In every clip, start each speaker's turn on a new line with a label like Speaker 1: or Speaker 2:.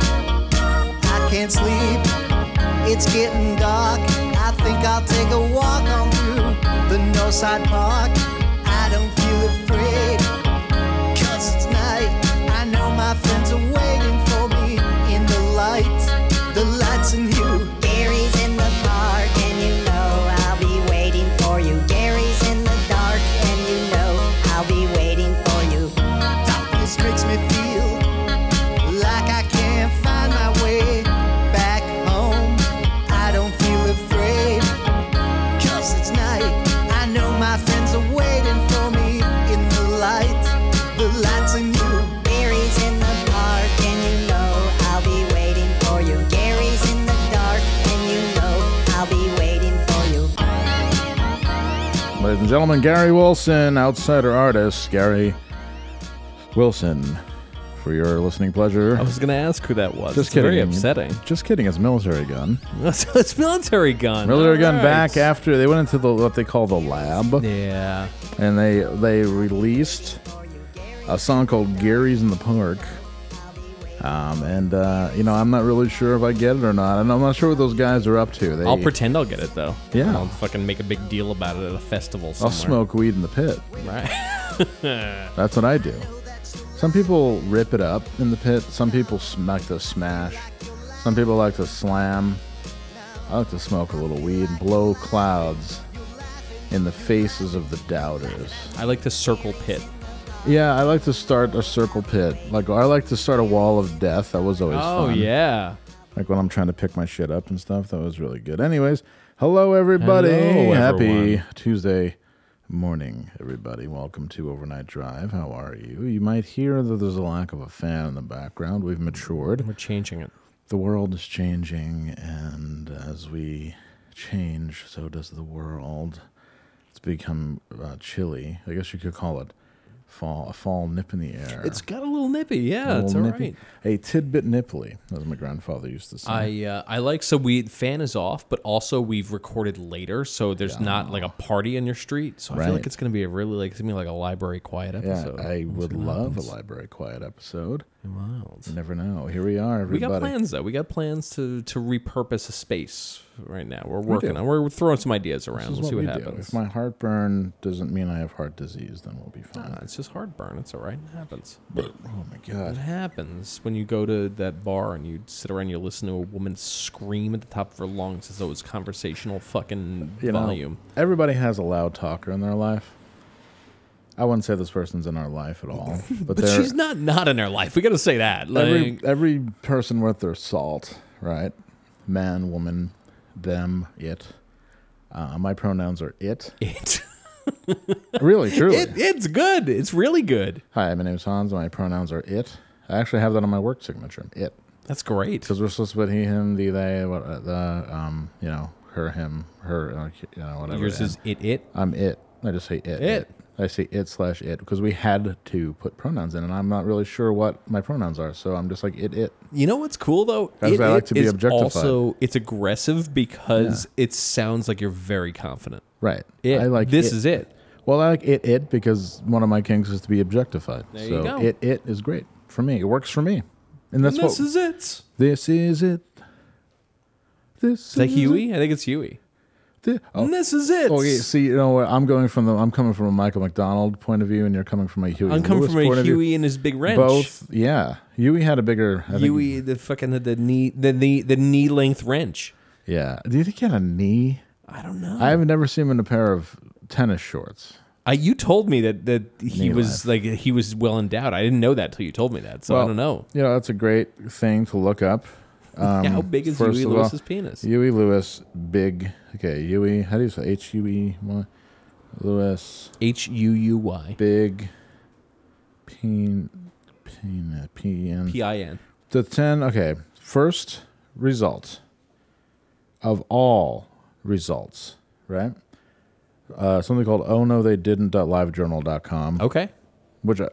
Speaker 1: I can't sleep. It's getting dark. I think I'll take a walk on through the Northside Park. I don't feel afraid, cause it's night. I know my friends are waiting for me in the light. The lights and you.
Speaker 2: Gary's in the park, and you know I'll be waiting for you. Gary's in the dark, and you know I'll be waiting for you.
Speaker 1: Darkness makes me feel like I can't find my way back home. I don't feel afraid, cause it's night. I know my friends are waiting for me in the light, the lights in you.
Speaker 2: Gary's in the park, and you know I'll be waiting for you. Gary's in the dark, and you know I'll be waiting for you.
Speaker 3: Ladies and gentlemen, Gary Wilson, outsider artist, Gary Wilson, for your listening pleasure.
Speaker 4: I was going to ask who that was.
Speaker 3: Just
Speaker 4: it's
Speaker 3: kidding.
Speaker 4: Very upsetting.
Speaker 3: Just kidding. It's military gun.
Speaker 4: So it's military gun.
Speaker 3: Military
Speaker 4: All
Speaker 3: gun
Speaker 4: right.
Speaker 3: back after they went into the what they call the lab,
Speaker 4: Yeah.
Speaker 3: and they they released a song called Gary's in the Park. Um, and uh, you know, I'm not really sure if I get it or not, and I'm not sure what those guys are up to. They,
Speaker 4: I'll pretend I'll get it though.
Speaker 3: Yeah.
Speaker 4: I'll fucking make a big deal about it at a festival.
Speaker 3: I'll
Speaker 4: Somewhere.
Speaker 3: smoke weed in the pit.
Speaker 4: Right.
Speaker 3: That's what I do. Some people rip it up in the pit. Some people sm- like to smash. Some people like to slam. I like to smoke a little weed and blow clouds in the faces of the doubters.
Speaker 4: I like to circle pit.
Speaker 3: Yeah, I like to start a circle pit. Like I like to start a wall of death. That was always
Speaker 4: Oh
Speaker 3: fun.
Speaker 4: yeah.
Speaker 3: Like when I'm trying to pick my shit up and stuff. That was really good. Anyways, hello everybody.
Speaker 4: Hello,
Speaker 3: Happy
Speaker 4: everyone.
Speaker 3: Tuesday morning, everybody. Welcome to Overnight Drive. How are you? You might hear that there's a lack of a fan in the background. We've matured.
Speaker 4: We're changing it.
Speaker 3: The world is changing, and as we change, so does the world. It's become uh, chilly. I guess you could call it fall. A fall nip in the air.
Speaker 4: It's got a little nippy. Yeah, it's
Speaker 3: A
Speaker 4: all
Speaker 3: little
Speaker 4: right.
Speaker 3: nippy- A tidbit nipply, as my grandfather used to say.
Speaker 4: I uh, I like so we fan is off, but also we've recorded later, so there's not like a party in your street. So I feel
Speaker 3: Right.
Speaker 4: like it's gonna be a really like it's gonna be like a library quiet episode.
Speaker 3: Yeah, I
Speaker 4: We'll
Speaker 3: would
Speaker 4: see what
Speaker 3: love
Speaker 4: happens.
Speaker 3: a library quiet episode.
Speaker 4: Wild.
Speaker 3: You never know. Here we are,
Speaker 4: We
Speaker 3: everybody.
Speaker 4: got plans though. We got plans to to repurpose a space right now. We're working
Speaker 3: do.
Speaker 4: on. We're throwing some ideas around.
Speaker 3: This is
Speaker 4: we'll see
Speaker 3: we
Speaker 4: what
Speaker 3: do. If
Speaker 4: happens.
Speaker 3: my heartburn doesn't mean I have heart disease, then we'll be
Speaker 4: Ah,
Speaker 3: fine.
Speaker 4: it's just heartburn. It's all right. It happens.
Speaker 3: oh my
Speaker 4: It
Speaker 3: god.
Speaker 4: happens when you go to that bar and you sit around. You listen to a woman scream at the top of her lungs as though it's conversational fucking
Speaker 3: You know,
Speaker 4: volume.
Speaker 3: everybody has a loud talker in their life. I wouldn't say this person's in our life at all, but,
Speaker 4: But
Speaker 3: they're
Speaker 4: she's not not in her life. We got to say that. Like,
Speaker 3: every every person worth their salt, right? Man, woman, them, it. Uh, my pronouns are it.
Speaker 4: it,
Speaker 3: Really, truly.
Speaker 4: it it's good. It's really good.
Speaker 3: Hi, my name's Hans. My pronouns are it. I actually have that on my work signature. It.
Speaker 4: That's great.
Speaker 3: because we're supposed to put he, him, the, they, what, uh, the, um, you know, her, him, her, uh, you know, whatever.
Speaker 4: Yours
Speaker 3: it
Speaker 4: is it. It.
Speaker 3: I'm it. I just say it. It. I say it slash it because we had to put pronouns in, and I'm not really sure what my pronouns are, so I'm just like it. It.
Speaker 4: You know what's cool though?
Speaker 3: That's why I like to be
Speaker 4: is
Speaker 3: objectified.
Speaker 4: Also, it's aggressive because it sounds like you're very confident.
Speaker 3: Right.
Speaker 4: It,
Speaker 3: I like
Speaker 4: this is it.
Speaker 3: Well, I like it. It because one of my kinks is to be objectified.
Speaker 4: There
Speaker 3: so
Speaker 4: you go.
Speaker 3: it. It is great for me. It works for me, and that's
Speaker 4: And
Speaker 3: what
Speaker 4: this is it.
Speaker 3: this is it. This
Speaker 4: Is that
Speaker 3: is It.
Speaker 4: Huey? I think it's Huey.
Speaker 3: Thi- oh.
Speaker 4: And this is it.
Speaker 3: Okay, see, you know what? I'm going from the I'm coming from a Michael McDonald point of view, and you're coming from a Huey.
Speaker 4: I'm coming
Speaker 3: Lewis
Speaker 4: from a
Speaker 3: point of
Speaker 4: Huey
Speaker 3: view.
Speaker 4: and his big wrench.
Speaker 3: Both, yeah. Huey had a bigger I think-
Speaker 4: Huey, the fucking the knee, the knee, the knee length wrench.
Speaker 3: Yeah. Do you think he had a knee?
Speaker 4: I don't know.
Speaker 3: I've never seen him in a pair of tennis shorts.
Speaker 4: I, you told me that that he
Speaker 3: Knee
Speaker 4: was like he was well endowed. I didn't know that till you told me that. So I
Speaker 3: Well,
Speaker 4: don't know.
Speaker 3: You know, that's a great thing to look up. Um,
Speaker 4: Yeah, how big is
Speaker 3: first
Speaker 4: Huey
Speaker 3: of all-
Speaker 4: Lewis's penis?
Speaker 3: Huey Lewis, big. Okay, Huey. How do you say H U E Y? Lewis,
Speaker 4: H U U Y
Speaker 3: big. Peen, E peen, peen.
Speaker 4: P I N.
Speaker 3: The 10, okay. First result of all results, right? Uh, something called oh no they didn't.livejournal.com,
Speaker 4: Okay.
Speaker 3: which uh,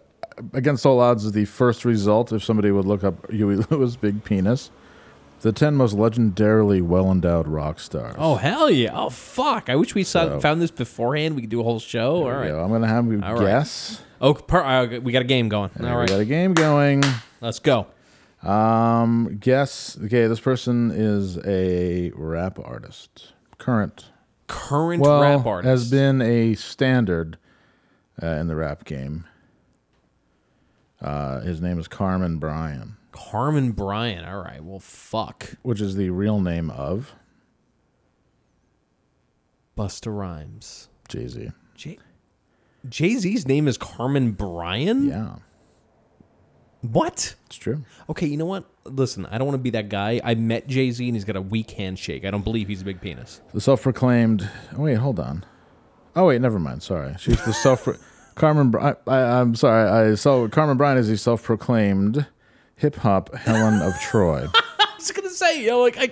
Speaker 3: against all odds is the first result if somebody would look up Huey Lewis Big Penis. The 10 most legendarily well endowed rock stars.
Speaker 4: Oh hell yeah! Oh fuck! I wish we saw,
Speaker 3: So-
Speaker 4: found this beforehand. We could do a whole show. All
Speaker 3: There we
Speaker 4: right.
Speaker 3: go. I'm going to have you
Speaker 4: All right.
Speaker 3: guess.
Speaker 4: Oh, per, uh, we got a game going.
Speaker 3: All
Speaker 4: All right,
Speaker 3: We got a game going.
Speaker 4: let's go.
Speaker 3: Um, guess. Okay, this person is a rap artist. Current
Speaker 4: Current
Speaker 3: well,
Speaker 4: rap artist
Speaker 3: has been a standard uh, in the rap game. Uh, his name is Carmen Bryan,
Speaker 4: Carmen Bryan. All right. Well, fuck.
Speaker 3: which is the real name of
Speaker 4: Busta Rhymes.
Speaker 3: Jay Z.
Speaker 4: Jay Z's name is Carmen Bryan.
Speaker 3: Yeah,
Speaker 4: What?
Speaker 3: it's true.
Speaker 4: Okay, you know what? Listen, I don't want to be that guy. I met Jay Z and he's got a weak handshake. I don't believe he's a big penis.
Speaker 3: The self-proclaimed. Oh, wait, hold on. Oh wait, never mind. Sorry, she's the self. Carmen. Bry- I, I'm sorry. I so Carmen Bryan is the self-proclaimed hip hop Helen of Troy.
Speaker 4: I was gonna say, you know, like, I,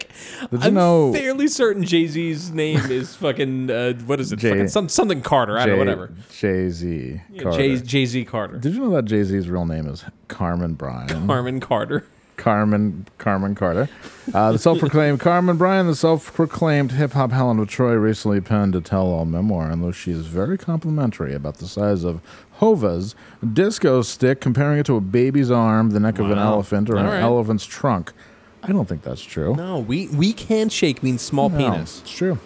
Speaker 3: Did you
Speaker 4: I'm
Speaker 3: know-
Speaker 4: fairly certain Jay Z's name is fucking uh, what is it?
Speaker 3: Jay-
Speaker 4: fucking some, something Carter. I don't know, whatever.
Speaker 3: Jay Z.
Speaker 4: Jay Jay Z Carter.
Speaker 3: Did you know that Jay Z's real name is Carmen Bryan?
Speaker 4: Carmen Carter.
Speaker 3: Carmen Carmen Carter. Uh, the self-proclaimed Carmen Bryan, the self-proclaimed hip-hop Helen of Troy, recently penned a tell-all memoir in which she is very complimentary about the size of Hova's disco stick, comparing it to a baby's arm, the neck of an
Speaker 4: Wow.
Speaker 3: elephant, or
Speaker 4: All
Speaker 3: an
Speaker 4: right.
Speaker 3: elephant's trunk. I don't think that's true.
Speaker 4: No, we weak handshake means small
Speaker 3: No,
Speaker 4: penis.
Speaker 3: It's true.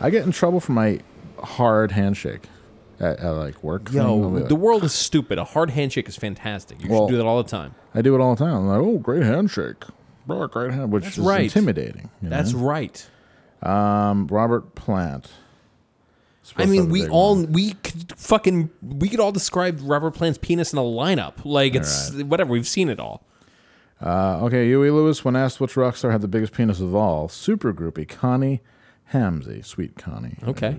Speaker 3: I get in trouble for my hard handshake at, at like work. thing. I'll be
Speaker 4: Yo,
Speaker 3: like,
Speaker 4: the world is stupid. A hard handshake is fantastic. You
Speaker 3: Well-
Speaker 4: should do that all the time.
Speaker 3: I do it all the time. I'm like, oh, great handshake. Bro, great hand, which is
Speaker 4: right.
Speaker 3: intimidating. you
Speaker 4: That's
Speaker 3: know?
Speaker 4: right.
Speaker 3: um, Robert Plant.
Speaker 4: I mean, we all we could fucking we could all describe Robert Plant's penis in a lineup. Like it's whatever. We've seen it all.
Speaker 3: Uh, okay, Huey Lewis, when asked which rock star had the biggest penis of all, super groupie Connie Hamsey, sweet Connie.
Speaker 4: Okay.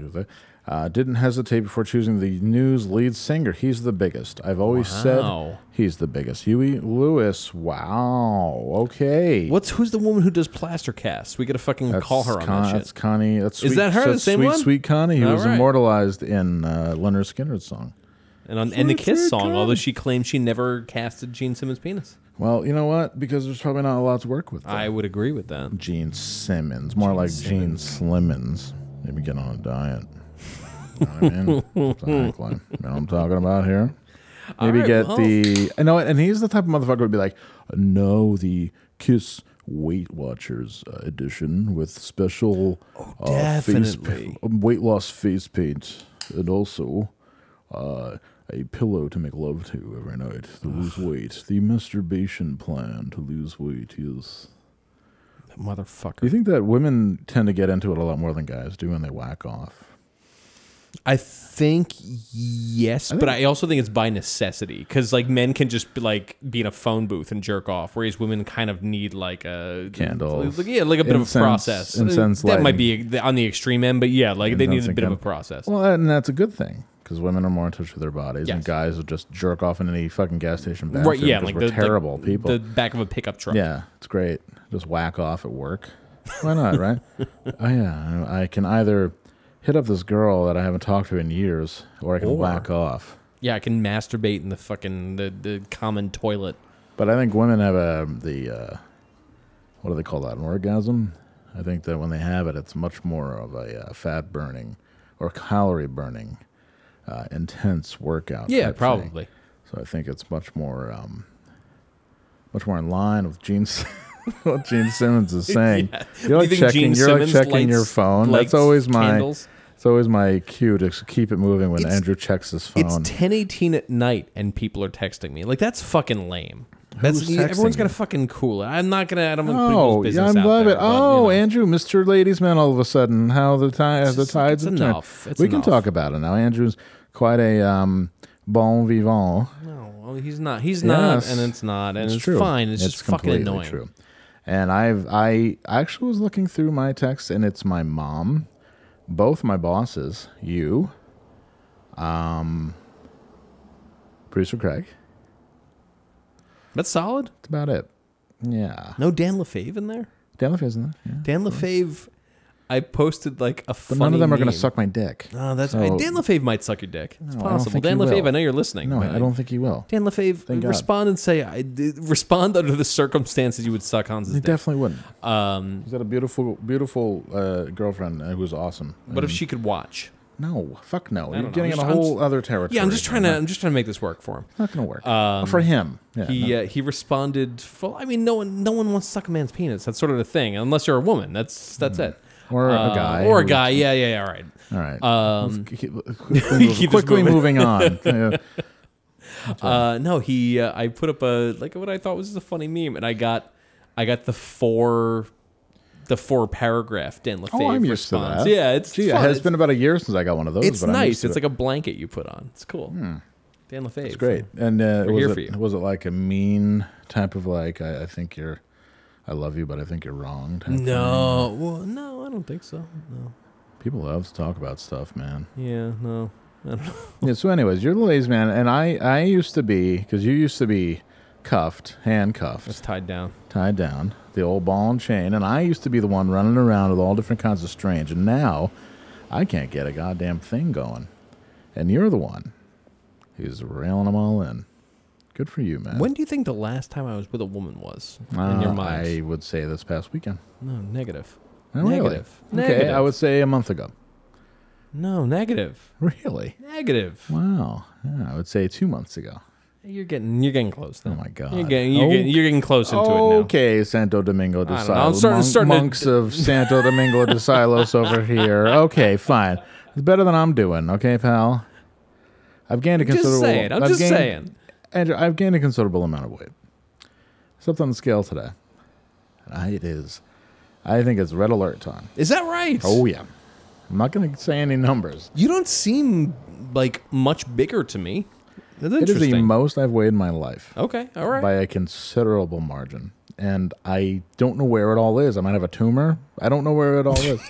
Speaker 3: Uh, didn't hesitate before choosing the news lead singer. He's the biggest. I've always said
Speaker 4: Wow.
Speaker 3: he's the biggest. Huey Lewis. Wow. Okay.
Speaker 4: What's who's the woman who does plaster casts? We gotta fucking
Speaker 3: That's
Speaker 4: call her on
Speaker 3: Con-
Speaker 4: that shit.
Speaker 3: That's Connie. That's
Speaker 4: Is
Speaker 3: sweet,
Speaker 4: that her, the
Speaker 3: that's
Speaker 4: same
Speaker 3: sweet,
Speaker 4: one?
Speaker 3: Sweet Connie, who
Speaker 4: All
Speaker 3: was
Speaker 4: right.
Speaker 3: immortalized in uh, Leonard Skinner's song.
Speaker 4: and on and the Kiss
Speaker 3: Sweet
Speaker 4: song,
Speaker 3: God.
Speaker 4: although she claimed she never casted Gene Simmons' penis.
Speaker 3: Well, you know what? Because there's probably not a lot to work with. there.
Speaker 4: I would agree with that.
Speaker 3: Gene Simmons, more like Gene Slimmons. Maybe get on a diet. You know what I mean? exactly. You know what I'm talking about here. Maybe
Speaker 4: right,
Speaker 3: get
Speaker 4: well.
Speaker 3: the. I know, and he's the type of motherfucker who would be like, no, the Kiss Weight Watchers uh, edition with special uh, face
Speaker 4: Oh, definitely.
Speaker 3: weight loss face paint and also uh, a pillow to make love to every night to lose weight. The masturbation plan to lose weight is. Do
Speaker 4: Motherfucker.
Speaker 3: you think that women tend to get into it a lot more than guys do when they whack off?
Speaker 4: I think yes, but I also think it's by necessity because like men can just be, like be in a phone booth and jerk off, whereas women kind of need like a
Speaker 3: Candles,
Speaker 4: yeah, like a bit
Speaker 3: incense-
Speaker 4: of a process. Uh,
Speaker 3: incense
Speaker 4: that might
Speaker 3: lighting.
Speaker 4: be on the extreme end, but yeah, like they need
Speaker 3: Incense
Speaker 4: a
Speaker 3: and
Speaker 4: bit of a
Speaker 3: candle.
Speaker 4: process.
Speaker 3: Well, and that's a good thing because women are more in touch with their bodies, and
Speaker 4: Yes.
Speaker 3: guys will just jerk off in any fucking gas station bathroom.
Speaker 4: right? Yeah,
Speaker 3: 'cause
Speaker 4: like
Speaker 3: we're
Speaker 4: the the-
Speaker 3: terrible people.
Speaker 4: The back of a pickup truck.
Speaker 3: yeah, it's great. Just whack off at work. Why not? Right? oh yeah, I I can either hit up this girl that I haven't talked to in years, or I can
Speaker 4: Or-
Speaker 3: whack off.
Speaker 4: Yeah, I can masturbate in the fucking the, the common toilet.
Speaker 3: But I think women have a the uh, what do they call that? An orgasm. I think that when they have it, it's much more of a uh, fat burning or calorie burning, uh, intense workout.
Speaker 4: Yeah,
Speaker 3: type thing.
Speaker 4: probably.
Speaker 3: So I think it's much more um, much more in line with Gene. Sim- what Gene Simmons is saying. You're like
Speaker 4: Do you think
Speaker 3: checking.
Speaker 4: Gene
Speaker 3: you're
Speaker 4: Simmons
Speaker 3: like checking
Speaker 4: lights-
Speaker 3: your phone. That's
Speaker 4: lights
Speaker 3: always my.
Speaker 4: candles?
Speaker 3: It's always my cue to s- keep it moving when
Speaker 4: It's-
Speaker 3: Andrew checks his phone.
Speaker 4: It's ten eighteen at night and people are texting me. Like that's fucking lame. That's
Speaker 3: Who's
Speaker 4: everyone's
Speaker 3: texting
Speaker 4: gonna
Speaker 3: you?
Speaker 4: fucking cool it. I'm not gonna. I don't want to put
Speaker 3: Oh,
Speaker 4: people's
Speaker 3: yeah, I
Speaker 4: business out
Speaker 3: love
Speaker 4: there,
Speaker 3: it.
Speaker 4: but, you
Speaker 3: Oh,
Speaker 4: know.
Speaker 3: Andrew, Mr. Ladies Man, all of a sudden, how the tide, the
Speaker 4: just like,
Speaker 3: tides
Speaker 4: it's
Speaker 3: have turned.
Speaker 4: enough. It's
Speaker 3: we can
Speaker 4: enough.
Speaker 3: talk about it now. Andrew's quite a um, bon vivant.
Speaker 4: No, well, he's not. He's not,
Speaker 3: Yes.
Speaker 4: and it's not, and it's, fine. It's, just fucking
Speaker 3: completely
Speaker 4: annoying.
Speaker 3: True. And I've I actually was looking through my texts, and it's my mom, both my bosses, you, um, producer Craig.
Speaker 4: That's solid.
Speaker 3: That's about it. Yeah,
Speaker 4: No Dan Lefave in there.
Speaker 3: Dan Lefebvre, isn't there? Yeah.
Speaker 4: Dan Lefave, I posted like a.
Speaker 3: But none of them are going
Speaker 4: meme.
Speaker 3: to suck my dick.
Speaker 4: Oh, that's
Speaker 3: So-
Speaker 4: Dan Lefave might suck your dick. It's
Speaker 3: No, I don't
Speaker 4: possible.
Speaker 3: think
Speaker 4: Dan
Speaker 3: he
Speaker 4: Lefave,
Speaker 3: will.
Speaker 4: I know you're listening.
Speaker 3: No,
Speaker 4: but
Speaker 3: I don't think he will.
Speaker 4: Dan Lefave,
Speaker 3: Thank God.
Speaker 4: respond and say I d- respond under the circumstances you would suck Hans's
Speaker 3: He
Speaker 4: dick.
Speaker 3: definitely wouldn't.
Speaker 4: Um,
Speaker 3: He's got a beautiful, beautiful uh, girlfriend uh, who's awesome.
Speaker 4: but if she could watch,
Speaker 3: no, fuck no,
Speaker 4: I
Speaker 3: you're
Speaker 4: don't know.
Speaker 3: getting
Speaker 4: I'm
Speaker 3: in a
Speaker 4: just- I'm
Speaker 3: whole
Speaker 4: just-
Speaker 3: other territory.
Speaker 4: yeah, I'm just trying to.
Speaker 3: Not,
Speaker 4: I'm just trying to make this work for him.
Speaker 3: not gonna work
Speaker 4: Um,
Speaker 3: for him. Yeah,
Speaker 4: He
Speaker 3: no.
Speaker 4: uh, he responded full. I mean, no one no one wants to suck a man's penis. That's sort of the thing, unless you're a woman. That's that's it.
Speaker 3: Hmm. Or a
Speaker 4: Uh,
Speaker 3: guy
Speaker 4: Or a
Speaker 3: who-
Speaker 4: guy. Yeah, yeah, yeah. All right.
Speaker 3: All right.
Speaker 4: Um,
Speaker 3: Let's keep- quickly
Speaker 4: keep this
Speaker 3: quickly
Speaker 4: moving.
Speaker 3: moving on. Yeah.
Speaker 4: Uh, no, he. Uh, I put up a like what I thought was just a funny meme, and I got, I got the four, the four paragraph Dan Lefebvre
Speaker 3: oh, I'm used to
Speaker 4: response.
Speaker 3: that.
Speaker 4: Yeah, it's
Speaker 3: Gee,
Speaker 4: fun.
Speaker 3: it has
Speaker 4: it's,
Speaker 3: been about a year since I got one of those.
Speaker 4: it's
Speaker 3: but I'm used
Speaker 4: nice.
Speaker 3: to
Speaker 4: It's
Speaker 3: it. Hmm.
Speaker 4: like a blanket you put on. It's cool. Dan Lefebvre. It's
Speaker 3: great. And uh, was
Speaker 4: here
Speaker 3: it
Speaker 4: for you.
Speaker 3: was it like a mean type of like I, I think you're, I love you, but I think you're wrong. Type thing? Hmm.
Speaker 4: No, well, no, I don't think so. No.
Speaker 3: people love to talk about stuff, man.
Speaker 4: Yeah, no.
Speaker 3: Yeah. So, anyways, you're the ladies man, and I I used to be because you used to be cuffed,
Speaker 4: It's
Speaker 3: handcuffed,
Speaker 4: tied down.
Speaker 3: tied down, the old ball and chain, and I used to be the one running around with all different kinds of strange, and now I can't get a goddamn thing going, and you're the one who's railing them all in. Good for you, man.
Speaker 4: When do you think the last time I was with a woman was in
Speaker 3: Uh,
Speaker 4: your mind?
Speaker 3: I would say this past weekend.
Speaker 4: no, negative.
Speaker 3: Oh, really?
Speaker 4: negative.
Speaker 3: Okay,
Speaker 4: Negative.
Speaker 3: I would say a month ago.
Speaker 4: No, negative.
Speaker 3: Really?
Speaker 4: Negative.
Speaker 3: Wow. Yeah, I would say two months ago.
Speaker 4: You're getting you're getting close. Now.
Speaker 3: Oh my God.
Speaker 4: You're getting you're,
Speaker 3: Oh.
Speaker 4: getting, you're getting close into it now.
Speaker 3: Okay, Santo Domingo de
Speaker 4: I don't know. I'm
Speaker 3: Silos.
Speaker 4: starting- starting to-
Speaker 3: monks of Santo Domingo de Silos over here. Okay, fine. It's better than I'm doing, okay, pal? I've gained a
Speaker 4: Just
Speaker 3: considerable
Speaker 4: saying, I'm
Speaker 3: I've
Speaker 4: just
Speaker 3: gained-
Speaker 4: saying.
Speaker 3: Andrew, I've gained a considerable amount of weight. It's up on the scale today. And I, it is. I think it's red alert time.
Speaker 4: Is that right?
Speaker 3: Oh, yeah. I'm not going to say any numbers.
Speaker 4: you don't seem like much bigger to me. That's
Speaker 3: It is
Speaker 4: interesting.
Speaker 3: the most I've weighed in my life
Speaker 4: okay, all right.
Speaker 3: by a considerable margin. And I don't know where it all is. I might have a tumor. I don't know where it all is.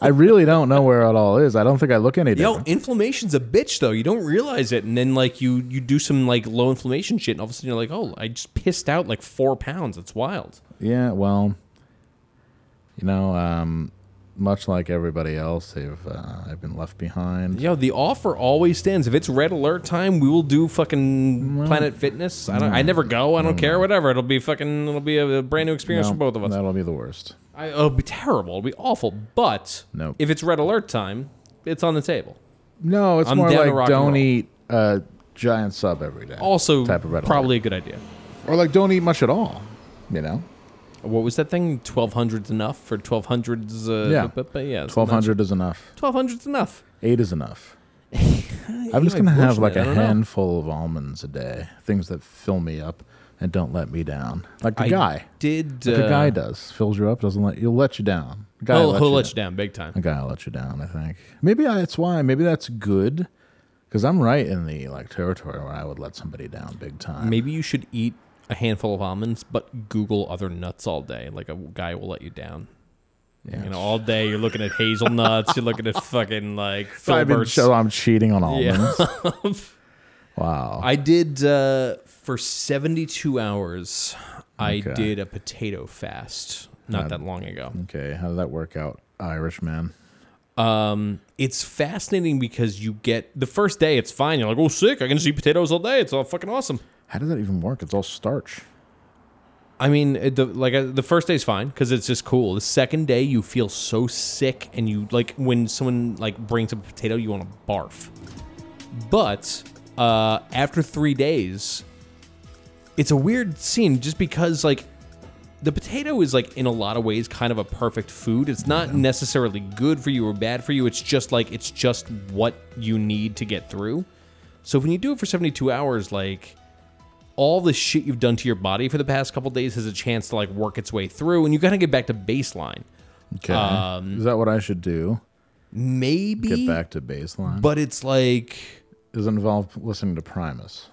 Speaker 3: I really don't know where it all is. I don't think I look any
Speaker 4: Yo,
Speaker 3: different.
Speaker 4: inflammation's a bitch though. You don't realize it, and then like you you do some like low inflammation shit, and all of a sudden you're like, oh, I just pissed out like four pounds. It's wild.
Speaker 3: yeah, well, you know, um, much like everybody else, they've uh, I've been left behind.
Speaker 4: Yo, the offer always stands. If it's red alert time, we will do fucking Planet Fitness. I don't. I never go. I don't care. Whatever. It'll be fucking. It'll be a, a brand new experience
Speaker 3: Mm. No,
Speaker 4: for both of us.
Speaker 3: That'll be the worst.
Speaker 4: I, it'll be terrible. It'll be awful. But
Speaker 3: Nope.
Speaker 4: if it's red alert time, it's on the table.
Speaker 3: No, it's
Speaker 4: I'm
Speaker 3: more
Speaker 4: down to
Speaker 3: like
Speaker 4: rock and roll.
Speaker 3: don't eat a giant sub every day.
Speaker 4: Also,
Speaker 3: type of red alert.
Speaker 4: probably a good idea.
Speaker 3: or like don't eat much at all. You know,
Speaker 4: What was that thing? Twelve hundreds enough for twelve hundreds. Uh,
Speaker 3: Yeah.
Speaker 4: but, but yeah,
Speaker 3: twelve hundred is enough.
Speaker 4: Twelve hundreds enough.
Speaker 3: Eight is enough. I'm just
Speaker 4: You
Speaker 3: gonna
Speaker 4: ain't
Speaker 3: have
Speaker 4: bullshitting
Speaker 3: like
Speaker 4: it,
Speaker 3: a
Speaker 4: I don't know.
Speaker 3: handful of almonds a day, things that fill me up and don't let me down, like the
Speaker 4: I
Speaker 3: guy.
Speaker 4: did.
Speaker 3: Like
Speaker 4: uh,
Speaker 3: a guy does fills you up, doesn't let you'll let you down. The guy
Speaker 4: He'll,
Speaker 3: lets
Speaker 4: he'll let you down big time.
Speaker 3: A guy will let you down. I think maybe I, that's why. Maybe that's good because I'm right in the like territory where I would let somebody down big time.
Speaker 4: Maybe you should eat a handful of almonds, but Google other nuts all day. Like a guy will let you down.
Speaker 3: Yeah.
Speaker 4: You know, all day you're looking at hazelnuts, you're looking at fucking like
Speaker 3: So I've been
Speaker 4: filberts.
Speaker 3: show I'm cheating on almonds.
Speaker 4: Yeah.
Speaker 3: Wow.
Speaker 4: I did uh, for 72 hours. I
Speaker 3: Okay.
Speaker 4: did a potato fast not that long ago.
Speaker 3: okay, how did that work out, Irish man?
Speaker 4: Um, it's fascinating because you get the first day, it's fine. You're like, oh, sick. I can just eat potatoes all day. It's all fucking awesome.
Speaker 3: How does that even work? It's all starch.
Speaker 4: I mean, it, the, like uh, the first day's fine because it's just cool. The second day, you feel so sick, and you like when someone like brings up a potato, you want to barf. But uh, after three days, it's a weird scene just because like the potato is like in a lot of ways kind of a perfect food. It's not necessarily good for you or bad for you. It's just like it's just what you need to get through. So when you do it for 72 hours, like all the shit you've done to your body for the past couple days has a chance to like work its way through, and you gotta get back to baseline.
Speaker 3: Okay. Is that what I should do?
Speaker 4: Um, Maybe,
Speaker 3: Get back to baseline.
Speaker 4: but it's like,
Speaker 3: Does it involve listening to Primus?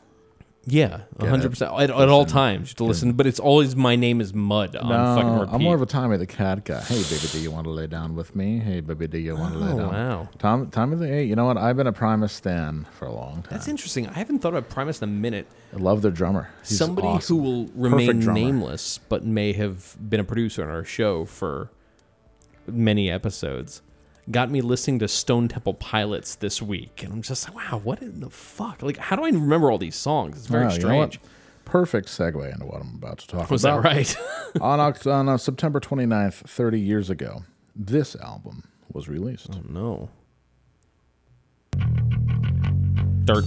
Speaker 4: yeah, hundred percent at, at all times to listen. But it's always my name is Mud on Oh, fucking
Speaker 3: No,
Speaker 4: repeat.
Speaker 3: I'm more of a Tommy the Cat guy. Hey, baby, do you want to lay down with me? Hey, baby, do you want to lay
Speaker 4: Oh,
Speaker 3: down?
Speaker 4: wow.
Speaker 3: Tom, Tommy the Hey, you know what? I've been a Primus stan for a long time.
Speaker 4: That's interesting. I haven't thought about Primus in a minute.
Speaker 3: I love their drummer. He's
Speaker 4: Somebody
Speaker 3: awesome.
Speaker 4: who will
Speaker 3: Perfect
Speaker 4: remain
Speaker 3: drummer.
Speaker 4: nameless but may have been a producer on our show for many episodes got me listening to Stone Temple Pilots this week. And I'm just like, wow, what in the fuck? Like, how do I remember all these songs? It's very
Speaker 3: Wow, you know what?
Speaker 4: strange.
Speaker 3: Perfect segue into what I'm about to talk
Speaker 4: Was
Speaker 3: about.
Speaker 4: that right?
Speaker 3: on Oct- on uh, September 29th, 30 years ago, this album was released.
Speaker 4: no. Dirt.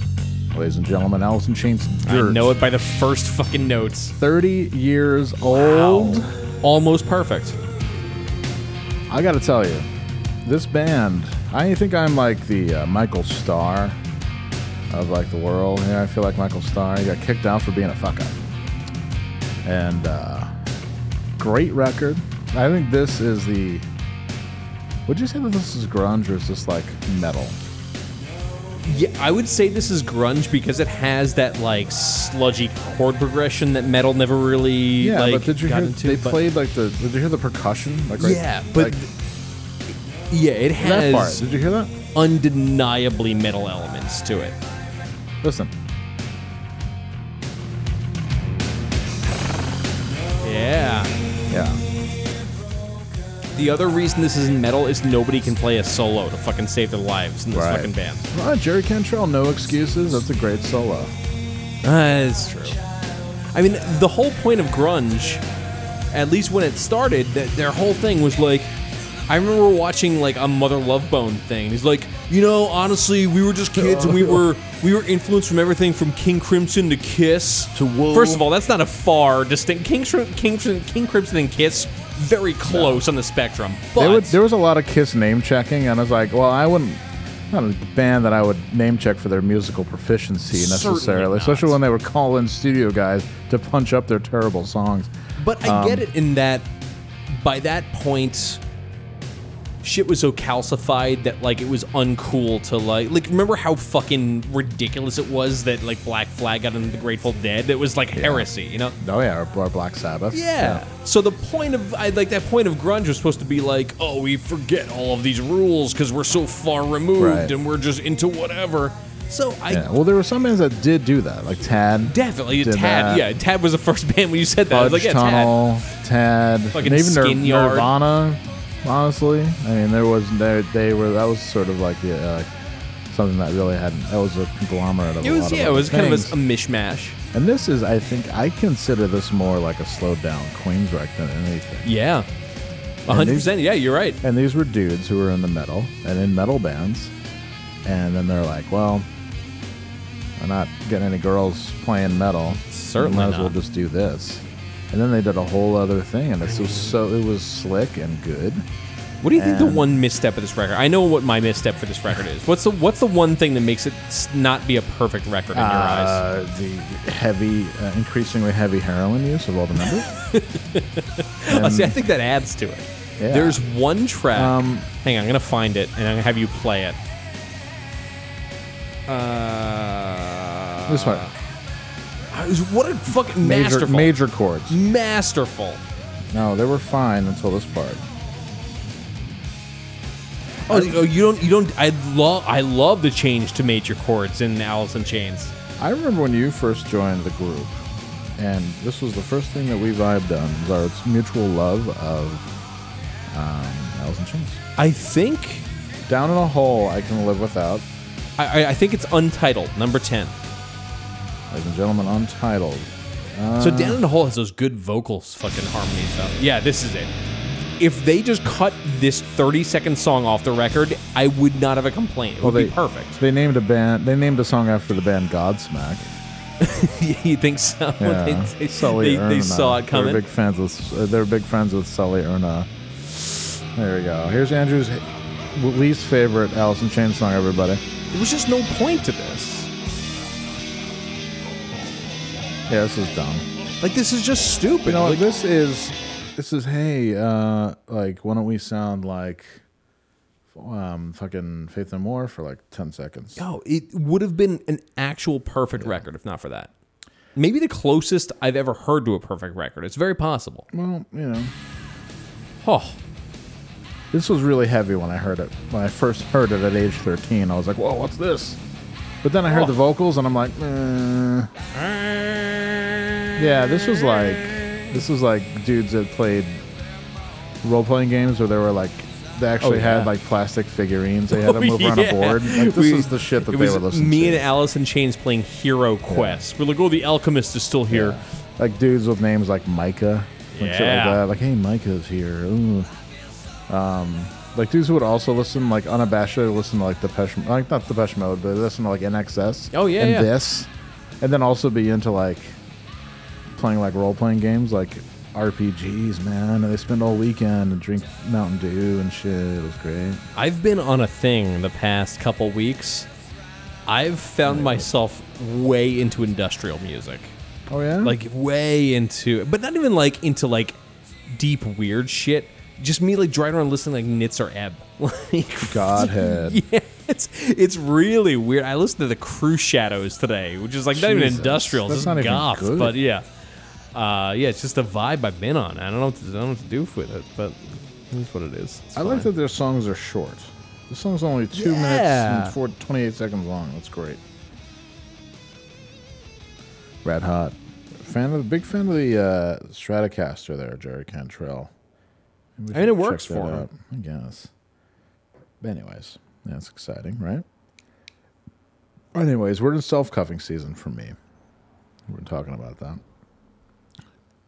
Speaker 3: Ladies and gentlemen, Alice in Chains. Dirt.
Speaker 4: I know it by the first fucking notes.
Speaker 3: 30 years old.
Speaker 4: Almost perfect.
Speaker 3: I got to tell you, this band, I think I'm like the uh, Michael Starr of like the world. Yeah, I feel like Michael Starr. He got kicked out for being a fuck up. And uh, great record. I think this is the. Would you say that this is grunge or is this like metal?
Speaker 4: Yeah, I would say this is grunge because it has that like sludgy chord progression that metal never really
Speaker 3: Yeah,
Speaker 4: like
Speaker 3: but did you
Speaker 4: got
Speaker 3: hear?
Speaker 4: into.
Speaker 3: they
Speaker 4: but-
Speaker 3: played like the. Did you hear the percussion? Like right,
Speaker 4: yeah, but
Speaker 3: like,
Speaker 4: yeah, it
Speaker 3: that part.
Speaker 4: has
Speaker 3: Did you hear that?
Speaker 4: undeniably metal elements to it.
Speaker 3: Listen.
Speaker 4: Yeah.
Speaker 3: Yeah.
Speaker 4: The other reason this isn't metal is nobody can play a solo to fucking save their lives in this
Speaker 3: Right.
Speaker 4: fucking band.
Speaker 3: All right, Jerry Cantrell, no excuses. That's a great solo.
Speaker 4: That's Uh, true. I mean, the whole point of grunge, at least when it started, that their whole thing was like, I remember watching like a Mother Love Bone thing. He's like, you know, honestly, we were just kids and we were we were influenced from everything from King Crimson to Kiss
Speaker 3: To Whoa.
Speaker 4: First of all, that's not a far distinct King Crim- King, Crim- King Crimson and Kiss, very close on the spectrum. But
Speaker 3: There, would, there was a lot of Kiss name checking, and I was like, well, I wouldn't. Not a band that I would name check for their musical proficiency
Speaker 4: Certainly
Speaker 3: necessarily,
Speaker 4: not.
Speaker 3: especially when they were calling studio guys to punch up their terrible songs.
Speaker 4: But I
Speaker 3: Um,
Speaker 4: get it in that by that point, shit was so calcified that like it was uncool to like like remember how fucking ridiculous it was that like Black Flag got into the Grateful Dead? It was like heresy, you know?
Speaker 3: Oh yeah, or, or Black Sabbath.
Speaker 4: Yeah. So the point of I like that point of grunge was supposed to be like, oh, we forget all of these rules because we're so far removed
Speaker 3: Right.
Speaker 4: and we're just into whatever. So I
Speaker 3: Yeah. Well, there were some bands that did do that, like Tad,
Speaker 4: definitely
Speaker 3: Did
Speaker 4: Tad.
Speaker 3: that.
Speaker 4: Yeah, Tad was the first band when you said that. I was
Speaker 3: Fudge
Speaker 4: like, yeah, Tad.
Speaker 3: Tunnel, Tad,
Speaker 4: Fucking
Speaker 3: and even Nir-
Speaker 4: Skin Yard.
Speaker 3: Nirvana. Honestly, I mean, there was there they were that was sort of like the uh, something that really hadn't that was a conglomerate of
Speaker 4: It
Speaker 3: a
Speaker 4: was
Speaker 3: lot of
Speaker 4: yeah, it
Speaker 3: other
Speaker 4: was kind of
Speaker 3: things.
Speaker 4: a, a mishmash.
Speaker 3: And this is, I think, I consider this more like a slowed down Queens wreck than anything.
Speaker 4: Yeah. a
Speaker 3: And
Speaker 4: 100%.
Speaker 3: they-
Speaker 4: yeah, you're right.
Speaker 3: And these were dudes who were in the metal and in metal bands. And then they're like, well, we're not getting any girls playing metal.
Speaker 4: Certainly
Speaker 3: Might as
Speaker 4: not.
Speaker 3: well just do this. And then they did a whole other thing, and this was so it was slick and good.
Speaker 4: What do you think the
Speaker 3: And-
Speaker 4: one misstep of this record? I know what my misstep for this record is. What's the what's the one thing that makes it s- not be a perfect record in your eyes?
Speaker 3: Uh, the heavy, uh, increasingly heavy heroin use of all the members.
Speaker 4: Oh, see, I think that adds to it.
Speaker 3: um, Yeah.
Speaker 4: There's one track.
Speaker 3: Um,
Speaker 4: hang on, I'm gonna find it and I'm gonna have you play it. Uh,
Speaker 3: this one,
Speaker 4: I was- what a fucking
Speaker 3: major,
Speaker 4: masterful,
Speaker 3: major chords.
Speaker 4: masterful.
Speaker 3: No, they were fine until this part.
Speaker 4: Oh, you- oh, you don't, you don't. I love, I love the change to major chords in Alice in Chains.
Speaker 3: I remember when you first joined the group, and this was the first thing that we vibed on was our mutual love of um, Alice in Chains.
Speaker 4: I think
Speaker 3: Down in a hole, I can live without.
Speaker 4: I, I- I think it's Untitled, number 10.
Speaker 3: Ladies and gentlemen, untitled. Uh,
Speaker 4: so Down in the Hole has those good vocals fucking harmonies up. Yeah, this is it. If they just cut this 30 second song off the record, I would not have a complaint. It would be perfect.
Speaker 3: They named a band. They named a song after the band Godsmack.
Speaker 4: you think so? They-
Speaker 3: Yeah,
Speaker 4: they,
Speaker 3: Sully
Speaker 4: they- they
Speaker 3: Erna.
Speaker 4: saw it coming.
Speaker 3: They're big fans with. uh, They're big friends with Sully Erna. There we go. Here's Andrew's least favorite Alice in Chains song. Everybody.
Speaker 4: There was just no point to this.
Speaker 3: Yeah, this is dumb.
Speaker 4: Like this is just stupid.
Speaker 3: You know,
Speaker 4: Like,
Speaker 3: this is this is hey, uh, like why don't we sound like um, fucking Faith No More for like ten seconds?
Speaker 4: yo, it would have been an actual perfect record if not for that. Maybe the closest I've ever heard to a perfect record. It's very possible.
Speaker 3: Well, you know,
Speaker 4: Oh,
Speaker 3: this was really heavy when I heard it. When I first heard it at age thirteen, I was like, "Whoa, Oh, what's this?" But then I heard
Speaker 4: Oh.
Speaker 3: the vocals, and I'm like, eh. "Yeah, this was like this was like dudes that played role playing games where they were like." They actually
Speaker 4: Oh, yeah. Oh,
Speaker 3: had like plastic figurines. They had them over on
Speaker 4: Yeah.
Speaker 3: a board. Like, this
Speaker 4: We-
Speaker 3: is the shit that
Speaker 4: it
Speaker 3: they
Speaker 4: was
Speaker 3: were listening
Speaker 4: Me
Speaker 3: to.
Speaker 4: and Alice in Chains playing Hero Quest. We're like, oh, the Alchemist is still here.
Speaker 3: like dudes with names like Micah, and shit like
Speaker 4: Yeah.
Speaker 3: that. Like, hey, Micah's here. Ooh. Um, like dudes who would also listen, like unabashedly listen to like Depeche, like not Depeche Mode, but listen to like NXS.
Speaker 4: Oh, yeah,
Speaker 3: and
Speaker 4: yeah.
Speaker 3: this, and then also be into like playing like role playing games, like RPGs. Man, and they spend all weekend and drink Mountain Dew and shit. It was great.
Speaker 4: I've been on a thing the past couple weeks. I've found myself way into industrial music.
Speaker 3: Oh yeah,
Speaker 4: Like way into but not even like into like deep weird shit. Just me like driving around listening like Nitz or Ebb. Like
Speaker 3: Godhead.
Speaker 4: yeah, it's it's really weird. I listened to the Crew Shadows today, which is like not even
Speaker 3: Jesus,
Speaker 4: industrial,
Speaker 3: that's
Speaker 4: it's just
Speaker 3: not even
Speaker 4: goth.
Speaker 3: good.
Speaker 4: But yeah, uh, yeah, it's just a vibe I've been on. I don't know what to, I don't know what to do with it, but that's what it is. It's
Speaker 3: I like
Speaker 4: fine.
Speaker 3: that their songs are short. The song's only two minutes
Speaker 4: Yeah.
Speaker 3: and four, 28 seconds long. Oh, That's great. Red Hot. Fan of big fan of the uh, Stratocaster there, Jerry Cantrell. Maybe we
Speaker 4: I mean,
Speaker 3: should
Speaker 4: it works
Speaker 3: check that
Speaker 4: for him.
Speaker 3: out, I guess. But anyways, that's exciting, right? Anyways, we're in self cuffing season for me. We're talking about that.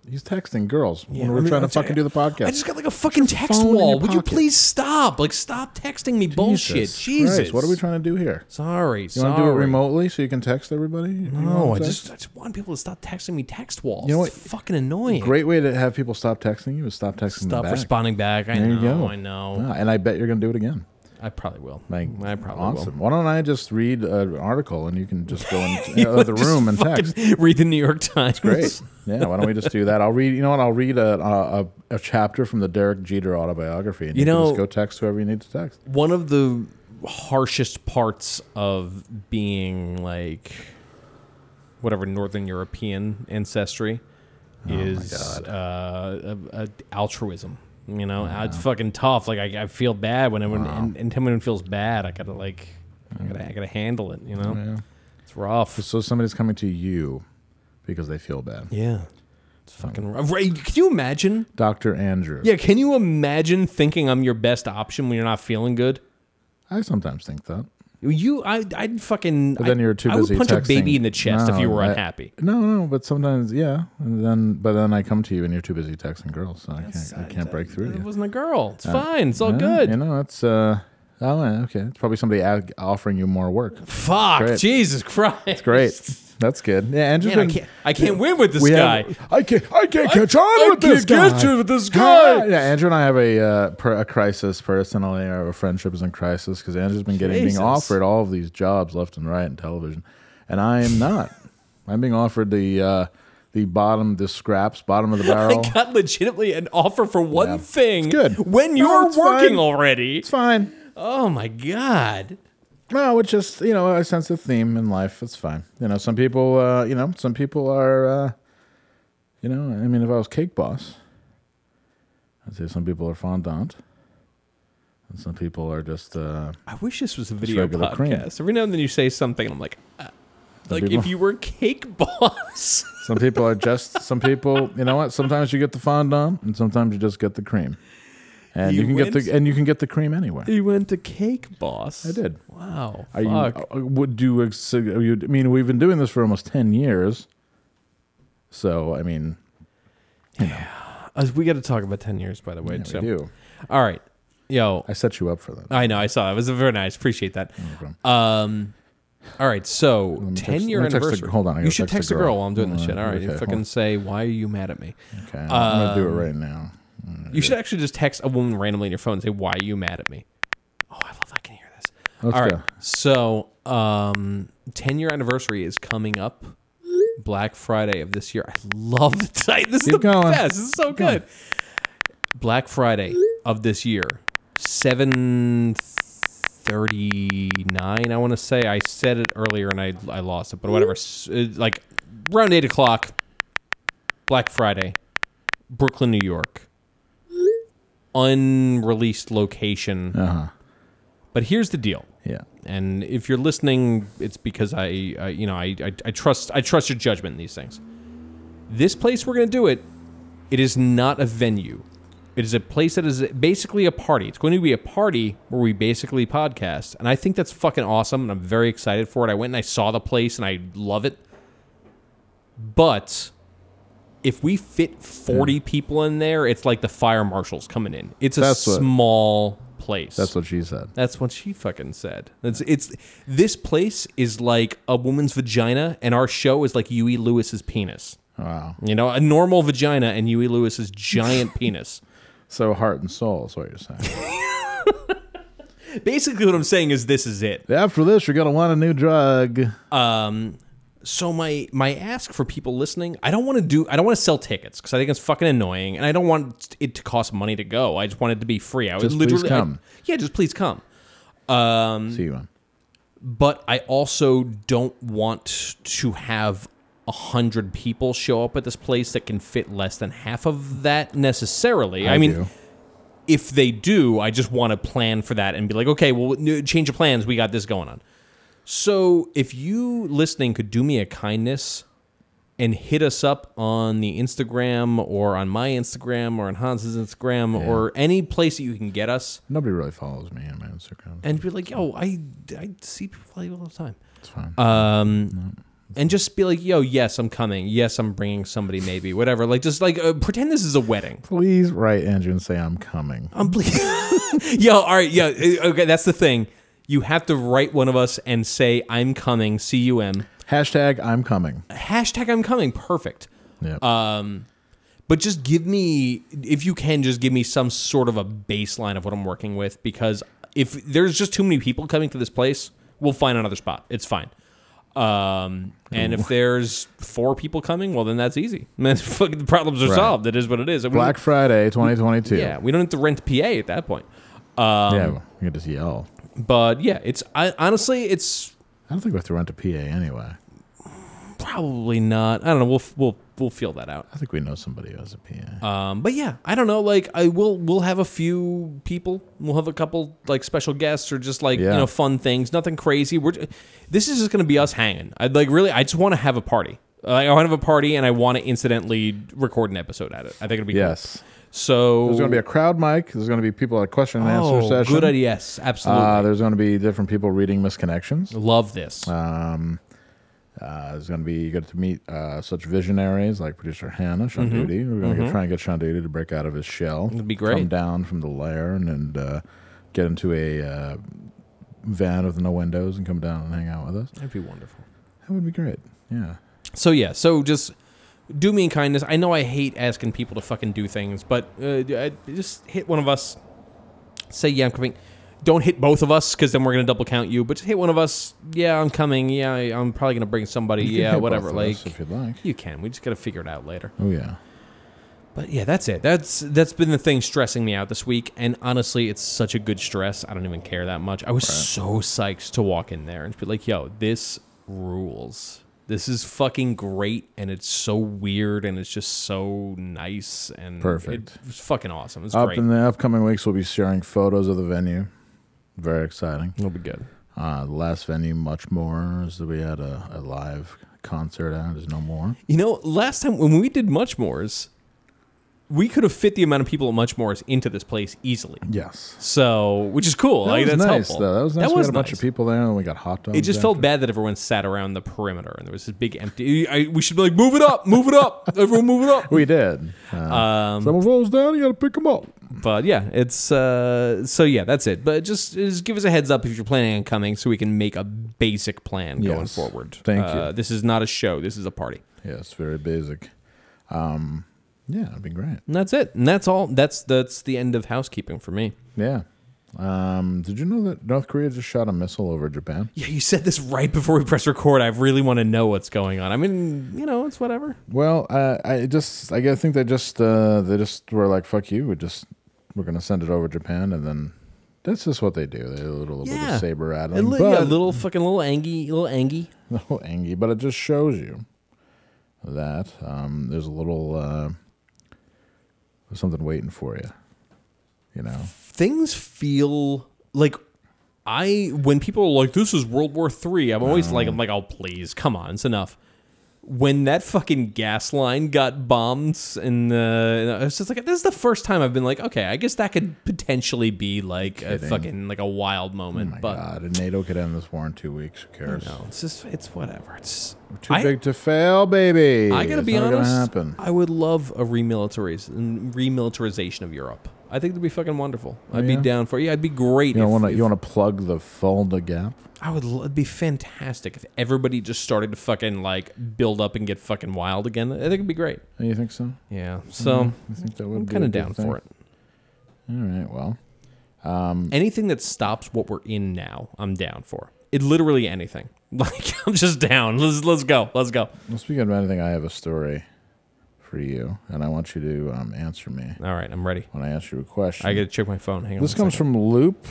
Speaker 3: He's texting girls when we're
Speaker 4: I mean,
Speaker 3: trying to
Speaker 4: I'll tell
Speaker 3: fucking
Speaker 4: you,
Speaker 3: do the podcast.
Speaker 4: I just got like a fucking text
Speaker 3: phone in
Speaker 4: wall.
Speaker 3: your
Speaker 4: Would you
Speaker 3: pocket.
Speaker 4: please stop? Like, stop texting me bullshit. Jesus,
Speaker 3: Christ, what are we trying to do here?
Speaker 4: Sorry,
Speaker 3: You
Speaker 4: sorry.
Speaker 3: want to do it remotely so you can text everybody? You
Speaker 4: No, I
Speaker 3: want to
Speaker 4: just,
Speaker 3: text?
Speaker 4: I just want people to stop texting me text walls.
Speaker 3: Oh, You know
Speaker 4: Oh, It's
Speaker 3: what?
Speaker 4: fucking annoying.
Speaker 3: Great way to have people stop texting you is stop texting them
Speaker 4: Stop
Speaker 3: back.
Speaker 4: responding back. I
Speaker 3: There
Speaker 4: know.
Speaker 3: you go.
Speaker 4: I know.
Speaker 3: Yeah, and I bet you're going to do it again.
Speaker 4: I probably will.
Speaker 3: Like,
Speaker 4: I probably
Speaker 3: awesome. Why
Speaker 4: will.
Speaker 3: don't I just read an article and you can just go in uh, the other
Speaker 4: Just
Speaker 3: room and
Speaker 4: fucking
Speaker 3: text?
Speaker 4: Read the New York Times.
Speaker 3: Great. Yeah. Why don't we just do that? I'll read. You know what? I'll read a a, a, a chapter from the Derek Jeter autobiography, and you,
Speaker 4: You
Speaker 3: can
Speaker 4: know-
Speaker 3: just go text whoever you need to text.
Speaker 4: One of the harshest parts of being like whatever Northern European ancestry is uh, a, a altruism. You know, it's fucking tough. Like I, I feel bad when everyone, and, until anyone feels bad, I gotta like, I gotta, I gotta handle it. You know, it's rough.
Speaker 3: So somebody's coming to you because they feel bad. Um,
Speaker 4: yeah, it's fucking rough. Ray, can you imagine?
Speaker 3: Doctor Andrew.
Speaker 4: Yeah, can you imagine thinking I'm your best option when you're not feeling good?
Speaker 3: I sometimes think that.
Speaker 4: You, I, I'd fucking.
Speaker 3: But then
Speaker 4: I-
Speaker 3: you're too
Speaker 4: I
Speaker 3: busy.
Speaker 4: would punch a baby
Speaker 3: texting.
Speaker 4: in the chest if
Speaker 3: No,
Speaker 4: you were
Speaker 3: I-
Speaker 4: unhappy.
Speaker 3: no, no, but sometimes, yeah. And then, but then I come to you and you're too busy texting girls, so I can't, I can't break through. to
Speaker 4: It
Speaker 3: you.
Speaker 4: wasn't a girl. It's fine. It's all
Speaker 3: Yeah,
Speaker 4: good.
Speaker 3: You know, that's uh, oh, yeah, okay. It's probably somebody ad- offering you more work.
Speaker 4: Fuck,
Speaker 3: Great.
Speaker 4: Jesus Christ. It's
Speaker 3: Great, that's good. Yeah, Andrew's
Speaker 4: Man, I
Speaker 3: been-
Speaker 4: can't, I can't win with this
Speaker 3: we
Speaker 4: guy.
Speaker 3: have- I can't. I can't catch on
Speaker 4: I
Speaker 3: with this guy.
Speaker 4: can't get you with this guy.
Speaker 3: Yeah, Andrew and I have a uh, per, a crisis personally. Our friendship is in crisis because Andrew's been getting
Speaker 4: Jesus.
Speaker 3: being offered all of these jobs left and right in television, and I am not. I'm being offered the uh, the bottom, the scraps, bottom
Speaker 4: Oh
Speaker 3: of the barrel.
Speaker 4: I got legitimately an offer for one
Speaker 3: Yeah.
Speaker 4: thing.
Speaker 3: It's good.
Speaker 4: When
Speaker 3: No,
Speaker 4: you're
Speaker 3: it's
Speaker 4: working
Speaker 3: fine.
Speaker 4: already.
Speaker 3: it's fine.
Speaker 4: Oh my god.
Speaker 3: No, it's just you know I sense a theme in life. It's fine. You know, some people, uh, you know, some people are, uh, you know, I mean, if I was cake boss, I'd say some people are fondant, and some people are just. Uh,
Speaker 4: I wish this was a video
Speaker 3: regular
Speaker 4: podcast.
Speaker 3: cream.
Speaker 4: Every now and then you say something, and I'm like, uh, like
Speaker 3: people-
Speaker 4: if you were cake boss.
Speaker 3: some people are just. Some people, you know what? Sometimes you get the fondant, and sometimes you just get the cream, and
Speaker 4: You
Speaker 3: you, can get
Speaker 4: went-
Speaker 3: the and you can get the cream anywhere.
Speaker 4: you went to cake boss.
Speaker 3: I did.
Speaker 4: Wow.
Speaker 3: Are you,
Speaker 4: fuck.
Speaker 3: uh, would do you, ex- are you? I mean, we've been doing this for almost ten years, so I mean,
Speaker 4: Uh, we got to talk about ten years, by the way.
Speaker 3: we
Speaker 4: so.
Speaker 3: do.
Speaker 4: All right, yo.
Speaker 3: I set you up for that.
Speaker 4: I know. I saw. It, it was very nice. Appreciate that.
Speaker 3: problem.
Speaker 4: Um. All right. So
Speaker 3: me text-
Speaker 4: ten year
Speaker 3: let me text the-
Speaker 4: anniversary.
Speaker 3: hold on, I
Speaker 4: You
Speaker 3: gotta
Speaker 4: should
Speaker 3: text the
Speaker 4: text a
Speaker 3: girl.
Speaker 4: girl while I'm doing this
Speaker 3: All
Speaker 4: shit.
Speaker 3: right,
Speaker 4: All right.
Speaker 3: okay,
Speaker 4: you
Speaker 3: hold
Speaker 4: fucking
Speaker 3: on.
Speaker 4: say why are you mad at me? Um,
Speaker 3: Okay, I'm gonna do it right now.
Speaker 4: You should actually just text a woman randomly on your phone and say why are you mad at me? Oh, I love. I can hear this.
Speaker 3: Let's
Speaker 4: All
Speaker 3: go.
Speaker 4: right. So, um, ten year anniversary is coming up Black Friday of this year. I love the title. This is the
Speaker 3: Keep going.
Speaker 4: best. This is so good. Black Friday of this year, seven thirty-nine. I want to say I said it earlier and I I lost it, but whatever.
Speaker 3: Mm-hmm.
Speaker 4: S- uh, Like around eight o'clock, Black Friday, Brooklyn, New York. Unreleased location.
Speaker 3: Uh-huh.
Speaker 4: But here's the deal
Speaker 3: Yeah.
Speaker 4: and if you're listening, it's because I, I you know, I, I, I trust I trust your judgment in these things. This place we're gonna do it. It is not a venue. It is a place that is basically a party. It's going to be a party where we basically podcast, and I think that's fucking awesome, and I'm very excited for it. I went and I saw the place, and I love it. But if we fit 40
Speaker 3: Hmm.
Speaker 4: people in there, it's like the fire marshals coming in. It's a
Speaker 3: That's what-
Speaker 4: small place.
Speaker 3: That's what she said.
Speaker 4: That's what she fucking said. That's it's this place is like a woman's vagina, and our show is like Huey Lewis's penis.
Speaker 3: Wow.
Speaker 4: You know, a normal vagina and Huey Lewis's giant penis.
Speaker 3: So heart and soul is what you're saying.
Speaker 4: Basically, what I'm saying is this is it. Um,
Speaker 3: After this, you're gonna want a new drug.
Speaker 4: So my my ask for people listening, I don't want to do, I don't want to sell tickets because I think it's fucking annoying, and I don't want it to cost money to go. I just want it to be free. I would
Speaker 3: Just please
Speaker 4: literally, I-
Speaker 3: come.
Speaker 4: yeah, just please come.
Speaker 3: See you on.
Speaker 4: Um, but I also don't want to have a hundred people show up at this place that can fit less than half of that necessarily. I, mean,
Speaker 3: do.
Speaker 4: if they do, I just want to plan for that and be like, okay, well, n- change of plans. We got this going on. So if you listening could do me a kindness and hit us up on the Instagram or on my Instagram or on Hans's Instagram or any place that you can get us
Speaker 3: Nobody really follows me on my Instagram.
Speaker 4: and be like, yo, I, I see people like you all the time.
Speaker 3: It's fine.
Speaker 4: um, and just be like, "Yo, yes, I'm coming. Yes, I'm bringing somebody, maybe whatever." Like, just like uh, pretend this is a wedding.
Speaker 3: Please write Andrew and say I'm coming.
Speaker 4: I'm ble- yo, all right, yo, uh, okay, that's the thing. You have to write one of us and say, "I'm coming." C U M
Speaker 3: Hashtag I'm coming.
Speaker 4: hashtag I'm coming. Perfect. Um,
Speaker 3: Yeah.
Speaker 4: But just give me, if you can, just give me some sort of a baseline of what I'm working with because if there's just too many people coming to this place, we'll find another spot. It's fine. Um, and if there's four people coming, well, then that's easy. Man, fuck, the problems are
Speaker 3: Right.
Speaker 4: solved. It is what it is. And we
Speaker 3: Black Friday 2022.
Speaker 4: don't- yeah, we don't have to rent PA at that point. Um,
Speaker 3: yeah. You can just yell.
Speaker 4: But yeah, it's I, honestly, it's
Speaker 3: I don't think we have to rent a PA anyway.
Speaker 4: probably not. I don't know. We'll f- we'll we'll feel that out.
Speaker 3: I think we know somebody who has a PA.
Speaker 4: Um, but yeah, I don't know. Like, I will. We'll have a few people. We'll have a couple like special guests or just like you
Speaker 3: Yeah.
Speaker 4: know fun things. Nothing crazy. We're this is just gonna be us hanging. I like really. I just want to have a party. Like, I want to have a party, and I want to incidentally record an episode at it. I think it'll be cool.
Speaker 3: yes.
Speaker 4: So
Speaker 3: There's going to be a crowd mic. There's going to be people at a question and answer
Speaker 4: oh,
Speaker 3: session.
Speaker 4: good idea. Yes, absolutely.
Speaker 3: Uh, there's going to be different people reading misconnections. Um,
Speaker 4: Love this.
Speaker 3: Uh, it's going to be good to meet uh, such visionaries like producer Hannah Shanduti. We're going to try and get Shanduti to break out of his shell. It'd
Speaker 4: Mm-hmm. be great.
Speaker 3: Come down from the lair and, and uh, get into a uh, van with no windows and come down and hang out with us.
Speaker 4: That'd be wonderful.
Speaker 3: That would be great. Yeah.
Speaker 4: So yeah, so just do me a kindness. I know I hate asking people to fucking do things, but uh, I- just hit one of us. Say yeah, I'm coming. Don't hit both of us because then we're gonna double count you. But just hit one of us. Yeah, I'm coming. Yeah, I- I'm probably gonna bring somebody.
Speaker 3: You can
Speaker 4: yeah,
Speaker 3: hit both
Speaker 4: whatever.
Speaker 3: of
Speaker 4: Like
Speaker 3: us if you'd like.
Speaker 4: you can. We just gotta figure it out later.
Speaker 3: Oh, yeah.
Speaker 4: But yeah, that's it. That's that's been the thing stressing me out this week. And honestly, it's such a good stress. I don't even care that much. I was so psyched to walk in there and be like, "Yo, this rules. This is fucking great." And it's so weird, and it's just so nice and
Speaker 3: Perfect.
Speaker 4: It was fucking awesome. It's
Speaker 3: Up
Speaker 4: great.
Speaker 3: in the upcoming weeks, we'll be sharing photos of the venue. Very exciting.
Speaker 4: It'll be good.
Speaker 3: Uh, the last venue, much more, is that we had a, a live concert at. There's no more.
Speaker 4: You know, last time when we did Much Mores, we could have fit the amount of people at Much Mores into this place easily.
Speaker 3: Yes.
Speaker 4: So, which is cool.
Speaker 3: That
Speaker 4: like
Speaker 3: was
Speaker 4: that's
Speaker 3: nice,
Speaker 4: helpful.
Speaker 3: though. That was nice. we had a bunch
Speaker 4: nice.
Speaker 3: of people there, and we got hot dogs.
Speaker 4: It just felt
Speaker 3: after.
Speaker 4: bad that everyone sat around the perimeter and there was this big empty. I, we should be like, move it up, move it up, everyone move it up. Um,
Speaker 3: We did. Uh, some of those down, you got to pick them up.
Speaker 4: But yeah, it's uh, so yeah, that's it. But just, just give us a heads up if you're planning on coming, so we can make a basic plan going
Speaker 3: Yes.
Speaker 4: forward.
Speaker 3: Thank
Speaker 4: uh,
Speaker 3: you.
Speaker 4: This is not a show. This is a party.
Speaker 3: Yeah, it's very basic. Um, yeah, it'd be great.
Speaker 4: And that's it. And that's all. That's that's the end of housekeeping for me.
Speaker 3: Yeah. Um, did you know that North Korea just shot a missile over Japan?
Speaker 4: Yeah, you said this right before we press record. I really want to know what's going on. I mean, you know, it's whatever.
Speaker 3: Well, uh, I just I guess think they just uh, they just were like fuck you. We just we're gonna send it over Japan, and then that's just what they do. They do a little bit of saber at
Speaker 4: A
Speaker 3: them,
Speaker 4: li-
Speaker 3: but
Speaker 4: yeah, little fucking little angie, little angie.
Speaker 3: little angy, but it just shows you that um, there's a little uh, there's something waiting for you. You know,
Speaker 4: Things feel like I when people are like, "This is World War III, I'm always like, "I'm like, oh please, come on, it's enough." When that fucking gas line got bombed, and uh, I was just like, "This is the first time I've been like, okay, I guess that could potentially be like a
Speaker 3: Kidding. Oh
Speaker 4: fucking like a wild moment."
Speaker 3: my
Speaker 4: but
Speaker 3: God, and NATO could end this war in two weeks. Who cares?
Speaker 4: no, it's just it's whatever. It's
Speaker 3: Too
Speaker 4: I-
Speaker 3: big to fail, baby.
Speaker 4: I gotta
Speaker 3: It's
Speaker 4: be
Speaker 3: not
Speaker 4: honest.
Speaker 3: Gonna happen.
Speaker 4: I would love a remilitarization, remilitarization of Europe. I think it'd be fucking wonderful. I'd
Speaker 3: yeah?
Speaker 4: be down for. Yeah, it'd be great.
Speaker 3: You
Speaker 4: if-
Speaker 3: want to
Speaker 4: if-
Speaker 3: you want to plug the Fulda gap?
Speaker 4: I would. lo- It'd be fantastic if everybody just started to fucking like build up and get fucking wild again. I think it'd be great.
Speaker 3: Oh, You think so?
Speaker 4: Yeah. So
Speaker 3: I think that
Speaker 4: I'm
Speaker 3: would.
Speaker 4: kind of down for it.
Speaker 3: All right. Well, Um,
Speaker 4: Anything that stops what we're in now, I'm down for. It literally anything. Like I'm just down. Let's let's go. Let's go.
Speaker 3: well, speaking of anything, I have a story for you, and I want you to um, answer me
Speaker 4: All right, I'm ready.
Speaker 3: when I ask you a question.
Speaker 4: I gotta check my phone. Hang on.
Speaker 3: This
Speaker 4: one
Speaker 3: comes
Speaker 4: second.
Speaker 3: from Loop,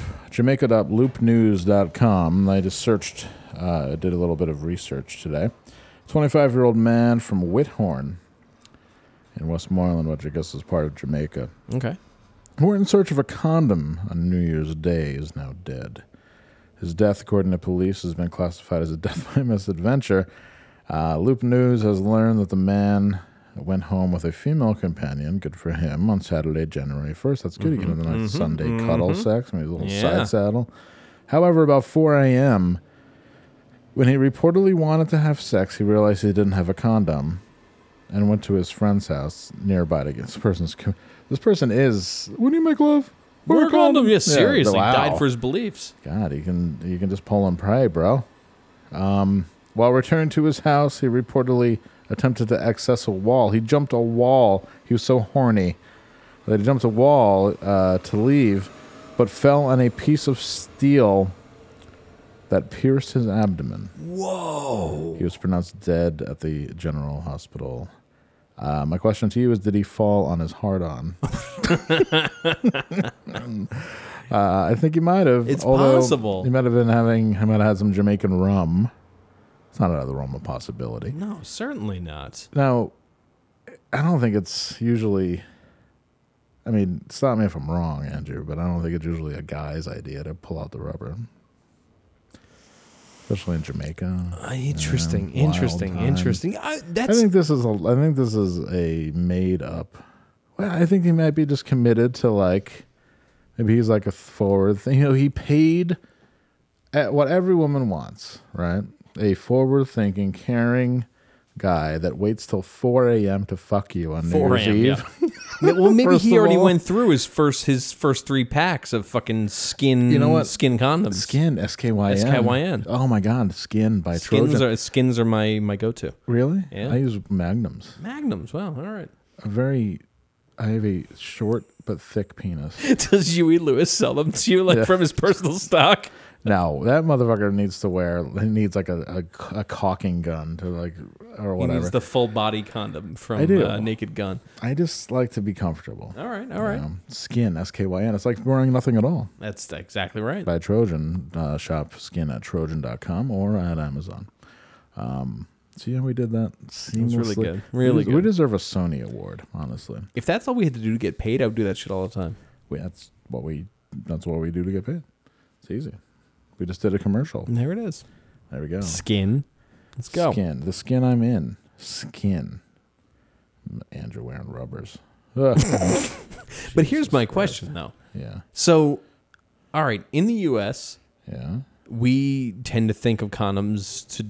Speaker 3: jamaica.loopnews.com. I just searched, uh, did a little bit of research today. 25 year old man from Whithorn in Westmoreland, which I guess is part of Jamaica,
Speaker 4: okay.
Speaker 3: who went in search of a condom on New Year's Day is now dead. His death, according to police, has been classified as a death by misadventure. Uh, Loop News has learned that the man went home with a female companion. Good for him on Saturday, January 1st. That's good. You get a nice Sunday cuddle sex, maybe a little
Speaker 4: Yeah.
Speaker 3: side saddle. However, about 4 a.m., when he reportedly wanted to have sex, he realized he didn't have a condom and went to his friend's house nearby to get this person's. co- This person is. When do you make love? Wear a
Speaker 4: Work on them. Yeah, seriously.
Speaker 3: wow.
Speaker 4: Died for his beliefs.
Speaker 3: God, you can you can just pull and pray, bro. Um, while returning to his house, he reportedly attempted to access a wall. He jumped a wall. He was so horny that he jumped a wall uh, to leave, but fell on a piece of steel that pierced his abdomen. Whoa! He was pronounced dead at the General Hospital. Uh, my question to you is: Did he fall on his hard-on? Uh, I think he might have.
Speaker 4: It's
Speaker 3: although
Speaker 4: possible.
Speaker 3: He might have been having. He might have had some Jamaican rum. It's not out of the realm of possibility.
Speaker 4: No, certainly not.
Speaker 3: Now, I don't think it's usually. I mean, stop me if I'm wrong, Andrew, but I don't think it's usually a guy's idea to pull out the rubber, especially in Jamaica.
Speaker 4: Uh, interesting,
Speaker 3: Yeah, wild
Speaker 4: interesting,
Speaker 3: time.
Speaker 4: interesting. I,
Speaker 3: I
Speaker 4: that's
Speaker 3: think this is a. I think this is a made up. Well, I think he might be just committed to like. Maybe he's like a forward thing. You know, he paid at what every woman wants, right? A forward thinking, caring guy that wates till 4 a.m. to fuck you on New
Speaker 4: 4
Speaker 3: Year's
Speaker 4: a.m.,
Speaker 3: Eve.
Speaker 4: yeah. well, maybe
Speaker 3: First
Speaker 4: he
Speaker 3: of
Speaker 4: already
Speaker 3: all-
Speaker 4: went through his first his first three packs of fucking skin.
Speaker 3: You know what?
Speaker 4: Skin condoms.
Speaker 3: Skin, SKYN.
Speaker 4: SKYN.
Speaker 3: Oh my God, Skin by
Speaker 4: skins
Speaker 3: Trojan.
Speaker 4: are skins are my my go to.
Speaker 3: really?
Speaker 4: Yeah.
Speaker 3: I use Magnums.
Speaker 4: Magnums. Wow. All right.
Speaker 3: A very, I have a short but thick penis.
Speaker 4: Does Huey Lewis sell them to you like
Speaker 3: Yeah.
Speaker 4: from his personal stock?
Speaker 3: No, that motherfucker needs to wear. He needs like a, a, a caulking gun to like or
Speaker 4: He
Speaker 3: whatever.
Speaker 4: needs the full body condom
Speaker 3: I
Speaker 4: from
Speaker 3: do.
Speaker 4: uh, Naked Gun.
Speaker 3: I just like to be comfortable.
Speaker 4: All right. All right.
Speaker 3: Um, skin S K Y N. It's like wearing nothing at all.
Speaker 4: That's exactly right.
Speaker 3: By Trojan, uh, shop skin at trojan.com or at Amazon. Um, see how we did that
Speaker 4: was
Speaker 3: seamlessly.
Speaker 4: really good.
Speaker 3: We
Speaker 4: Really
Speaker 3: des- We
Speaker 4: good.
Speaker 3: deserve a Sony award, honestly.
Speaker 4: If that's all we had to do to get paid, I would do that shit all the time.
Speaker 3: We, that's what we. That's what we do to get paid. It's easy. We just did a commercial.
Speaker 4: And there it is.
Speaker 3: There we go.
Speaker 4: Skin. Let's go.
Speaker 3: Skin. The skin I'm in. Skin. Andrew wearing rubbers. Ugh.
Speaker 4: But here's my question though.
Speaker 3: yeah.
Speaker 4: So, all right, in the U.S.,
Speaker 3: Yeah.
Speaker 4: we tend to think of condoms to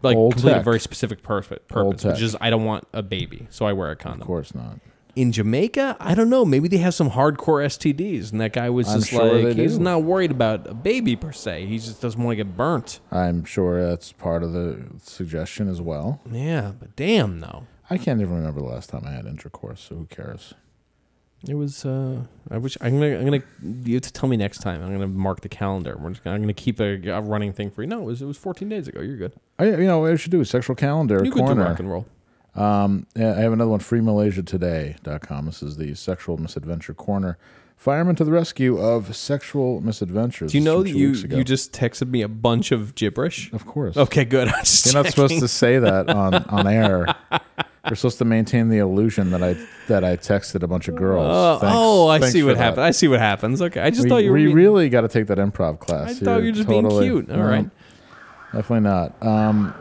Speaker 4: like
Speaker 3: Old
Speaker 4: complete a
Speaker 3: tech.
Speaker 4: very specific purpose,
Speaker 3: Old
Speaker 4: purpose which
Speaker 3: tech.
Speaker 4: is I don't want a baby, so I wear a
Speaker 3: Of
Speaker 4: condom.
Speaker 3: course not.
Speaker 4: In Jamaica, I don't know. Maybe they have some hardcore STDs, and that guy was
Speaker 3: I'm
Speaker 4: just
Speaker 3: sure
Speaker 4: like,
Speaker 3: they
Speaker 4: he's
Speaker 3: do.
Speaker 4: not worried about a baby per se. He just doesn't want to get burnt.
Speaker 3: I'm sure that's part of the suggestion as well.
Speaker 4: Yeah, but damn though.
Speaker 3: I can't even remember the last time I had intercourse, so who cares?
Speaker 4: It was. Uh, I wish I'm gonna. I'm gonna. You have to tell me next time. I'm gonna mark the calendar. We're just, gonna- I'm gonna keep a, a running thing for you. No, it was. It was 14 days ago. You're good.
Speaker 3: I, you know, what I should do a sexual calendar
Speaker 4: You could do rock
Speaker 3: corner. Um,
Speaker 4: and roll.
Speaker 3: Yeah, I have another one, freemalasiatoday.com. This is the sexual misadventure corner. Firemen to the rescue of sexual misadventures.
Speaker 4: Do you
Speaker 3: This
Speaker 4: know
Speaker 3: was
Speaker 4: that
Speaker 3: from two
Speaker 4: you
Speaker 3: weeks ago.
Speaker 4: you just texted me a bunch of gibberish?
Speaker 3: Of course.
Speaker 4: Okay, good. I'm just
Speaker 3: You're not supposed
Speaker 4: checking.
Speaker 3: to say that on, on air. You're supposed to maintain the illusion that I that I texted a bunch of girls.
Speaker 4: Uh,
Speaker 3: Thanks-
Speaker 4: oh, I
Speaker 3: thanks
Speaker 4: see
Speaker 3: for
Speaker 4: what
Speaker 3: that.
Speaker 4: happened. I see what happens. Okay, I just
Speaker 3: we,
Speaker 4: thought you were.
Speaker 3: we
Speaker 4: being-
Speaker 3: really got to take that improv class.
Speaker 4: I thought you were just being cute. All
Speaker 3: All right,
Speaker 4: right.
Speaker 3: definitely not. Um,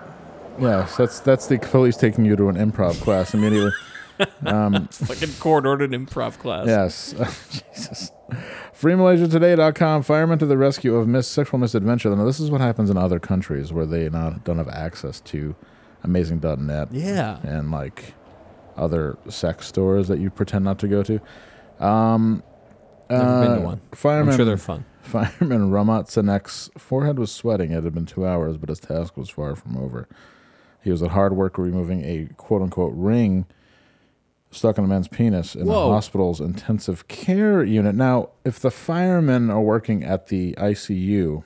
Speaker 3: yeah, so that's that's the police taking you to an improv class immediately.
Speaker 4: fucking court ordered improv class.
Speaker 3: um, Yes. Oh, Jesus. FreeMalasiaToday.com. Firemen to the rescue of mis- sexual misadventure. Now, this is what happens in other countries where they not don't have access to Amazing.net.
Speaker 4: Yeah.
Speaker 3: And like other sex stores that you pretend not to go to. Um,
Speaker 4: Never been
Speaker 3: Uh,
Speaker 4: to one.
Speaker 3: Firemen.
Speaker 4: I'm sure they're fun.
Speaker 3: Fireman Ramat Senek's forehead was sweating. It had been two hours, but his task was far from over. He was at hard work removing a quote unquote ring stuck in a man's penis in
Speaker 4: Whoa.
Speaker 3: the hospital's intensive care unit. Now, if the firemen are working at the ICU,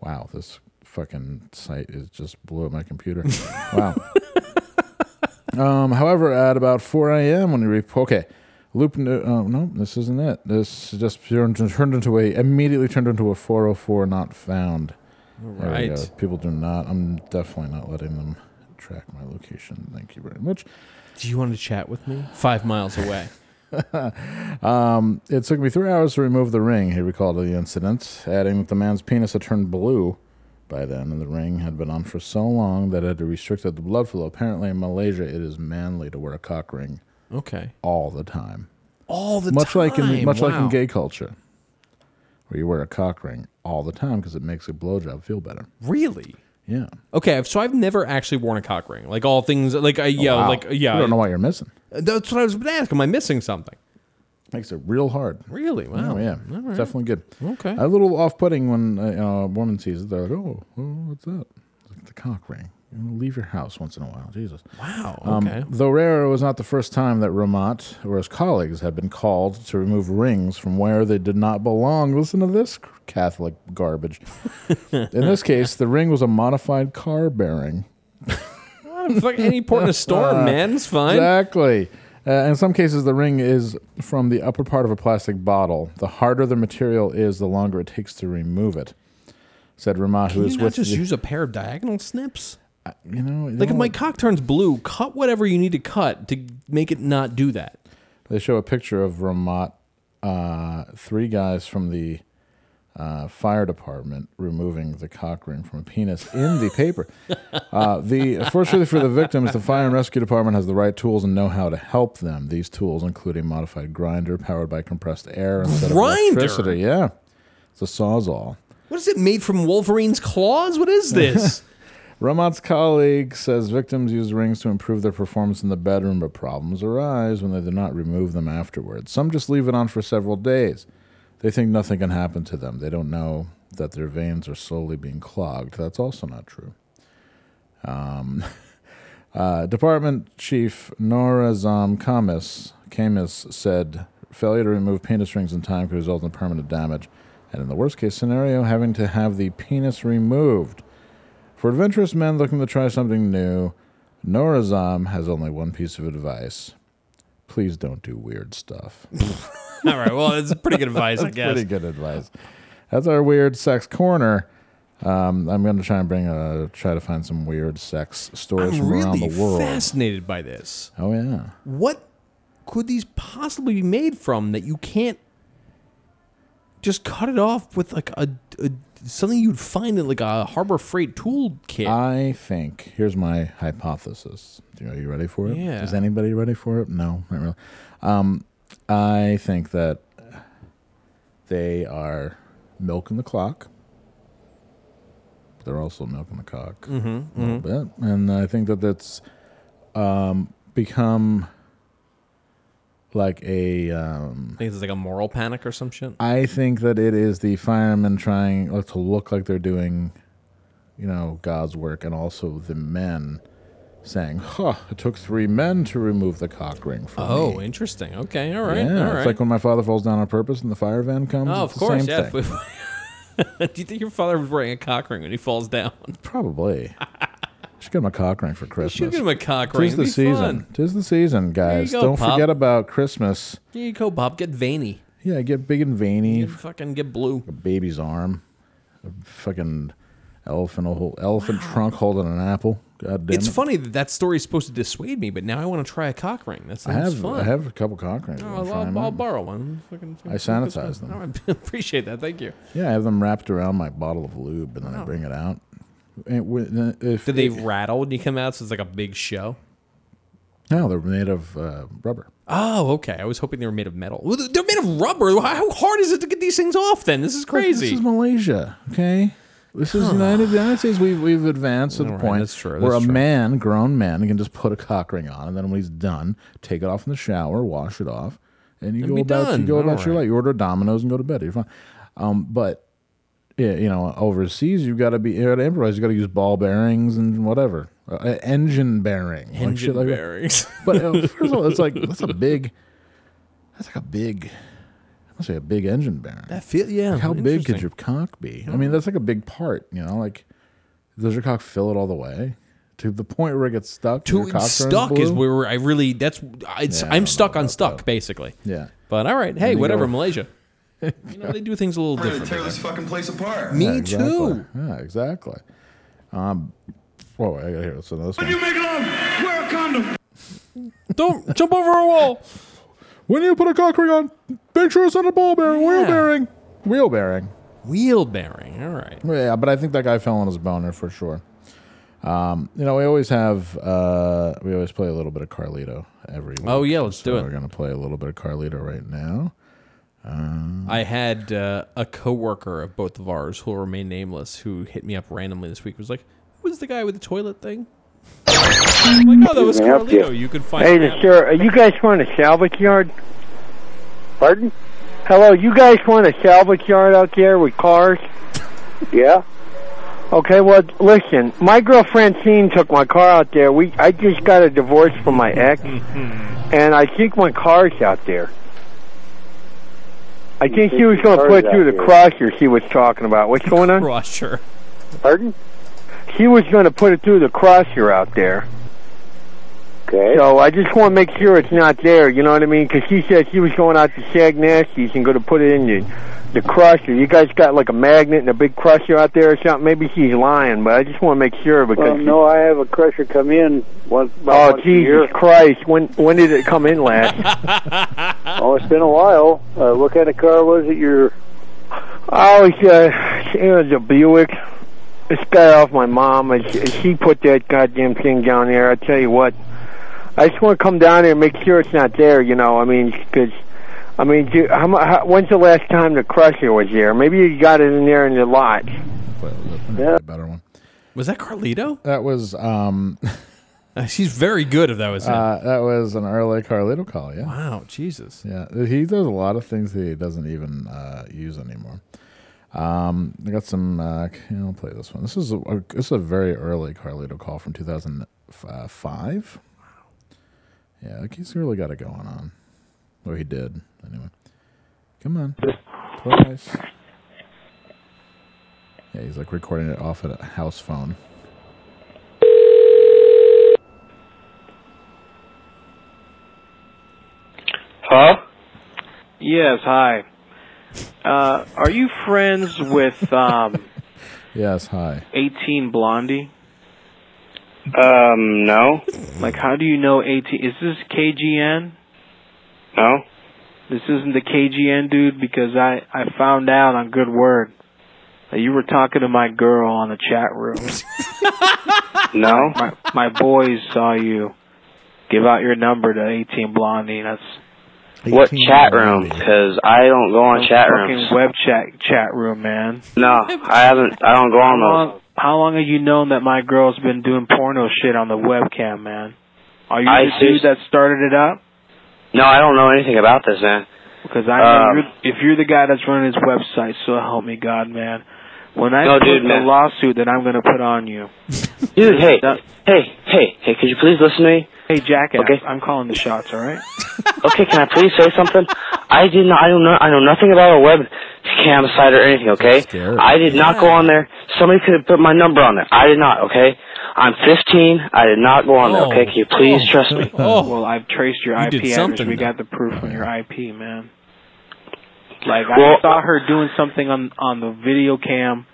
Speaker 3: wow, this fucking site is just blew up my computer. wow. Um, however, at about 4 a.m., when he rep- okay, Loop. knew- Oh no, this isn't it. This just turned, turned into a immediately turned into a 404 not found. There we
Speaker 4: Right.
Speaker 3: go. People do not. I'm definitely not letting them track my location. Thank you very much.
Speaker 4: Do you want to chat with me? Five miles away.
Speaker 3: Um, It took me three hours to remove the ring. He recalled the incident, adding that the man's penis had turned blue by then, and the ring had been on for so long that it had restricted the blood flow. Apparently, in Malaysia, it is manly to wear a cock ring
Speaker 4: Okay.
Speaker 3: all the time.
Speaker 4: All the
Speaker 3: much
Speaker 4: time.
Speaker 3: like in much like in
Speaker 4: Wow.
Speaker 3: gay culture, where you wear a cock ring all the time because it makes a blowjob feel better.
Speaker 4: Really? Uh,
Speaker 3: Yeah.
Speaker 4: Okay, I've- so I've never actually worn a cock ring. Like all things, like I, yeah,
Speaker 3: Oh, Wow.
Speaker 4: like yeah.
Speaker 3: You don't know what you're missing.
Speaker 4: That's what I was going to ask. Am I missing something?
Speaker 3: Makes it real hard.
Speaker 4: Really? Wow.
Speaker 3: Oh yeah, definitely good.
Speaker 4: Okay.
Speaker 3: A little off-putting when uh, you know, a woman sees it. They're like, "Oh, oh what's that?" It's like the cock ring. You know, leave your house once in a while. Jesus.
Speaker 4: Wow.
Speaker 3: Um,
Speaker 4: Okay.
Speaker 3: Though rare, it was not the first time that Ramat or his colleagues had been called to remove rings from where they did not belong. Listen to this Catholic garbage. In this case, the ring was a modified car bearing.
Speaker 4: Fuck any port in a
Speaker 5: Uh,
Speaker 4: storm, man. It's fine.
Speaker 3: Uh, Exactly. Uh, in some cases, the ring is from the upper part of a plastic bottle. The harder the material is, the longer it takes to remove it. Said Ramat, who
Speaker 4: Can
Speaker 3: is
Speaker 4: you not
Speaker 3: with
Speaker 4: just
Speaker 3: the-
Speaker 4: use a pair of diagonal snips?
Speaker 3: you know,
Speaker 4: Like if
Speaker 3: no.
Speaker 4: my cock turns blue, cut whatever you need to cut to make it not do that.
Speaker 3: They show a picture of Ramat, uh, three guys from the uh, fire department removing the cock ring from a penis in the paper. Uh, the fortunately for the victims, the fire and rescue department has the right tools and know-how to help them. These tools, including modified grinder powered by compressed air instead
Speaker 4: Grinder?
Speaker 3: of electricity. Yeah, it's a sawzall.
Speaker 4: What is it made from Wolverine's claws? What is this?
Speaker 3: Ramat's colleague says victims use rings to improve their performance in the bedroom, but problems arise when they do not remove them afterwards. Some just leave it on for several days. They think nothing can happen to them. They don't know that their veins are slowly being clogged. That's also not true. Um, Uh, Department Chief Nora Zam Kamis, Kamis said failure to remove penis rings in time could result in permanent damage, and in the worst case scenario, having to have the penis removed. For adventurous men looking to try something new, Nora Zam has only one piece of advice. Please don't do weird stuff.
Speaker 4: All right. Well, it's pretty good advice, I guess.
Speaker 3: Pretty good advice. That's our weird sex corner. Um, I'm going to try and bring a, try to find some weird sex stories
Speaker 4: I'm
Speaker 3: from around
Speaker 4: really
Speaker 3: the world.
Speaker 4: fascinated by this.
Speaker 3: Oh yeah.
Speaker 4: What could these possibly be made from that you can't just cut it off with like a, a something you'd find in like a Harbor Freight tool kit?
Speaker 3: I think here's my hypothesis. Do you, are you ready for it?
Speaker 4: Yeah.
Speaker 3: Is anybody ready for it? No, not really. Um, I think that they are milking the clock. They're also milking the cock a little
Speaker 4: Mm-hmm.
Speaker 3: bit, and I think that that's um, become like a um,
Speaker 4: I think it's like a moral panic or some shit.
Speaker 3: I think that it is the firemen trying uh, to look like they're doing, you know, God's work, and also the men saying, huh, it took three men to remove the cock ring from me.
Speaker 4: Oh, interesting. Okay, all right,
Speaker 3: Yeah,
Speaker 4: all
Speaker 3: it's
Speaker 4: right.
Speaker 3: like when my father falls down on purpose and the fire van comes.
Speaker 4: oh, of
Speaker 3: it's
Speaker 4: course,
Speaker 3: the same
Speaker 4: yeah.
Speaker 3: Thing.
Speaker 4: Do you think your father was wearing a cock ring when he falls down?
Speaker 3: Probably. Should get him a cock ring for Christmas.
Speaker 4: Should give him a cock ring.
Speaker 3: Tis
Speaker 4: It'd
Speaker 3: the
Speaker 4: be
Speaker 3: season.
Speaker 4: fun.
Speaker 3: Tis the season, guys.
Speaker 4: go,
Speaker 3: Don't
Speaker 4: Pop.
Speaker 3: forget about Christmas.
Speaker 4: Here you go, Bob. Get veiny.
Speaker 3: Yeah, get big and veiny.
Speaker 4: Get fucking get blue.
Speaker 3: A baby's arm. A fucking elephant, a whole elephant trunk holding an apple. God damn
Speaker 4: It's
Speaker 3: it.
Speaker 4: funny that that story is supposed to dissuade me, but now I want to try a cock ring. That
Speaker 3: I
Speaker 4: sounds
Speaker 3: have
Speaker 4: fun. Oh,
Speaker 3: I have a couple cock rings. I'm
Speaker 4: I'll,
Speaker 3: trying
Speaker 4: I'll,
Speaker 3: them
Speaker 4: I'll
Speaker 3: out.
Speaker 4: borrow one. Mm, Fucking-
Speaker 3: I sanitize them.
Speaker 4: All right, appreciate that. Thank you.
Speaker 3: Yeah, I have them wrapped around my bottle of lube, and then I bring it out. And when- if
Speaker 4: Did Oh. they rattle when you come out? So it's like a big show.
Speaker 3: No, they're made of uh, rubber.
Speaker 4: Oh, okay. I was hoping they were made of metal. Well, they're made of rubber. How hard is it to get these things off? Then this is
Speaker 3: Look,
Speaker 4: crazy.
Speaker 3: This is Malaysia, okay? This is United, the United States. We've, we've advanced to the
Speaker 4: All right,
Speaker 3: point
Speaker 4: that's true,
Speaker 3: where
Speaker 4: that's
Speaker 3: a
Speaker 4: true.
Speaker 3: man, grown man, can just put a cock ring on, and then when he's done, take it off in the shower, wash it off, and you
Speaker 4: And
Speaker 3: go
Speaker 4: be
Speaker 3: about you
Speaker 4: done.
Speaker 3: go
Speaker 4: All
Speaker 3: about your
Speaker 4: right.
Speaker 3: life. You order Domino's and go to bed. You're fine. Um, but yeah, you know, overseas you've got to be you got to improvise. You got to use ball bearings and whatever, uh, uh, engine bearing, like
Speaker 4: Engine
Speaker 3: shit like that.
Speaker 4: bearings.
Speaker 3: But uh, first of all, it's like that's a big, that's like a big, must be a big engine bearing.
Speaker 4: I feel yeah.
Speaker 3: Like, how big could
Speaker 4: interesting.
Speaker 3: your cock be? I mean, that's like a big part, you know. Like, does your cock fill it all the way to the point where it gets stuck?
Speaker 4: to
Speaker 3: your cock turns
Speaker 4: stuck is
Speaker 3: blue?
Speaker 4: where I really that's I,
Speaker 3: Yeah, I don't
Speaker 4: I'm
Speaker 3: know
Speaker 4: stuck on
Speaker 3: about
Speaker 4: stuck
Speaker 3: that.
Speaker 4: basically.
Speaker 3: Yeah,
Speaker 4: But all right, hey,
Speaker 3: you
Speaker 4: whatever,
Speaker 3: go-
Speaker 4: Malaysia. You know they do things a little
Speaker 6: We're gonna
Speaker 4: different.
Speaker 6: tear this fucking place apart.
Speaker 4: Me
Speaker 3: Yeah, exactly.
Speaker 4: too.
Speaker 3: Yeah, exactly. Um, whoa, I gotta hear this. This
Speaker 6: When you
Speaker 3: one.
Speaker 6: make love, wear a condom.
Speaker 4: Don't jump over a wall.
Speaker 3: When you put a cock ring on, make sure it's on a ball bearing, wheel
Speaker 4: Yeah.
Speaker 3: bearing, wheel bearing.
Speaker 4: Wheel bearing. All right.
Speaker 3: Yeah, but I think that guy fell on his boner for sure. Um, you know, we always have uh, we always play a little bit of Carlito every week.
Speaker 4: Oh yeah, let's
Speaker 3: so
Speaker 4: do
Speaker 3: We're
Speaker 4: it.
Speaker 3: gonna play a little bit of Carlito right now.
Speaker 4: I had uh, a coworker of both of ours who will remain nameless who hit me up randomly this week. Was like, who was the guy with the toilet thing? I'm like, oh, that was
Speaker 7: Can I help you?
Speaker 4: Carlito. You could find.
Speaker 7: Hey,
Speaker 4: him
Speaker 7: this-
Speaker 4: out."
Speaker 7: sir, are you guys want a salvage yard?
Speaker 8: Pardon?
Speaker 7: Hello, you guys want a salvage yard out there with cars?
Speaker 8: Yeah.
Speaker 7: Okay, well, listen, my girl Francine took my car out there. We I just got a divorce from my ex,
Speaker 9: Mm-hmm.
Speaker 7: and I think my car's out there. I think she
Speaker 8: think
Speaker 7: was
Speaker 8: your
Speaker 7: going to
Speaker 8: car's
Speaker 7: put it
Speaker 8: out
Speaker 7: through the
Speaker 8: there.
Speaker 7: crusher she was talking about. What's going on?
Speaker 4: Crusher.
Speaker 8: Pardon?
Speaker 7: She was going to put it through the crusher out there.
Speaker 8: Okay.
Speaker 7: So I just want to make sure it's not there. You know what I mean? 'Cause she said she was going out to Shag Nasty's and going to put it in the, the crusher. You guys got like a magnet and a big crusher out there or something. Maybe she's lying, but I just want to make sure because.
Speaker 8: well, no, I have a crusher come in once. about
Speaker 7: Oh
Speaker 8: once a
Speaker 7: Jesus
Speaker 8: year.
Speaker 7: Christ! When when did it come in last?
Speaker 8: Oh, it's been a while. Uh, what kind of car was it? Your
Speaker 7: oh, it's, uh, it was a Buick. It's got off my mom. And she, she put that goddamn thing down there. I tell you what, I just want to come down there and make sure it's not there. You know, I mean, because I mean, do, how, mu- how, when's the last time the crusher was there? Maybe you got it in there in the lot.
Speaker 3: Play a little bit
Speaker 8: Yeah.
Speaker 3: a better one.
Speaker 4: Was that Carlito?
Speaker 3: That was um,
Speaker 4: Uh, she's very good if that was him.
Speaker 3: uh, that was an early Carlito call. Yeah,
Speaker 4: wow, Jesus.
Speaker 3: yeah. He does a lot of things that he doesn't even uh, use anymore. Um, I got some. Uh, can I play this one? This is a, this is a very early Carlito call from two thousand five. Yeah, like he's really got it going on. Or he did anyway. Come on, twice. Yeah, he's like recording it off at a house phone.
Speaker 5: Huh? Yes, hi. Uh, are you friends with um,
Speaker 3: Yes, hi.
Speaker 5: 18 Blondie?
Speaker 7: Um, no,
Speaker 5: Like, how do you know 18? Is this KGN?
Speaker 7: no.
Speaker 5: This isn't the KGN dude because I, I found out on Good Word that you were talking to my girl on the chat room.
Speaker 7: No?
Speaker 5: my, my boys saw you give out your number to 18 Blondie. That's
Speaker 7: What
Speaker 3: 18
Speaker 7: chat room?
Speaker 3: ninety.
Speaker 7: Because I don't go on
Speaker 5: a
Speaker 7: chat
Speaker 5: fucking
Speaker 7: rooms.
Speaker 5: web chat chat room, man.
Speaker 7: No, I haven't. I don't go
Speaker 5: How
Speaker 7: on those.
Speaker 5: long, how long have you known that my girl's been doing porno shit on the webcam, man? Are you
Speaker 7: I
Speaker 5: the dude
Speaker 7: see.
Speaker 5: that started it up?
Speaker 7: No, I don't know anything about this, man.
Speaker 5: Because I know
Speaker 7: Um,
Speaker 5: you're, if you're the guy that's running his website, so help me God, man. When I
Speaker 9: No,
Speaker 5: put
Speaker 9: dude,
Speaker 5: the
Speaker 9: man.
Speaker 5: lawsuit that I'm going to put on you.
Speaker 9: Dude, hey, hey, hey, hey, could you please listen to me?
Speaker 5: Hey, Jack,
Speaker 9: Okay.
Speaker 5: I'm calling the shots, all right?
Speaker 9: okay, can I please say something? I did not. I don't know. I know nothing about a web cam site or anything. Okay, I did not go on there. Somebody could have put my number on there. I did not. Okay, I'm 15. I did not go on there. Okay, can you please trust me?
Speaker 5: Oh. Well, I've traced your
Speaker 9: You
Speaker 5: IP
Speaker 9: did
Speaker 5: address.
Speaker 9: something,
Speaker 5: We
Speaker 9: though. Oh,
Speaker 5: got the proof on your IP, man. Like
Speaker 9: Well-
Speaker 5: I saw her doing something on on the video cam.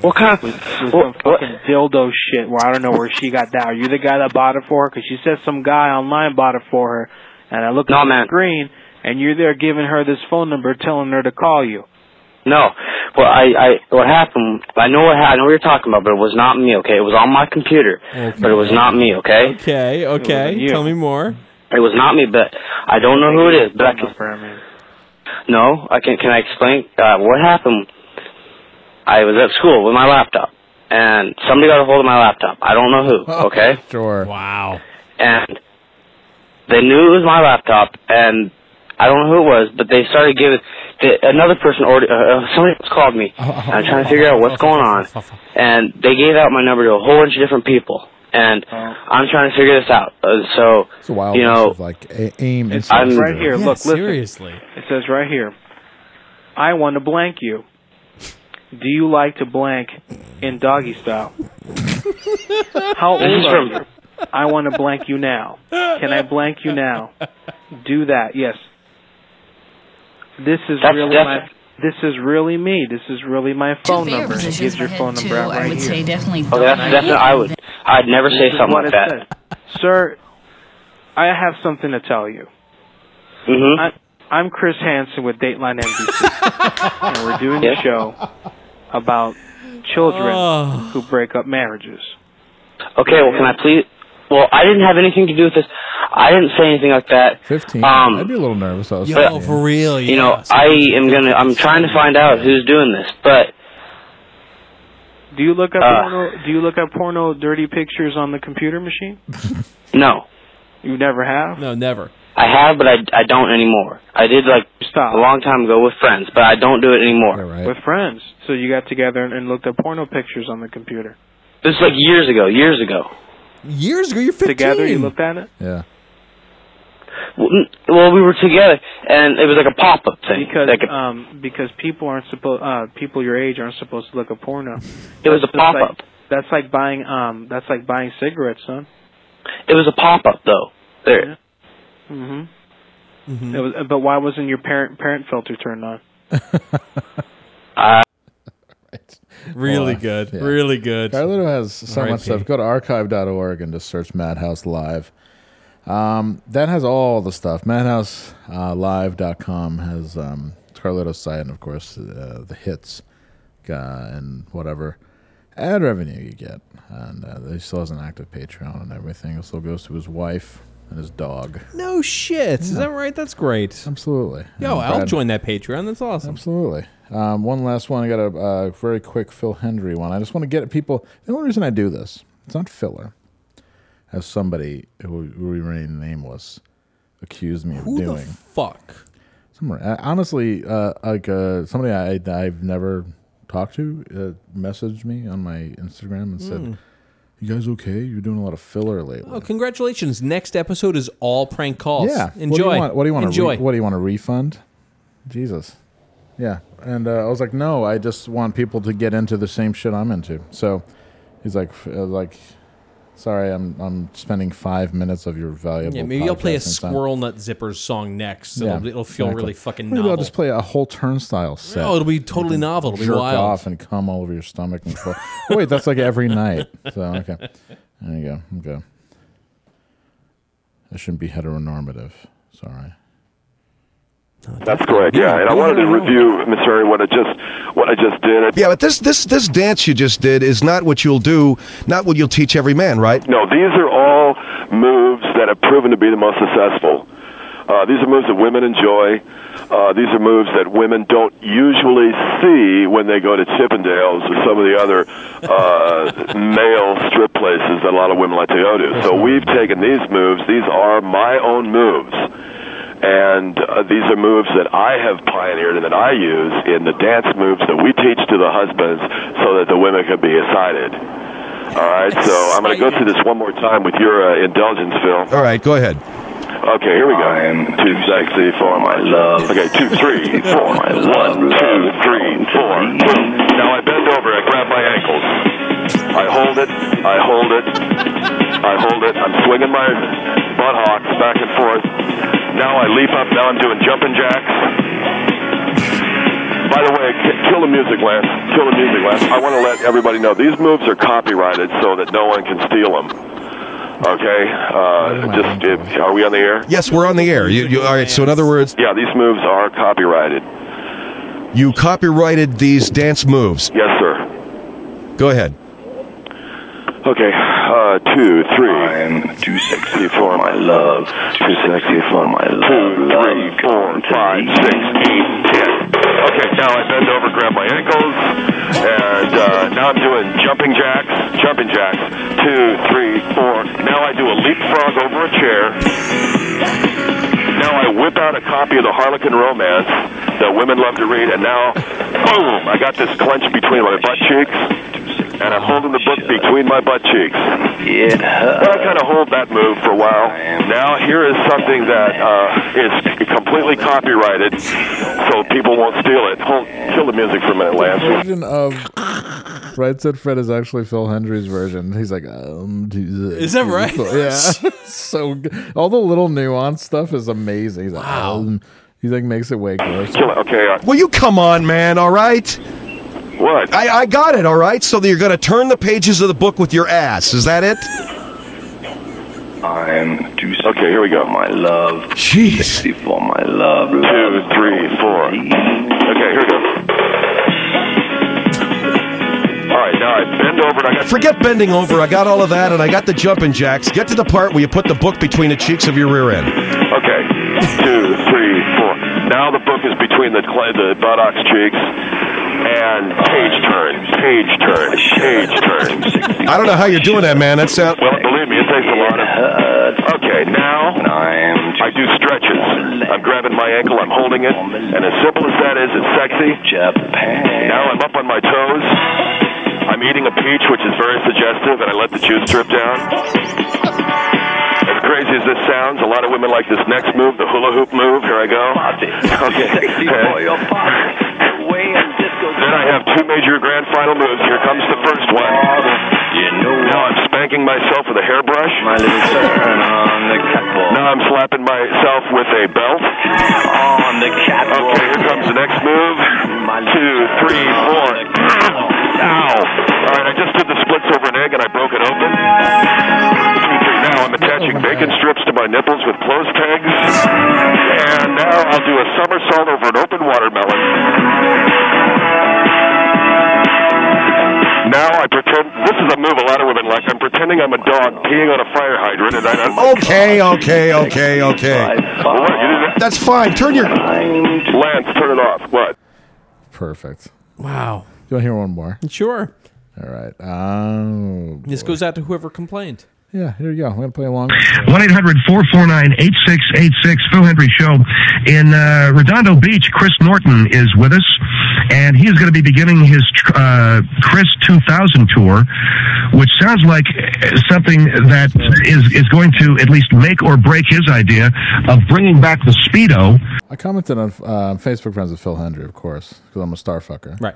Speaker 9: What kind
Speaker 5: with, with some fucking dildo shit? Where I don't know where she got that. Are you the guy that bought it for her? Because she said some guy online bought it for her, and I look
Speaker 9: No,
Speaker 5: at
Speaker 9: man.
Speaker 5: the screen, and you're there giving her this phone number, telling her to call you.
Speaker 9: No. Well, I, I, what happened? I know what ha- I know what you're talking about, but it was not me. Okay, it was on my computer, but it was not me. Okay.
Speaker 4: Okay. Okay. Tell me more.
Speaker 9: It was not me, but I don't know who it is. But I can. No, I can. Can I explain uh, what happened? I was at school with my laptop, and somebody got a hold of my laptop. I don't know who.
Speaker 4: Oh,
Speaker 9: Okay.
Speaker 3: Sure.
Speaker 4: Wow.
Speaker 9: And they knew it was my laptop, and I don't know who it was, but they started giving. The, another person ordered. Uh, uh, somebody else called me. and I'm trying to figure out what's going on, and they gave out my number to a whole bunch of different people, and I'm trying to figure this out. Uh, so
Speaker 3: It's a wild
Speaker 9: you know,
Speaker 3: mix of, like a- aim and
Speaker 9: it's- I'm-
Speaker 3: sensitive.
Speaker 5: right here. look, listen. It says right here, I want to blank you. Do you like to blank in doggy style? How old
Speaker 9: This is
Speaker 5: are
Speaker 9: from-
Speaker 5: you? I want to blank you now. Can I blank you now? Do that. Yes. This is
Speaker 9: That's-
Speaker 5: really
Speaker 9: that's-
Speaker 5: my. This is really me. This is really my phone
Speaker 10: favorite
Speaker 5: number. It
Speaker 10: positions
Speaker 5: gives
Speaker 10: in
Speaker 5: your
Speaker 10: my
Speaker 5: phone
Speaker 10: head,
Speaker 5: number out
Speaker 10: too.
Speaker 5: right
Speaker 10: I would
Speaker 5: here.
Speaker 10: say definitely
Speaker 9: Oh, that's definitely. I would. I'd never say
Speaker 5: This is
Speaker 9: something
Speaker 5: what
Speaker 9: like
Speaker 5: it
Speaker 9: that.
Speaker 5: says. Sir, I have something to tell you.
Speaker 9: Mm-hmm.
Speaker 5: I, I'm Chris Hansen with Dateline NBC, and we're doing a show about children
Speaker 4: Oh.
Speaker 5: who break up marriages.
Speaker 9: Okay, well, can I please? Well, I didn't have anything to do with this. I didn't say anything like that.
Speaker 3: Fifteen.
Speaker 9: Um,
Speaker 3: I'd be a little nervous. I was
Speaker 9: Yo,
Speaker 3: thinking.
Speaker 9: for you know, I am gonna. I'm trying to find out who's doing this, but
Speaker 5: Do you look up
Speaker 9: Uh.
Speaker 5: porno? Do you look up porno dirty pictures on the computer machine?
Speaker 9: no,
Speaker 5: You never have.
Speaker 4: No, never.
Speaker 9: I have, but I, I don't anymore. I did like
Speaker 5: Stop.
Speaker 9: a long time ago with friends, but I don't do it anymore.
Speaker 5: With friends, so you got together and, and looked up porno pictures on the computer.
Speaker 9: It was like years ago. Years ago.
Speaker 4: Years ago, you're 15.
Speaker 5: Together, you looked at it.
Speaker 3: Yeah.
Speaker 9: Well, n- well, we were together, and it was like a pop up thing.
Speaker 5: Because
Speaker 9: like a,
Speaker 5: um because people aren't supposed uh people your age aren't supposed to look at porno.
Speaker 9: it was a pop up.
Speaker 5: That's like buying um that's like buying cigarettes, son.
Speaker 9: It was a pop up though.
Speaker 5: Mhm.
Speaker 9: There. Mm-hmm.
Speaker 3: Mm-hmm.
Speaker 5: It was, but why wasn't your parent parent filter turned on?
Speaker 9: Uh,
Speaker 4: Really
Speaker 3: Well,
Speaker 4: good.
Speaker 3: yeah.
Speaker 4: Really good.
Speaker 3: Carlito has so
Speaker 4: R.I.P.
Speaker 3: much stuff. Go to archive.org and just search Madhouse Live. Um, that has all the stuff. uh, MadhouseLive.com has um, Carlito's site and, of course, uh, the hits uh, and whatever ad revenue you get. And uh, he still has an active Patreon and everything. It still goes to his wife and his dog.
Speaker 4: No shit. Is that right? That's great.
Speaker 3: Absolutely.
Speaker 4: Yo,
Speaker 3: And
Speaker 4: I'll
Speaker 3: Brad-
Speaker 4: join that Patreon. That's awesome.
Speaker 3: Absolutely. Um, one last one. I got a uh, very quick Phil Hendry one. I just want to get people. The only reason I do this, it's not filler, as somebody who who remained nameless accused me of
Speaker 4: Who
Speaker 3: doing.
Speaker 4: the fuck?
Speaker 3: Somewhere, uh, honestly, uh, like uh, somebody I, I've never talked to uh, messaged me on my Instagram and said,
Speaker 4: Mm.
Speaker 3: "You guys okay? You're doing a lot of filler lately."
Speaker 4: Oh, congratulations. Next episode is all prank calls.
Speaker 3: Yeah.
Speaker 4: Enjoy.
Speaker 3: What do you want? What do you want?
Speaker 4: Enjoy.
Speaker 3: A re- what do you want a refund? Jesus. Yeah. And uh, I was like, no, I just want people to get into the same shit I'm into. So he's like, f- uh, like, sorry, I'm I'm spending five minutes of your valuable.
Speaker 4: yeah, maybe I'll play a
Speaker 3: podcasting time."
Speaker 4: Squirrel Nut Zippers song next.
Speaker 3: Yeah,
Speaker 4: it'll, it'll feel
Speaker 3: exactly.
Speaker 4: really fucking
Speaker 3: Maybe
Speaker 4: novel.
Speaker 3: I'll just play a whole turnstile set.
Speaker 4: Oh, it'll be totally
Speaker 3: You can
Speaker 4: novel. It'll be
Speaker 3: jerk
Speaker 4: wild.
Speaker 3: off and come all over your stomach and fall. oh, wait, that's like every night. So okay, there you go. Okay, I shouldn't be heteronormative. Sorry.
Speaker 11: That's correct. Yeah, and I wanted to review, Miss Hurry, what I just what I just did.
Speaker 12: Yeah, but this this this dance you just did is not what you'll do, not what you'll teach every man, right?
Speaker 11: No, these are all moves that have proven to be the most successful. Uh, these are moves that women enjoy. Uh, these are moves that women don't usually see when they go to Chippendales or some of the other uh, male strip places that a lot of women like to go to. So we've taken these moves. These are my own moves. And uh, these are moves that I have pioneered and that I use in the dance moves that we teach to the husbands so that the women can be excited. All right, so I'm going to go through this one more time with your uh, indulgence, Phil.
Speaker 12: All right, go ahead.
Speaker 11: Okay, here we go. I am too sexy for my love. Okay, two, three, four, one, two, three, four. Boom. Now I bend over, I grab my ankles. I hold it, I hold it, I hold it. I'm swinging my butt hawks back and forth. Now I leap up, now I'm doing jumping jacks. By the way, k- kill the music, Lance. Kill the music, Lance. I want to let everybody know these moves are copyrighted so that no one can steal them. Okay? Uh, just, it, are we on the air?
Speaker 12: Yes, we're on the air. You, you, all right. So in other words,
Speaker 11: Yeah, these moves are copyrighted.
Speaker 12: you copyrighted these dance moves.
Speaker 11: Yes, sir.
Speaker 12: Go ahead.
Speaker 11: Okay, uh, two, three. I'm too sexy for my love. Too sexy for my love. Two, three, four, five, six, eight, ten. Okay, now I bend over, grab my ankles, and uh, now I'm doing jumping jacks. Jumping jacks. Two, three, four. Now I do a leapfrog over a chair. Now I whip out a copy of the Harlequin Romance that women love to read, and now, boom! I got this clenched between my butt cheeks and I'm holding the book between my butt cheeks. Yeah. But I kind of hold that move for a while. Now here is something that uh, is completely copyrighted, so people won't steal it. Hold, kill the music for a minute, Lance.
Speaker 3: version of Right Said Fred is actually Phil Hendry's version. He's like, um,
Speaker 4: Is that right?
Speaker 3: Yeah. so g- all the little nuance stuff is amazing. He's like, um, he like makes it way gross.
Speaker 11: Okay.
Speaker 12: Well, you come on, man. All right.
Speaker 11: What?
Speaker 12: I, I got it. All right. So that you're going to turn the pages of the book with your ass. Is that it?
Speaker 11: I'm too sexy. Okay, here we go. My love. Jeez. Sexy for my love. Two, three, four. Okay, here we go. All right, now I bend over and I got
Speaker 12: Forget bending over. I got all of that, and I got the jumping jacks. Get to the part where you put the book between the cheeks of your rear end.
Speaker 11: Okay, two, three, four. Now the book is between the cl- the buttocks cheeks and page turn, page turn, page turn.
Speaker 12: I don't know how you're doing that, man. uh, That sound.
Speaker 11: Well, believe me, it takes a lot of. Okay, now I do stretches. I'm grabbing my ankle, I'm holding it, and as simple as that is, it's sexy. Japan. Now I'm up on my toes. I'm eating a peach, which is very suggestive, and I let the juice drip down. As crazy as this sounds, a lot of women like this next move, the hula hoop move. Here I go. Okay. Then I have two major grand final moves. Here comes the first one. now I'm spanking myself with a hairbrush. My little turn on the catwalk. Now I'm slapping myself with a belt. On the catwalk. Okay, here comes the next move. Two, three, four. Ow. All right, I just did the splits over an egg and I broke it open. Two, three. Now I'm attaching bacon strips to my nipples with clothes pegs. And now I'll do a somersault over an open watermelon. Now I pretend. This is a move a lot of women like. I'm pretending I'm a dog peeing on a fire hydrant, and I. I'm,
Speaker 12: Oh, Okay, okay, okay, okay.
Speaker 11: What? You didn't-
Speaker 12: That's fine. Turn your.
Speaker 11: Lance, turn it off. What?
Speaker 3: Perfect.
Speaker 4: Wow.
Speaker 3: Do you want to hear one more?
Speaker 4: Sure.
Speaker 3: All right. Um,
Speaker 4: This goes out to whoever complained.
Speaker 3: yeah, here we go. I'm going to play along.
Speaker 10: 1 800 449 8686 Phil Henry Show. In uh, Redondo Beach, Chris Norton is with us, and he is going to be beginning his uh, Chris 2000 tour, which sounds like uh, something that is, is going to at least make or break his idea of bringing back the Speedo.
Speaker 3: I commented on uh, Facebook friends with Phil Hendry, of course, because I'm a star fucker.
Speaker 4: Right.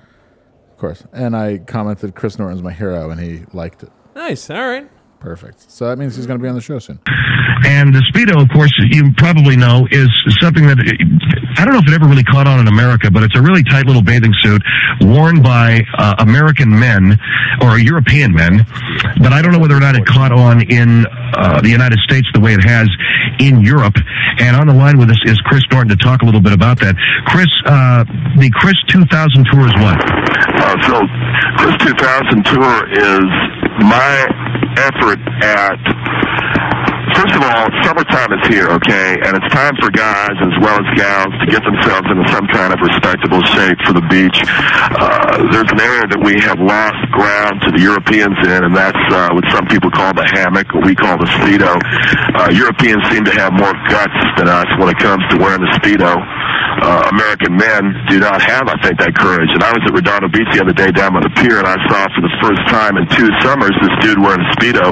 Speaker 3: Of course. And I commented Chris Norton's my hero, and he liked it.
Speaker 4: Nice. All right.
Speaker 3: Perfect. So that means he's going to be on the show soon.
Speaker 10: And the Speedo, of course, you probably know, is something that I don't know if it ever really caught on in America, but it's a really tight little bathing suit worn by uh, American men or European men. But I don't know whether or not it caught on in uh, the United States the way it has in Europe. And on the line with us is Chris Norton to talk a little bit about that. Chris, uh, the Chris 2000 tour is what?
Speaker 11: Uh, so, Chris 2000 tour is my effort at first of all, summertime is here, okay? And it's time for guys as well as gals to get themselves into some kind of respectable shape for the beach. Uh, there's an area that we have lost ground to the Europeans in, and that's uh, what some people call the hammock, what we call the Speedo. Uh, Europeans seem to have more guts than us when it comes to wearing the Speedo. Uh, American men do not have, I think, that courage. And I was at Redondo Beach the other day down by the pier, and I saw for the first time in two summers this dude wearing a Speedo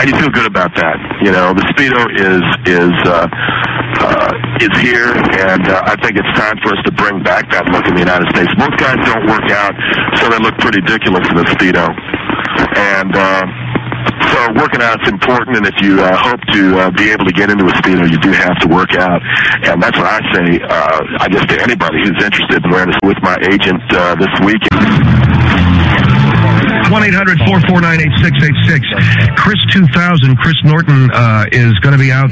Speaker 11: and you feel good about that. You know, the speedo is is uh, uh, is here, and uh, I think it's time for us to bring back that look in the United States. Most guys don't work out, so they look pretty ridiculous in the speedo, and. Uh, so working out is important, and if you uh, hope to uh, be able to get into a speedo, you do have to work out, and that's what I say. Uh, I guess to anybody who's interested in wearing this with my agent uh, this weekend.
Speaker 10: 1 800 449 8686. Chris 2000, Chris Norton uh, is going to be out.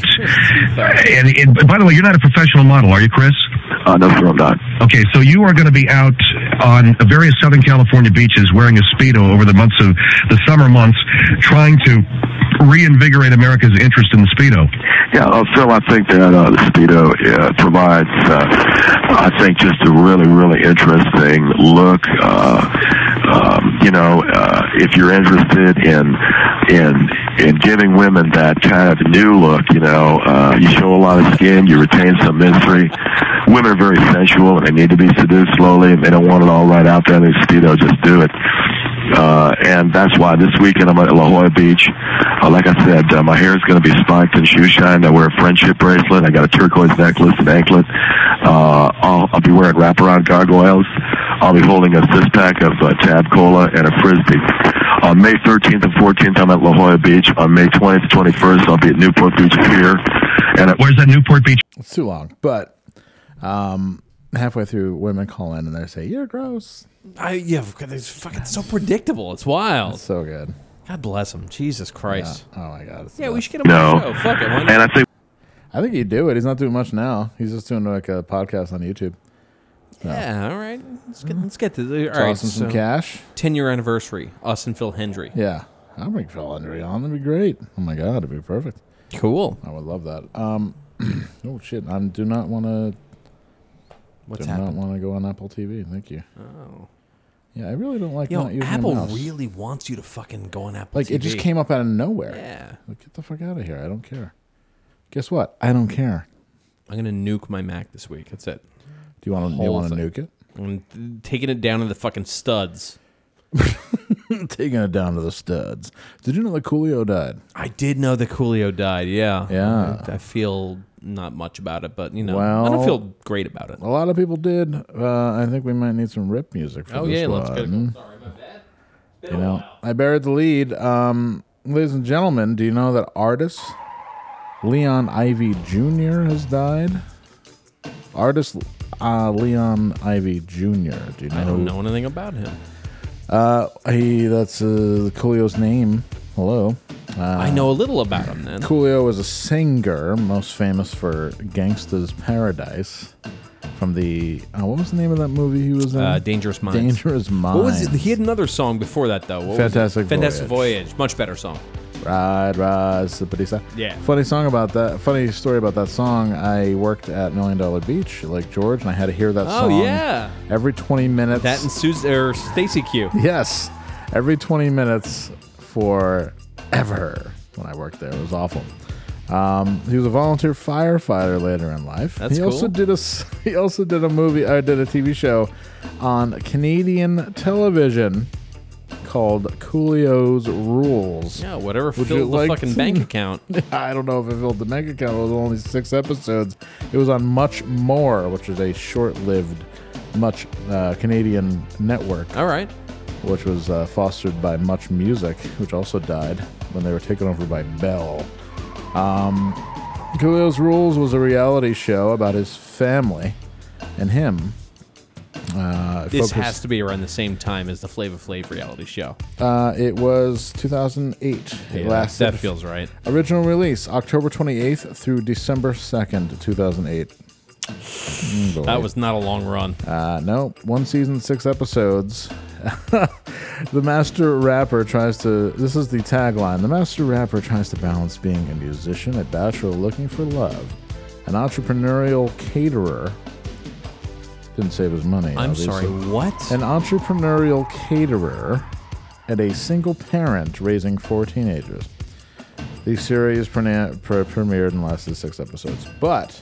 Speaker 10: And, and by the way, you're not a professional model, are you, Chris?
Speaker 11: Uh, no, sir, I'm not.
Speaker 10: Okay, so you are going to be out on various Southern California beaches wearing a Speedo over the months of the summer months, trying to reinvigorate America's interest in the Speedo.
Speaker 11: Yeah, uh, Phil, I think that uh, the Speedo uh, provides, uh, I think, just a really, really interesting look. Uh, um, you know, uh, if you're interested in in in giving women that kind of new look, you know, uh, you show a lot of skin, you retain some mystery. Women are very sensual, and they need to be seduced slowly, and they don't want it all right out there. They Speedo, just do it uh, and that's why this weekend I'm at La Jolla Beach. Uh, like I said, uh, my hair is going to be spiked and shoe shined. I wear a friendship bracelet. I got a turquoise necklace and anklet. Uh, I'll, I'll be wearing wraparound gargoyles. I'll be holding a six pack of uh, Tab Cola and a frisbee. On May 13th and 14th, I'm at La Jolla Beach. On May 20th and 21st, I'll be at Newport Beach Pier. And at-
Speaker 10: Where's that Newport Beach?
Speaker 3: It's too long, but um, halfway through, women call in and they say, "You're gross."
Speaker 4: I, yeah, it's fucking so predictable. It's wild.
Speaker 3: so good.
Speaker 4: God bless him. Jesus Christ.
Speaker 3: Oh my God.
Speaker 4: Yeah, we should get him on the show. Fuck it. Why not?
Speaker 11: think
Speaker 3: I think he'd do it. He's not doing much now. He's just doing like a podcast on YouTube. So,
Speaker 4: Yeah. All right. Let's get Mm-hmm. let's get to the, all
Speaker 3: Toss
Speaker 4: right.
Speaker 3: him some cash.
Speaker 4: Ten year anniversary. Us and Phil Hendry.
Speaker 3: Yeah. I'll bring Phil Hendry on. That'd be great. Oh my God, it'd be perfect.
Speaker 4: Cool.
Speaker 3: I would love that. Um, oh shit, I do not want to.
Speaker 4: What's
Speaker 3: do
Speaker 4: happened?
Speaker 3: Not want to go on Apple TV. Thank you.
Speaker 4: Oh.
Speaker 3: Yeah, I really don't like
Speaker 4: Yo,
Speaker 3: not using a
Speaker 4: Apple
Speaker 3: mouse.
Speaker 4: really wants you to fucking go on Apple.
Speaker 3: Like it just
Speaker 4: TV.
Speaker 3: came up out of nowhere. Yeah. Like, get the fuck out of here. I don't care. Guess what? I don't care.
Speaker 4: I'm gonna nuke my Mac this week. That's it.
Speaker 3: Do you want to? You
Speaker 4: Whole
Speaker 3: want to
Speaker 4: thing.
Speaker 3: nuke it?
Speaker 4: I'm t- taking it down to the fucking studs.
Speaker 3: Taking it down to the studs. Did you know that Coolio died?
Speaker 4: I did know that Coolio died. Yeah.
Speaker 3: Yeah.
Speaker 4: I, I feel not much about it, but you know, I don't
Speaker 3: Well-
Speaker 4: feel great about it.
Speaker 3: A lot of people did. Uh, I think we might need some rip music for
Speaker 4: Oh,
Speaker 3: this
Speaker 4: yeah,
Speaker 3: one.
Speaker 4: let's get it going. Sorry,
Speaker 3: my bad. You know, I buried the lead. Um, ladies and gentlemen, do you know that artist Leon Ivy Jr. has died? Artist uh, Leon Ivy Jr. Do you know?
Speaker 4: I
Speaker 3: who-
Speaker 4: don't know anything about him.
Speaker 3: Uh, he that's uh, Coolio's name. Hello. Uh,
Speaker 4: I know a little about him then.
Speaker 3: Coolio was a singer, most famous for Gangsta's Paradise, from the uh, what was the name of that movie he was in?
Speaker 4: Uh, Dangerous Minds.
Speaker 3: Dangerous Minds.
Speaker 4: What was it? He had another song before that though. What was it?
Speaker 3: Fantastic
Speaker 4: Fantastic Voyage. Much better song.
Speaker 3: Ride, ride, slippity slide.
Speaker 4: Yeah.
Speaker 3: Funny song about that. Funny story about that song. I worked at Million Dollar Beach, like George, and I had to hear that
Speaker 4: Oh
Speaker 3: song.
Speaker 4: yeah.
Speaker 3: Every twenty minutes.
Speaker 4: That and Susan or Stacy Q.
Speaker 3: Yes, every 20 minutes forever when I worked there. It was awful. Um, he was a volunteer firefighter later in life.
Speaker 4: That's
Speaker 3: he also
Speaker 4: cool.
Speaker 3: did a s- he also did a movie I did a TV show on Canadian television called Coolio's Rules.
Speaker 4: Yeah, whatever
Speaker 3: Would
Speaker 4: filled
Speaker 3: you
Speaker 4: the
Speaker 3: like
Speaker 4: fucking
Speaker 3: to-
Speaker 4: bank account.
Speaker 3: I don't know if it filled the bank account. It was only six episodes. It was on Much More, which is a short-lived, much uh, Canadian network
Speaker 4: All right.
Speaker 3: which was uh, fostered by Much Music, which also died when they were taken over by Bell. Um, Coolio's Rules was a reality show about his family and him. Uh, it
Speaker 4: This
Speaker 3: focused-
Speaker 4: has to be around the same time as the Flava Flav reality show.
Speaker 3: uh, it was 2008. it
Speaker 4: Yeah,
Speaker 3: lasted.
Speaker 4: that feels right.
Speaker 3: Original release October 28th through December 2nd, 2008. Mm, boy.
Speaker 4: That was not a long run.
Speaker 3: Uh, no, one season, six episodes. The master rapper tries to. This is the tagline. The master rapper tries to balance being a musician, a bachelor looking for love, an entrepreneurial caterer. Didn't save his money.
Speaker 4: I'm sorry,
Speaker 3: What? An entrepreneurial caterer and a single parent raising four teenagers. The series prena- pre- premiered and lasted six episodes. But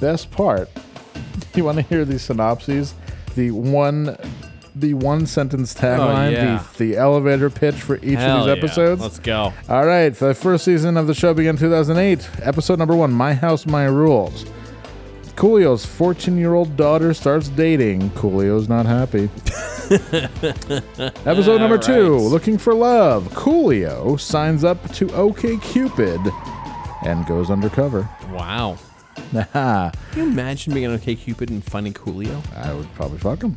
Speaker 3: best part, you want to hear the synopses, the one, the one sentence tagline,
Speaker 4: Oh, yeah.
Speaker 3: the, the elevator pitch for each
Speaker 4: Hell
Speaker 3: of
Speaker 4: yeah.
Speaker 3: these episodes.
Speaker 4: Let's go.
Speaker 3: All right, the first season of the show began 2008. Episode number one: My House, My Rules. Coolio's 14-year-old daughter starts dating. Coolio's not happy. Episode number two, looking for love. Coolio signs up to OK Cupid and goes undercover.
Speaker 4: Wow.
Speaker 3: Haha.
Speaker 4: Can you imagine being on OK Cupid and finding Coolio?
Speaker 3: I would probably fuck him.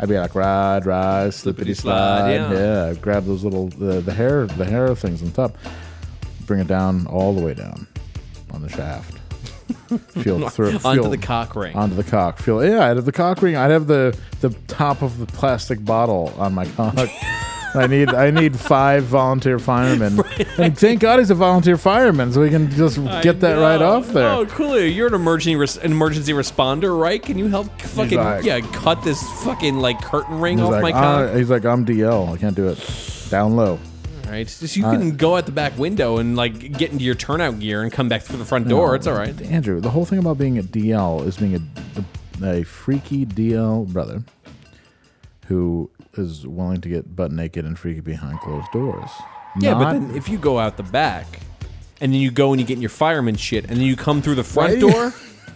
Speaker 3: I'd be like ride, ride, slippity slide.
Speaker 4: slide,
Speaker 3: yeah. I'd grab those little the, the hair the hair things on top, bring it down all the way down on the shaft. Feel through
Speaker 4: Onto
Speaker 3: feel-
Speaker 4: the cock ring.
Speaker 3: Onto the cock. Feel yeah. I'd have the cock ring. I'd have the the top of the plastic bottle on my cock. I need I need five volunteer firemen, and thank God he's a volunteer fireman, so we can just
Speaker 4: I
Speaker 3: get that right
Speaker 4: know.
Speaker 3: off there.
Speaker 4: Oh, Coolio, you're an emergency res- an emergency responder, right? Can you help fucking
Speaker 3: like-
Speaker 4: yeah cut this fucking like curtain ring
Speaker 3: he's
Speaker 4: off
Speaker 3: like,
Speaker 4: my
Speaker 3: "Ah,"
Speaker 4: cock?
Speaker 3: he's like, I'm DL. I can't do it. Down low.
Speaker 4: All right, just you
Speaker 3: I-
Speaker 4: can go out the back window and like get into your turnout gear and come back through the front door.
Speaker 3: No,
Speaker 4: It's all right.
Speaker 3: Andrew, the whole thing about being a DL is being a, a, a freaky DL brother who is willing to get butt naked and freaky behind closed doors.
Speaker 4: Yeah, but
Speaker 3: Not-
Speaker 4: then if you go out the back and then you go and you get in your fireman shit and then you come through the front
Speaker 3: Right.
Speaker 4: door,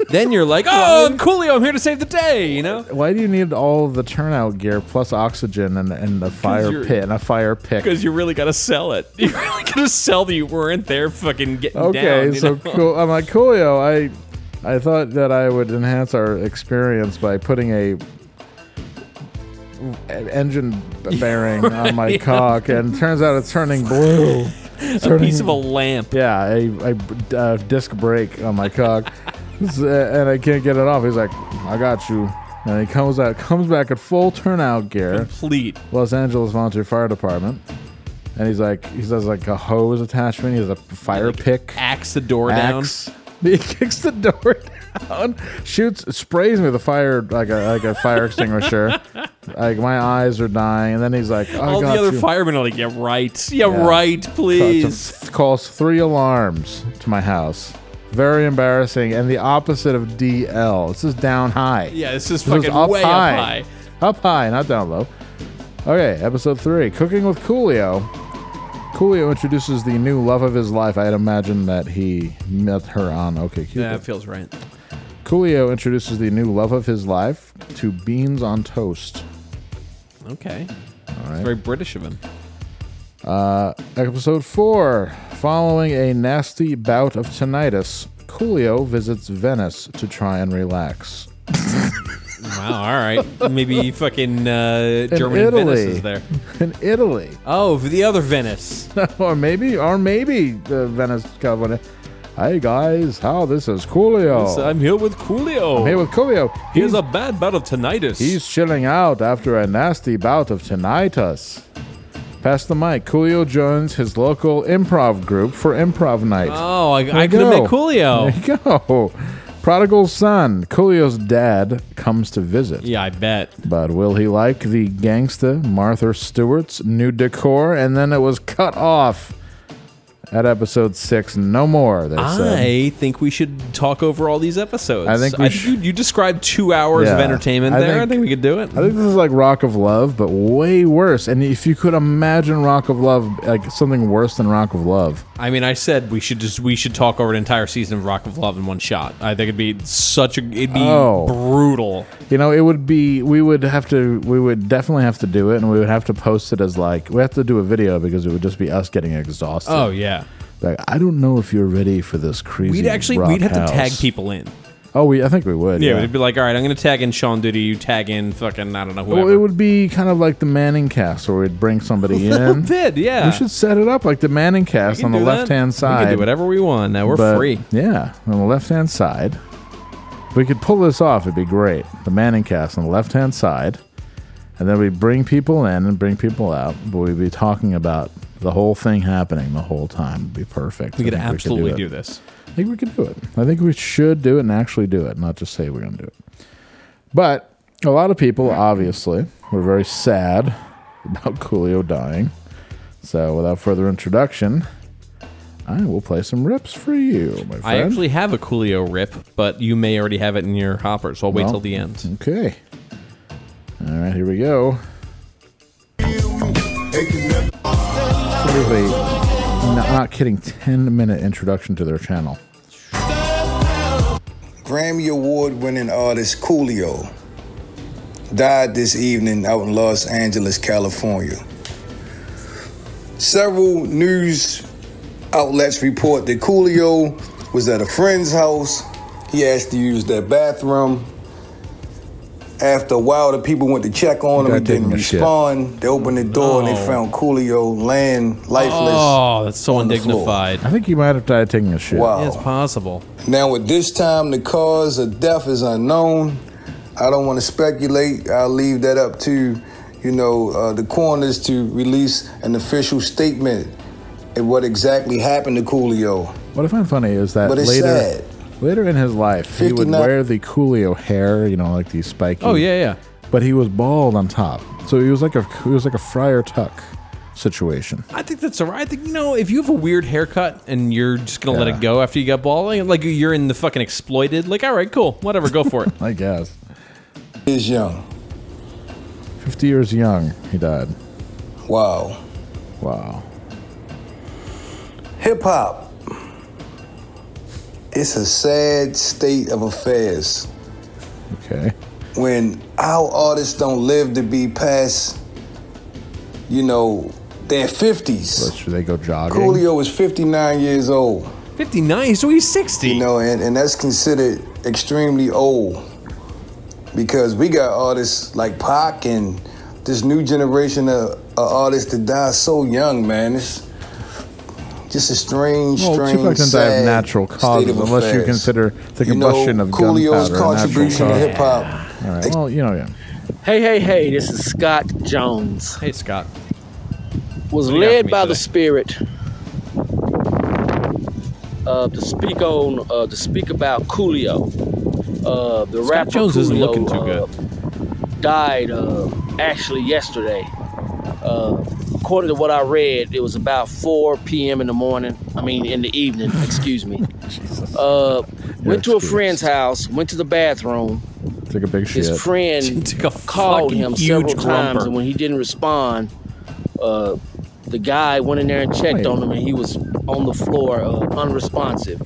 Speaker 4: then you're like, oh, I'm Coolio, I'm here to save the day, you know?
Speaker 3: why do you need all the turnout gear plus oxygen and, and a fire
Speaker 4: you're-
Speaker 3: pit and a fire pick?
Speaker 4: Because you really gotta sell it. You really gotta sell that you weren't there fucking getting down.
Speaker 3: Okay,
Speaker 4: you
Speaker 3: so
Speaker 4: know?
Speaker 3: cool. I'm like Coolio. I I thought that I would enhance our experience by putting a an engine bearing on my
Speaker 4: Yeah.
Speaker 3: cock, and turns out it's turning blue.
Speaker 4: A
Speaker 3: Turning-
Speaker 4: piece of a lamp.
Speaker 3: Yeah, a, a, uh disc brake on my cock, S- uh, and I can't get it off. He's like, "I got you," and he comes out, comes back at full turnout gear,
Speaker 4: complete
Speaker 3: Los Angeles Volunteer Fire Department, and he's like, he has like a hose attachment, he has a fire pick,
Speaker 4: axe the door
Speaker 3: down. He kicks the door down, shoots, sprays me with a fire like a like a fire extinguisher. like my eyes are dying, and then he's like, "Oh, I
Speaker 4: All the
Speaker 3: got
Speaker 4: other
Speaker 3: you.
Speaker 4: firemen are like, yeah, right. Yeah,
Speaker 3: Yeah.
Speaker 4: right, please.
Speaker 3: Calls, calls three alarms to my house. Very embarrassing, and the opposite of DL. This is down high.
Speaker 4: Yeah, this is fucking way up high.
Speaker 3: Up high, not down low. Okay, episode three Cooking with Coolio. Coolio introduces the new love of his life. I'd imagine that he met her on OKCupid.
Speaker 4: That feels right.
Speaker 3: Coolio introduces the new love of his life to beans on toast.
Speaker 4: Okay.
Speaker 3: All right.
Speaker 4: It's very British of him.
Speaker 3: Uh, episode 4 Following a nasty bout of tinnitus, Coolio visits Venice to try and relax.
Speaker 4: Wow, all right. Maybe fucking uh, Germany
Speaker 3: Italy.
Speaker 4: Venice is there.
Speaker 3: In Italy.
Speaker 4: Oh, for the other Venice.
Speaker 3: or maybe, or maybe the Venice, California. Hey guys, how this is Coolio.
Speaker 4: Yes, I'm here with Coolio.
Speaker 3: Oh. I'm here with Coolio.
Speaker 4: He has a bad bout of tinnitus.
Speaker 3: He's chilling out after a nasty bout of tinnitus. Past the mic, Coolio joins his local improv group for improv night.
Speaker 4: Oh, I-
Speaker 3: There
Speaker 4: I
Speaker 3: you
Speaker 4: could've met
Speaker 3: go.
Speaker 4: Coolio.
Speaker 3: There you go. Prodigal son, Coolio's dad, comes to visit.
Speaker 4: Yeah, I bet.
Speaker 3: But will he like the gangsta Martha Stewart's new decor? And then it was cut off at episode six. No more, they said.
Speaker 4: I think we should talk over all these episodes.
Speaker 3: um, I think we
Speaker 4: you, you described two hours of
Speaker 3: Yeah.
Speaker 4: entertainment
Speaker 3: I
Speaker 4: there. I
Speaker 3: think-
Speaker 4: think we could do it.
Speaker 3: I think this is like Rock of Love, but way worse. And if you could imagine Rock of Love, like something worse than Rock of Love.
Speaker 4: I mean, I said we should just we should talk over an entire season of Rock of Love in one shot. I think it'd be such a it'd be
Speaker 3: Oh.
Speaker 4: brutal.
Speaker 3: You know, it would be, we would have to, we would definitely have to do it, and we would have to post it as like, we have to do a video because it would just be us getting exhausted.
Speaker 4: Oh yeah,
Speaker 3: Like, I don't know if you're ready for this crazy.
Speaker 4: we'd actually
Speaker 3: rock
Speaker 4: we'd have
Speaker 3: house.
Speaker 4: to tag people in.
Speaker 3: Oh, we, I think we would.
Speaker 4: Yeah,
Speaker 3: Yeah.
Speaker 4: it'd be like, all right, I'm gonna tag in Sean Duty, you tag in fucking I don't know whoever.
Speaker 3: Well, it would be kind of like the Manning cast where we'd bring somebody
Speaker 4: little
Speaker 3: in.
Speaker 4: bit, yeah.
Speaker 3: We should set it up like the Manning cast on the
Speaker 4: do that.
Speaker 3: left hand side.
Speaker 4: We can do whatever we want. Now we're
Speaker 3: But,
Speaker 4: free.
Speaker 3: Yeah, on the left hand side. If we could pull this off, it'd be great. The Manning cast on the left hand side. And then we bring people in and bring people out, but we'd be talking about the whole thing happening the whole time. It'd be perfect.
Speaker 4: We
Speaker 3: I
Speaker 4: could
Speaker 3: think could
Speaker 4: absolutely
Speaker 3: it.
Speaker 4: do this.
Speaker 3: I think we could do it. I think we should do it and actually do it, not just say we're going to do it. But a lot of people, obviously, were very sad about Coolio dying. So without further introduction, I will play some rips for you, my friend.
Speaker 4: I actually have a Coolio rip, but you may already have it in your hopper, so I'll wait
Speaker 3: Well,
Speaker 4: till the end.
Speaker 3: Okay. All right, here we go. Seriously, not, not kidding. Ten minute introduction to their channel.
Speaker 13: Grammy Award winning artist Coolio died this evening out in Los Angeles, California. Several news outlets report that Coolio was at a friend's house. He asked to use their bathroom. After a while, the people went to check on him.
Speaker 3: Guy
Speaker 13: He didn't
Speaker 3: taking a shit.
Speaker 13: respond. They opened the door and
Speaker 4: No.
Speaker 13: they found Coolio laying lifeless.
Speaker 4: Oh, that's so
Speaker 13: on the floor.
Speaker 4: undignified.
Speaker 3: I think you might have died taking a shit.
Speaker 13: Wow.
Speaker 4: It's possible.
Speaker 13: Now, at this time, the cause of death is unknown. I don't want to speculate. I'll leave that up to, you know, uh, the coroners to release an official statement of what exactly happened to Coolio.
Speaker 3: What I find funny is that
Speaker 13: But it's
Speaker 3: later,
Speaker 13: sad.
Speaker 3: later in his life, he would
Speaker 13: 59
Speaker 3: wear the Coolio hair, you know, like these spiky.
Speaker 4: Oh, yeah, yeah.
Speaker 3: But he was bald on top, so he was like a he was like a Friar Tuck situation.
Speaker 4: I think that's all right. I think, you know, if you have a weird haircut and you're just going to let it go after you got balding, like you're in the fucking exploited, like, all right, cool, whatever, go for it.
Speaker 3: I guess.
Speaker 13: He's young.
Speaker 3: Fifty years young, he died.
Speaker 13: Wow.
Speaker 3: Wow.
Speaker 13: Hip hop. It's a sad state of affairs.
Speaker 3: Okay.
Speaker 13: when our artists don't live to be past, you know, their 50s.
Speaker 3: Should they go jogging?
Speaker 13: Coolio is 59 years old.
Speaker 4: 59, so he's 60.
Speaker 13: You know, and, and that's considered extremely old because we got artists like Pac and this new generation of, of artists that die so young, man. It's just a strange,
Speaker 3: Well,
Speaker 13: strange,
Speaker 3: Tupac didn't die
Speaker 13: sad
Speaker 3: of natural
Speaker 13: state
Speaker 3: causes,
Speaker 13: of
Speaker 3: unless you
Speaker 13: affairs.
Speaker 3: consider the
Speaker 13: You
Speaker 3: combustion
Speaker 13: know,
Speaker 3: of
Speaker 13: Coolio's
Speaker 3: gunpowder. a natural
Speaker 13: contribution to
Speaker 3: cause.
Speaker 13: hip hop.
Speaker 3: All right. Well, you know, yeah.
Speaker 14: Hey, hey, hey, this is Scott Jones.
Speaker 4: Hey, Scott.
Speaker 14: Was
Speaker 4: What do you got for
Speaker 14: led
Speaker 4: me
Speaker 14: by the
Speaker 4: today?
Speaker 14: Spirit uh, to speak on, uh, to speak about Coolio. Uh, the
Speaker 4: Scott
Speaker 14: rapper
Speaker 4: Jones
Speaker 14: Coolio,
Speaker 4: isn't looking too
Speaker 14: uh, died uh, actually yesterday. Uh, according to what I read, it was about 4 p.m. in the morning. I mean, in the evening, excuse me. Uh, went to a friend's house, went to the bathroom.
Speaker 3: Took a big shit.
Speaker 14: His friend called
Speaker 4: fucking
Speaker 14: him
Speaker 4: huge
Speaker 14: several times,
Speaker 4: grumper.
Speaker 14: and when he didn't respond, uh, the guy went in there and checked on him, and he was on the floor, uh, unresponsive.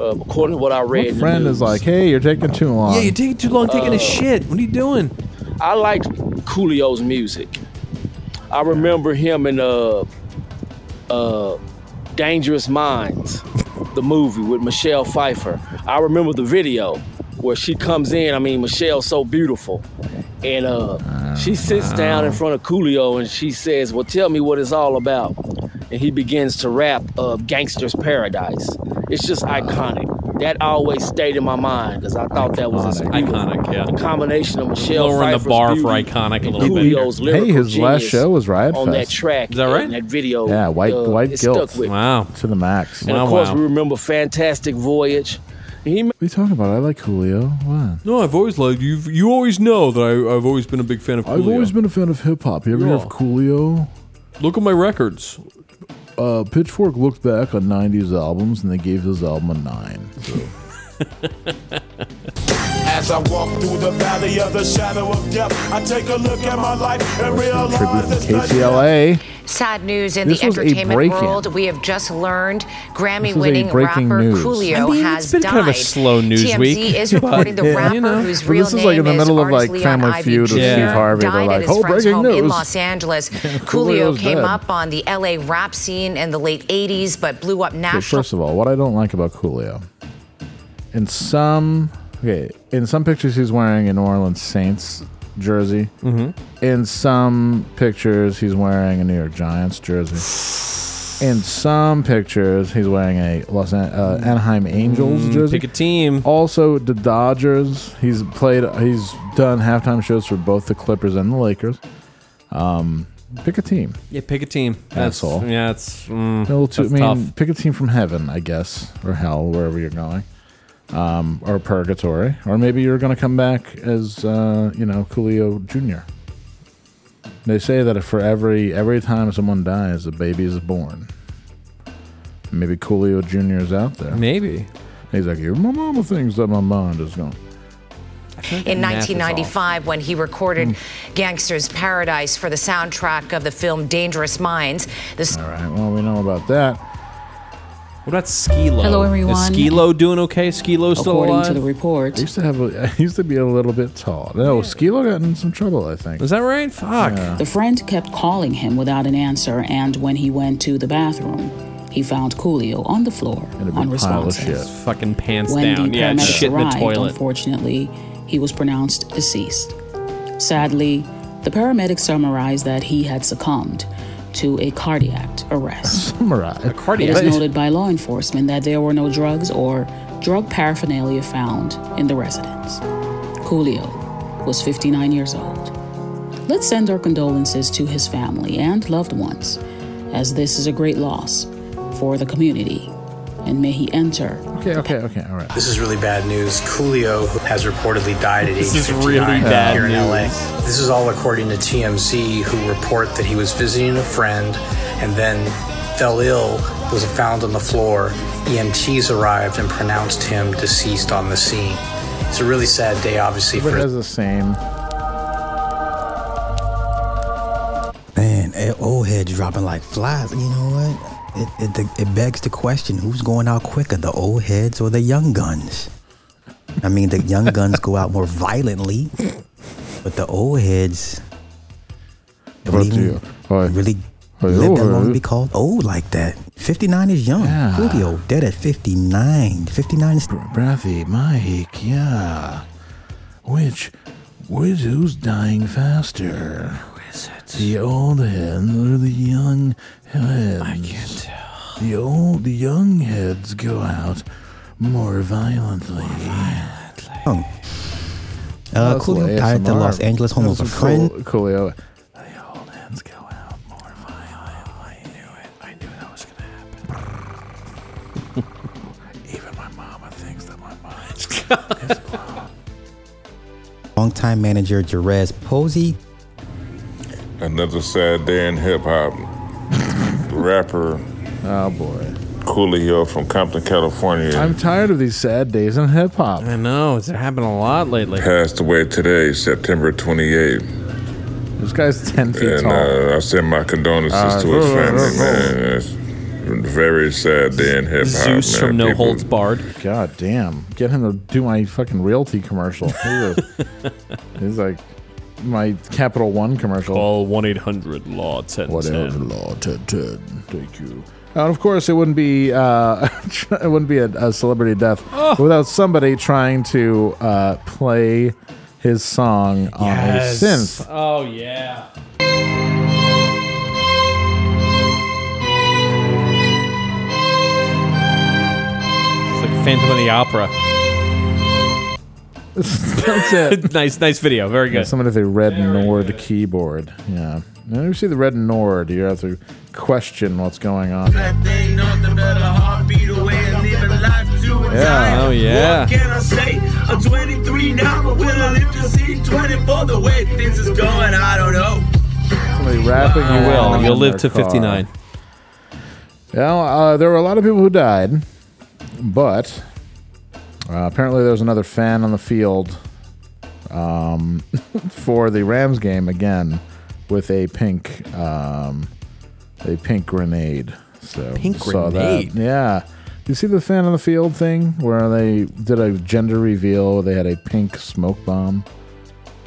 Speaker 14: Uh, according to what I read, in
Speaker 3: What
Speaker 14: the
Speaker 3: friend
Speaker 14: news.
Speaker 3: is like, hey, you're taking too long.
Speaker 14: Yeah, you
Speaker 4: taking too long taking a shit. What are you doing?
Speaker 14: I liked Coolio's music. I remember him in uh, uh, Dangerous Minds, the movie with Michelle Pfeiffer. I remember the video where she comes in. I mean, Michelle's so beautiful, and uh, she sits
Speaker 4: Uh-huh.
Speaker 14: down in front of Coolio and she says, "Well, tell me what it's all about." And he begins to rap uh, "Gangster's Paradise." It's just
Speaker 4: Uh-huh.
Speaker 14: iconic. That always stayed in my mind because I thought that was a
Speaker 4: iconic. Yeah,
Speaker 14: the combination of Michelle
Speaker 4: Lowering the
Speaker 14: Pfeiffer's
Speaker 4: bar for
Speaker 14: beauty
Speaker 4: iconic a
Speaker 14: and
Speaker 4: little bit.
Speaker 14: Coolio's lyrical
Speaker 3: hey, his last
Speaker 14: genius
Speaker 3: show was Riot
Speaker 14: on that
Speaker 3: Fest.
Speaker 14: track. Is that right? that video.
Speaker 3: Yeah, white
Speaker 14: uh,
Speaker 3: white
Speaker 14: it
Speaker 3: guilt.
Speaker 14: Stuck with.
Speaker 4: Wow.
Speaker 3: To the max.
Speaker 14: And of course, we remember Fantastic Voyage. He
Speaker 3: What are you talking about? I like Coolio. What?
Speaker 4: No, I've always liked you. You always know that I, I've always been a big fan of Coolio.
Speaker 3: I've always been a fan of hip hop. You ever hear of
Speaker 4: Yeah.
Speaker 3: Coolio?
Speaker 4: Look at my records.
Speaker 3: Uh, Pitchfork looked back on 90s albums and they gave his album a 9. So.
Speaker 15: As I walk through the valley of the shadow of death, I take a look at my life and realize
Speaker 3: Tribute
Speaker 15: it's
Speaker 3: to
Speaker 15: not
Speaker 3: KCLA.
Speaker 16: Sad news in
Speaker 3: This
Speaker 16: the
Speaker 3: was a
Speaker 16: entertainment
Speaker 3: break-in.
Speaker 16: world. We have just learned
Speaker 3: This is a
Speaker 16: Grammy-winning
Speaker 3: breaking
Speaker 16: rapper
Speaker 3: news. I
Speaker 16: Coolio
Speaker 3: mean,
Speaker 16: has
Speaker 3: it's been
Speaker 16: died.
Speaker 3: kind of a slow news
Speaker 16: TMZ
Speaker 3: week,
Speaker 16: is
Speaker 3: but-
Speaker 16: reporting the
Speaker 3: Yeah.
Speaker 16: rapper
Speaker 3: You know.
Speaker 16: whose
Speaker 3: But
Speaker 16: real
Speaker 3: this is
Speaker 16: name
Speaker 3: like in the middle of,
Speaker 16: artist
Speaker 3: like,
Speaker 16: Leon
Speaker 3: Family
Speaker 16: Ivy
Speaker 3: Feud with
Speaker 16: Jr.
Speaker 3: Steve Harvey. They're
Speaker 16: Died at
Speaker 3: like,
Speaker 16: his
Speaker 3: "Oh,
Speaker 16: friend's
Speaker 3: breaking
Speaker 16: home in
Speaker 3: news."
Speaker 16: Los Angeles.
Speaker 3: Coolio's
Speaker 16: Coolio came
Speaker 3: dead.
Speaker 16: up on the LA rap scene in the late '80s, but blew up
Speaker 3: Okay,
Speaker 16: national.
Speaker 3: first of all, what I don't like about Coolio, in some okay, in some pictures he's wearing a New Orleans Saints jersey. Mm-hmm. In some pictures he's wearing a New York Giants jersey. In some pictures he's wearing a Los An- uh, Anaheim Angels
Speaker 4: Mm,
Speaker 3: jersey.
Speaker 4: pick a team.
Speaker 3: Also the Dodgers. He's played. He's done halftime shows for both the Clippers and the Lakers. Um, pick a team.
Speaker 4: Yeah, pick a team. That's
Speaker 3: Asshole.
Speaker 4: Yeah, it's mm,
Speaker 3: No, to, I
Speaker 4: that's
Speaker 3: mean,
Speaker 4: tough.
Speaker 3: pick a team from heaven, I guess, or hell, wherever you're going, um, or purgatory, or maybe you're going to come back as uh, you know Coolio Jr. They say that for every every time someone dies, a baby is born. Maybe Coolio Jr. is out there.
Speaker 4: Maybe
Speaker 3: he's like, my mama thinks that my mind is gone.
Speaker 16: in
Speaker 3: math is
Speaker 16: 1995 when he recorded
Speaker 3: Hmm.
Speaker 16: Gangster's Paradise for the soundtrack of the film Dangerous Minds. This
Speaker 3: All right, well we know about that.
Speaker 4: What about Skilo?
Speaker 16: Hello,
Speaker 4: Is
Speaker 16: everyone.
Speaker 4: Skilo doing okay? Skilo still
Speaker 3: According
Speaker 4: alive?
Speaker 3: to the
Speaker 17: report,
Speaker 3: I used to have a, I used to be a little bit tall. No, Skilo got in some trouble. I think.
Speaker 4: Is that right? Fuck.
Speaker 17: The friend kept calling him without an answer, and when he went to the bathroom, he found Coolio on the floor, unresponsive.
Speaker 4: Fucking pants
Speaker 17: When
Speaker 4: down.
Speaker 17: the
Speaker 4: Yeah, it's
Speaker 17: paramedics
Speaker 4: shit in the
Speaker 17: arrived,
Speaker 4: toilet.
Speaker 17: unfortunately, he was pronounced deceased. Sadly, the paramedics summarized that he had succumbed to a cardiac arrest.
Speaker 3: Summarized. A
Speaker 17: It is noted by law enforcement that there were no drugs or drug paraphernalia found in the residence. Coolio was 59 years old. Let's send our condolences to his family and loved ones, as this is a great loss for the community, and may he enter
Speaker 3: Okay, okay, okay, all right.
Speaker 18: This is really bad news. Coolio has reportedly died at
Speaker 3: This
Speaker 18: age
Speaker 3: is
Speaker 18: 59
Speaker 3: really bad
Speaker 18: here in
Speaker 3: news.
Speaker 18: LA. This is all according to TMZ, who report that he was visiting a friend and then fell ill, was found on the floor. EMTs arrived and pronounced him deceased on the scene. It's a really sad day, obviously,
Speaker 3: Everybody
Speaker 18: for
Speaker 3: has the same.
Speaker 19: Man, eh, old heads dropping like flies. You know what? It, it, it begs the question who's going out quicker, the old heads or the young guns? I mean, the young guns go out more violently, but the old heads don't even really live
Speaker 3: oh,
Speaker 19: that
Speaker 3: uh,
Speaker 19: long to be called old like that. 59 is young. Coolio, dead at 59. 59 is.
Speaker 3: Brathy, Mike, yeah. Which, which, who's dying faster? Who is it? The old heads or the young heads? I can't tell. The old, the young heads go out more violently.
Speaker 19: Young. Uh,
Speaker 3: That's
Speaker 19: Coolio died at the
Speaker 3: ASMR.
Speaker 19: Los Angeles home
Speaker 3: That
Speaker 19: of a
Speaker 3: was some cool-
Speaker 19: friend.
Speaker 3: Coolio.
Speaker 19: Longtime manager Jerez Posey
Speaker 20: Another sad day in hip hop. The rapper.
Speaker 3: Oh boy.
Speaker 20: Coolio from Compton, California.
Speaker 3: I'm tired of these sad days in hip hop. I
Speaker 4: know it's happened a lot lately.
Speaker 20: passed away today, September 28th.
Speaker 3: This guy's ten feet
Speaker 20: And
Speaker 3: tall.
Speaker 20: uh, I send my condolences
Speaker 3: Uh,
Speaker 20: to his
Speaker 3: uh,
Speaker 20: family,
Speaker 3: uh,
Speaker 20: man. It's a very sad day in hip hop.
Speaker 3: Zeus
Speaker 20: man.
Speaker 3: from No
Speaker 20: People-
Speaker 3: Holds Barred. God damn. Get him to do my fucking realty commercial. He's, a- he's like my Capital One commercial.
Speaker 4: Call 1 800 Law 1010.
Speaker 3: Whatever, Law 1010. Thank you. And of course, it wouldn't be uh, it wouldn't be a, a celebrity death without somebody trying to uh, play his song on his a synth.
Speaker 4: Oh, yeah. It's like Phantom of the Opera.
Speaker 3: That's it.
Speaker 4: nice, nice video. Very good.
Speaker 3: Someone with a red Nord keyboard. Yeah. Whenever you see the red Nord, you have to question what's going on.
Speaker 21: Ain't nothing but a heartbeat away and living life to a
Speaker 3: Yeah.
Speaker 21: time.
Speaker 3: Oh, yeah.
Speaker 21: What can I say? I'm 23 now, but will I live to see 24? The way things is going, I don't know.
Speaker 3: Somebody rapping.
Speaker 4: You will.
Speaker 3: along
Speaker 4: You'll
Speaker 3: in
Speaker 4: live
Speaker 3: their
Speaker 4: to
Speaker 3: car.
Speaker 4: 59.
Speaker 3: Yeah, uh, there were a lot of people who died, but uh, apparently there was another fan on the field um, for the Rams game again with a pink, um, a pink grenade. So
Speaker 4: Pink
Speaker 3: saw
Speaker 4: grenade?
Speaker 3: That. Yeah. You see the fan on the field thing where they did a gender reveal? They had a pink smoke bomb.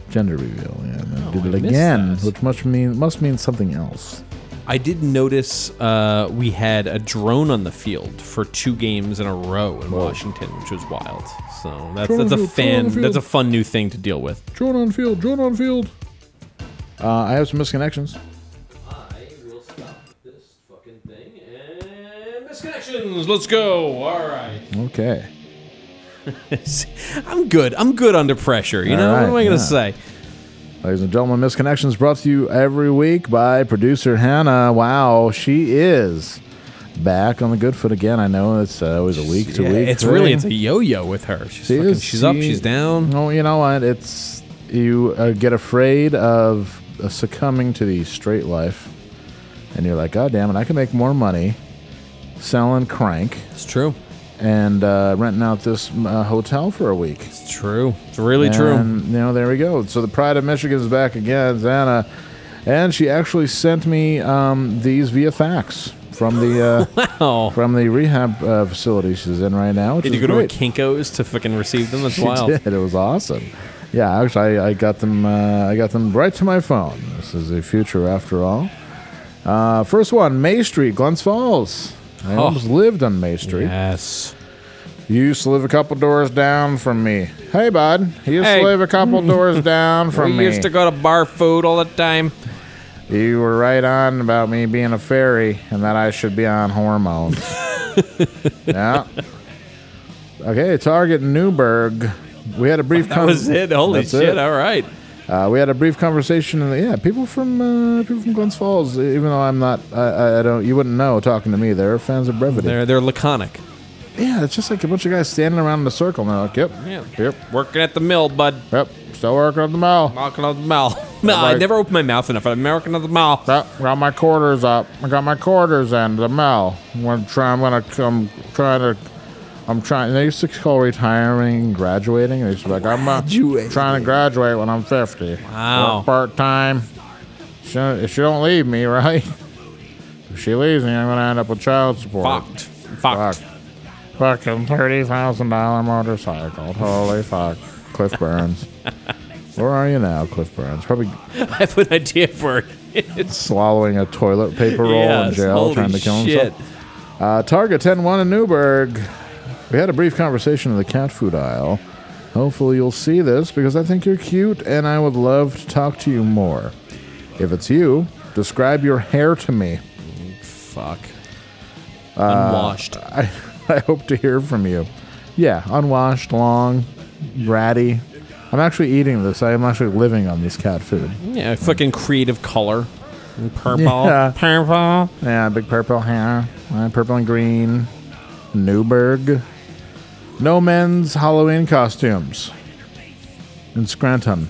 Speaker 3: Gender reveal, yeah. And they did it
Speaker 4: Oh, missed
Speaker 3: again, which must mean must mean something else.
Speaker 4: I did notice uh, we had a drone on the field for two games in a row in Washington, which was wild. So that's
Speaker 3: Drone on
Speaker 4: that's a
Speaker 3: the field, drone on
Speaker 4: fan.
Speaker 3: the field.
Speaker 4: That's a fun new thing to deal with.
Speaker 3: Drone on field, drone on field. Uh, I have some misconnections.
Speaker 4: Misconnections. Let's go. All right.
Speaker 3: Okay.
Speaker 4: I'm good. I'm good under pressure. You know,
Speaker 3: All
Speaker 4: what am I
Speaker 3: right,
Speaker 4: going to
Speaker 3: yeah.
Speaker 4: say?
Speaker 3: Ladies and gentlemen, Misconnections brought to you every week by producer Hannah. Wow, she is back on the good foot again. I know it's uh, always a week to
Speaker 4: Yeah,
Speaker 3: week.
Speaker 4: it's
Speaker 3: thing.
Speaker 4: really it's a yo-yo with her. She's,
Speaker 3: She
Speaker 4: fucking-
Speaker 3: is-
Speaker 4: she's up,
Speaker 3: she-
Speaker 4: she's down.
Speaker 3: Oh, you know what? It's you uh, get afraid of uh, succumbing to the straight life, and you're like, God damn it, I can make more money selling crank.
Speaker 4: It's true.
Speaker 3: And uh, renting out this uh, hotel for a week. It's
Speaker 4: true. It's really true.
Speaker 3: You know, there we go. So the pride of Michigan is back again, Zana, and she actually sent me um, these via fax from the uh, from the rehab uh, facility she's in right now. which
Speaker 4: Did you
Speaker 3: is
Speaker 4: go
Speaker 3: great.
Speaker 4: to a Kinko's to fucking receive them? That's
Speaker 3: She
Speaker 4: wild.
Speaker 3: did. It was awesome. Yeah, actually, I, I got them. Uh, I got them right to my phone. This is the future, after all. Uh, first one, May Street, Glens Falls. I
Speaker 4: Oh.
Speaker 3: almost lived on May Street.
Speaker 4: Yes.
Speaker 3: You used to live a couple doors down from me. Hey, bud. You used
Speaker 4: Hey.
Speaker 3: to live a couple doors down from
Speaker 4: we
Speaker 3: me.
Speaker 4: used to go to bar food all the time.
Speaker 3: You were right on about me being a fairy and that I should be on hormones. yeah. Okay, Target Newburgh. We had a brief.
Speaker 4: That was it. Holy
Speaker 3: That's
Speaker 4: shit.
Speaker 3: it.
Speaker 4: All right.
Speaker 3: Uh, we had a brief conversation, and yeah, people from uh, people from Glens Falls. Even though I'm not, I, I- I don't. You wouldn't know talking to me. They're fans of brevity.
Speaker 4: They're they're laconic.
Speaker 3: yeah, it's just like a bunch of guys standing around in a circle. And they're like, "Yep,
Speaker 4: Yeah.
Speaker 3: yep,
Speaker 4: Working at the mill, bud.
Speaker 3: Yep. Still working at the mill.
Speaker 4: Working at the mill. No, I
Speaker 3: Right.
Speaker 4: never open my mouth enough. I'm working at the mill.
Speaker 3: Yep, got my quarters up. I got my quarters in the mail. I'm gonna try. I'm gonna. I'm trying to. I'm trying. They used to call retiring, graduating. They used to be like, I'm uh, trying to graduate when I'm 50.
Speaker 4: Wow.
Speaker 3: Part time. She, if she don't leave me, right? If she leaves me, I'm gonna end up with child support.
Speaker 4: Fucked. Fucked.
Speaker 3: Fucking thirty thousand dollar motorcycle. Holy fuck. Cliff Burns. Where are you now, Cliff Burns? Probably
Speaker 4: I have an idea for it.
Speaker 3: swallowing a toilet paper roll in
Speaker 4: Yes,
Speaker 3: jail
Speaker 4: holy
Speaker 3: trying to kill
Speaker 4: shit.
Speaker 3: himself. Uh, Target 10 1 in Newburgh. We had a brief conversation in the cat food aisle. Hopefully, you'll see this because I think you're cute and I would love to talk to you more. If it's you, describe your hair to me.
Speaker 4: Fuck.
Speaker 3: Uh,
Speaker 4: Unwashed.
Speaker 3: I, I hope to hear from you. Yeah, unwashed, long, ratty. I'm actually eating this. I am actually living on this cat food.
Speaker 4: Yeah, fucking creative color. And Purple.
Speaker 3: Yeah. Purple. Yeah, big purple hair. Uh, purple and green. Newburgh. No men's Halloween costumes. In Scranton.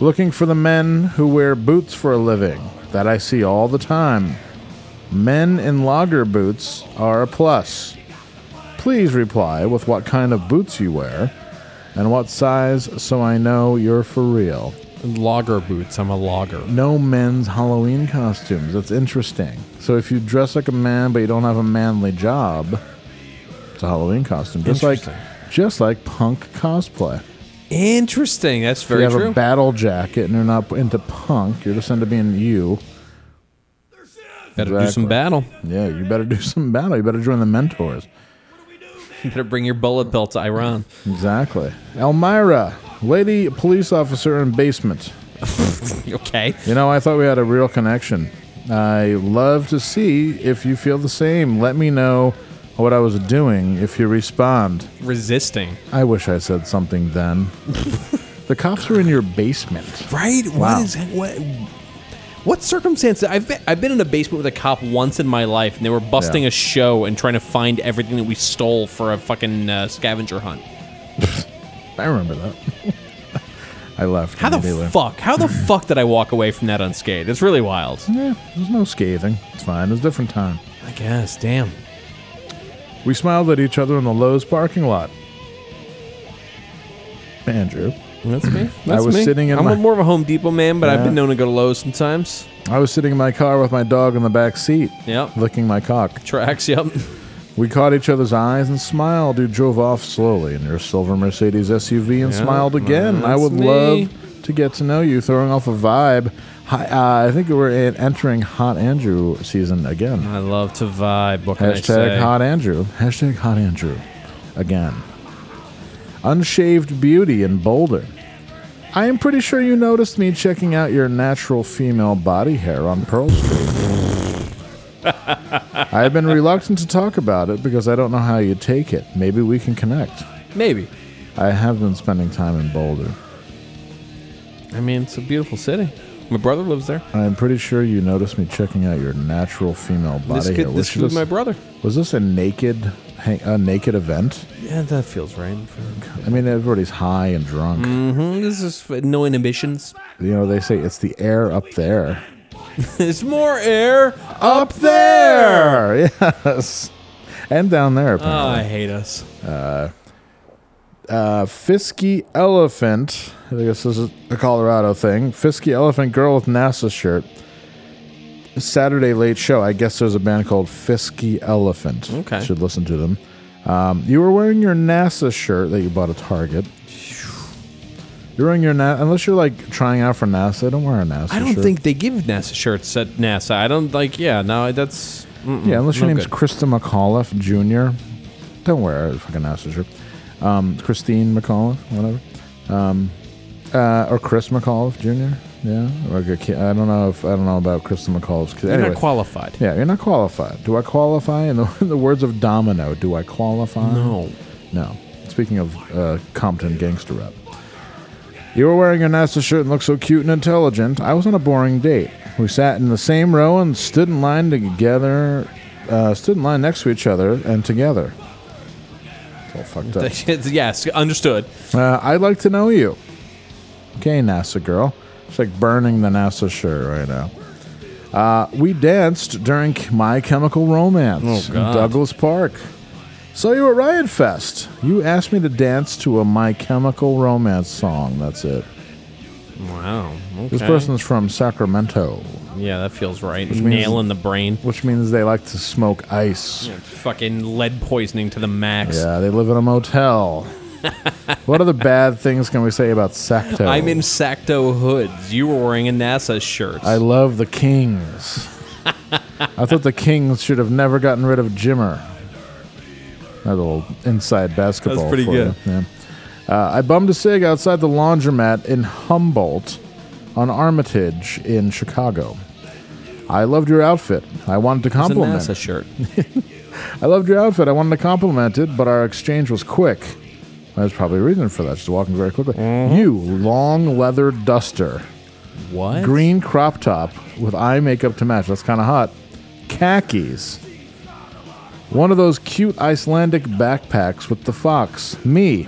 Speaker 3: Looking for the men who wear boots for a living. That I see all the time. Men in logger boots are a plus. Please reply with what kind of boots you wear and what size so I know you're for real.
Speaker 4: Logger boots. I'm a logger.
Speaker 3: No men's Halloween costumes. That's interesting. So if you dress like a man but you don't have a manly job, it's a Halloween costume. Just like just like punk cosplay.
Speaker 4: Interesting. That's
Speaker 3: If you
Speaker 4: very
Speaker 3: have
Speaker 4: true.
Speaker 3: a battle jacket and you're not into punk, you're just into being you.
Speaker 4: Better do some battle.
Speaker 3: Yeah, you better do some battle. You better join the mentors.
Speaker 4: You better bring your bullet bill to Iran.
Speaker 3: Exactly. Elmira, lady police officer in basement.
Speaker 4: okay.
Speaker 3: You know, I thought we had a real connection. I love to see if you feel the same. Let me know what I was doing if you respond.
Speaker 4: Resisting.
Speaker 3: I wish I said something then. the cops were in your basement.
Speaker 4: Right? What is what? What circumstances? I've been I've been in a basement with a cop once in my life, and they were busting
Speaker 3: Yeah.
Speaker 4: a show and trying to find everything that we stole for a fucking uh, scavenger hunt.
Speaker 3: I remember that. I left.
Speaker 4: How the
Speaker 3: immediately.
Speaker 4: fuck? How the fuck did I walk away from that unscathed? It's really wild.
Speaker 3: Yeah, there's no scathing. It's fine. It was a different time.
Speaker 4: I guess. Damn.
Speaker 3: We smiled at each other in the Lowe's parking lot. Andrew.
Speaker 4: That's me.
Speaker 3: I was sitting in
Speaker 4: I'm
Speaker 3: my
Speaker 4: more of a Home Depot man, but I've
Speaker 3: Yeah.
Speaker 4: been known to go to Lowe's sometimes.
Speaker 3: I was sitting in my car with my dog in the back seat.
Speaker 4: Yep.
Speaker 3: Licking my cock.
Speaker 4: Tracks. Yep.
Speaker 3: We caught each other's eyes and smiled. You drove off slowly in your silver Mercedes SUV and
Speaker 4: Yeah,
Speaker 3: smiled again. I
Speaker 4: that's
Speaker 3: would
Speaker 4: me.
Speaker 3: love to get to know you, throwing off a vibe. Hi, uh, I think we're in, entering Hot Andrew season again.
Speaker 4: I love to vibe. What can I say?
Speaker 3: Hashtag Hot Andrew. Hashtag Hot Andrew. Again. Unshaved Beauty in Boulder. I am pretty sure you noticed me checking out your natural female body hair on Pearl Street. I have been reluctant to talk about it because I don't know how you take it. Maybe we can connect.
Speaker 4: Maybe.
Speaker 3: I have been spending time in Boulder.
Speaker 4: I mean, it's a beautiful city. My brother lives there.
Speaker 3: I'm pretty sure you noticed me checking out your natural female body
Speaker 4: This could-
Speaker 3: here.
Speaker 4: this could be my brother.
Speaker 3: Was this a naked, hang, a naked event?
Speaker 4: Yeah, that feels right.
Speaker 3: I mean, everybody's high and drunk.
Speaker 4: Mm-hmm. This is f- no inhibitions.
Speaker 3: You know, they say it's the air up there.
Speaker 4: There's more air up there.
Speaker 3: There, yes, and down there.
Speaker 4: Oh, I
Speaker 3: Apparently.
Speaker 4: hate us.
Speaker 3: uh, uh, Fisky Elephant. I guess this is a Colorado thing. Fisky Elephant girl with NASA shirt. Saturday late show. I guess there's a band called Fisky Elephant.
Speaker 4: Okay.
Speaker 3: should listen to them. Um, you were wearing your NASA shirt that you bought at Target. You're wearing your NASA unless you're like trying out for NASA. Don't wear a NASA.
Speaker 4: I don't
Speaker 3: shirt.
Speaker 4: think they give NASA shirts at NASA. I don't like. Yeah, no, that's. mm-mm,
Speaker 3: Yeah, unless your
Speaker 4: no
Speaker 3: name's
Speaker 4: good.
Speaker 3: Krista McAuliffe Jr. Don't wear a fucking NASA shirt. Um, Christine McAuliffe, whatever. Um, uh, or Chris McAuliffe Jr. Yeah, or a good kid. I don't know if I don't know about Krista McAuliffe's kid.
Speaker 4: You're not
Speaker 3: Anyway.
Speaker 4: qualified.
Speaker 3: Yeah, you're not qualified. Do I qualify? In the, in the words of Domino, do I qualify?
Speaker 4: No.
Speaker 3: No. Speaking of uh, Compton gangster rap, you were wearing your NASA shirt and looked so cute and intelligent. I was on a boring date. We sat in the same row and stood in line together, uh, stood in line next to each other and together. It's all fucked up.
Speaker 4: yes, understood.
Speaker 3: Uh, I'd like to know you. Okay, NASA girl. She's like burning the NASA shirt right now. Uh, we danced during My Chemical Romance
Speaker 4: Oh,
Speaker 3: in
Speaker 4: God.
Speaker 3: Douglas Park. So you were at Riot Fest. You asked me to dance to a My Chemical Romance song. That's it.
Speaker 4: Wow.
Speaker 3: This
Speaker 4: okay.
Speaker 3: person's from Sacramento,
Speaker 4: Yeah, that feels right.
Speaker 3: Which
Speaker 4: Nail
Speaker 3: means-
Speaker 4: in the brain.
Speaker 3: which means they like to smoke ice.
Speaker 4: Yeah, fucking lead poisoning to the max.
Speaker 3: Yeah, they live in a motel. what other bad things can we say about Sacto?
Speaker 4: I'm in Sacto hoods. You were wearing a NASA shirt.
Speaker 3: I love the Kings. I thought the Kings should have never gotten rid of Jimmer. That little inside basketball.
Speaker 4: That's pretty
Speaker 3: for
Speaker 4: good.
Speaker 3: you, yeah. Uh, I bummed a cig outside the laundromat in Humboldt on Armitage in Chicago. I loved your outfit. I wanted to
Speaker 4: It's a
Speaker 3: compliment.
Speaker 4: NASA shirt.
Speaker 3: I loved your outfit. I wanted to compliment it, but our exchange was quick. There's probably a reason for that. She's walking very quickly. You, long leather duster.
Speaker 4: What?
Speaker 3: Green crop top with eye makeup to match. That's kind of hot. Khakis. One of those cute Icelandic backpacks with the fox. Me.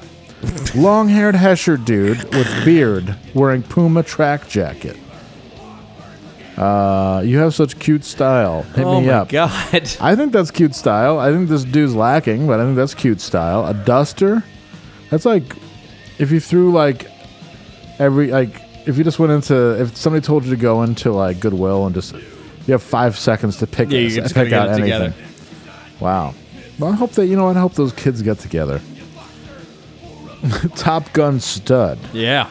Speaker 3: Long haired Hesher dude with beard wearing Puma track jacket. Uh, you have such cute style. Hit
Speaker 4: oh
Speaker 3: me
Speaker 4: my
Speaker 3: up.
Speaker 4: god.
Speaker 3: I think that's cute style. I think this dude's lacking, but I think that's cute style. A duster? That's like if you threw like every like if you just went into if somebody told you to go into like Goodwill and just you have five seconds to pick
Speaker 4: Yeah,
Speaker 3: a-
Speaker 4: you're just
Speaker 3: pick
Speaker 4: gonna get
Speaker 3: out
Speaker 4: it together.
Speaker 3: anything. Wow. Well, I hope that you know. what? I hope those kids get together. Top Gun stud.
Speaker 4: Yeah.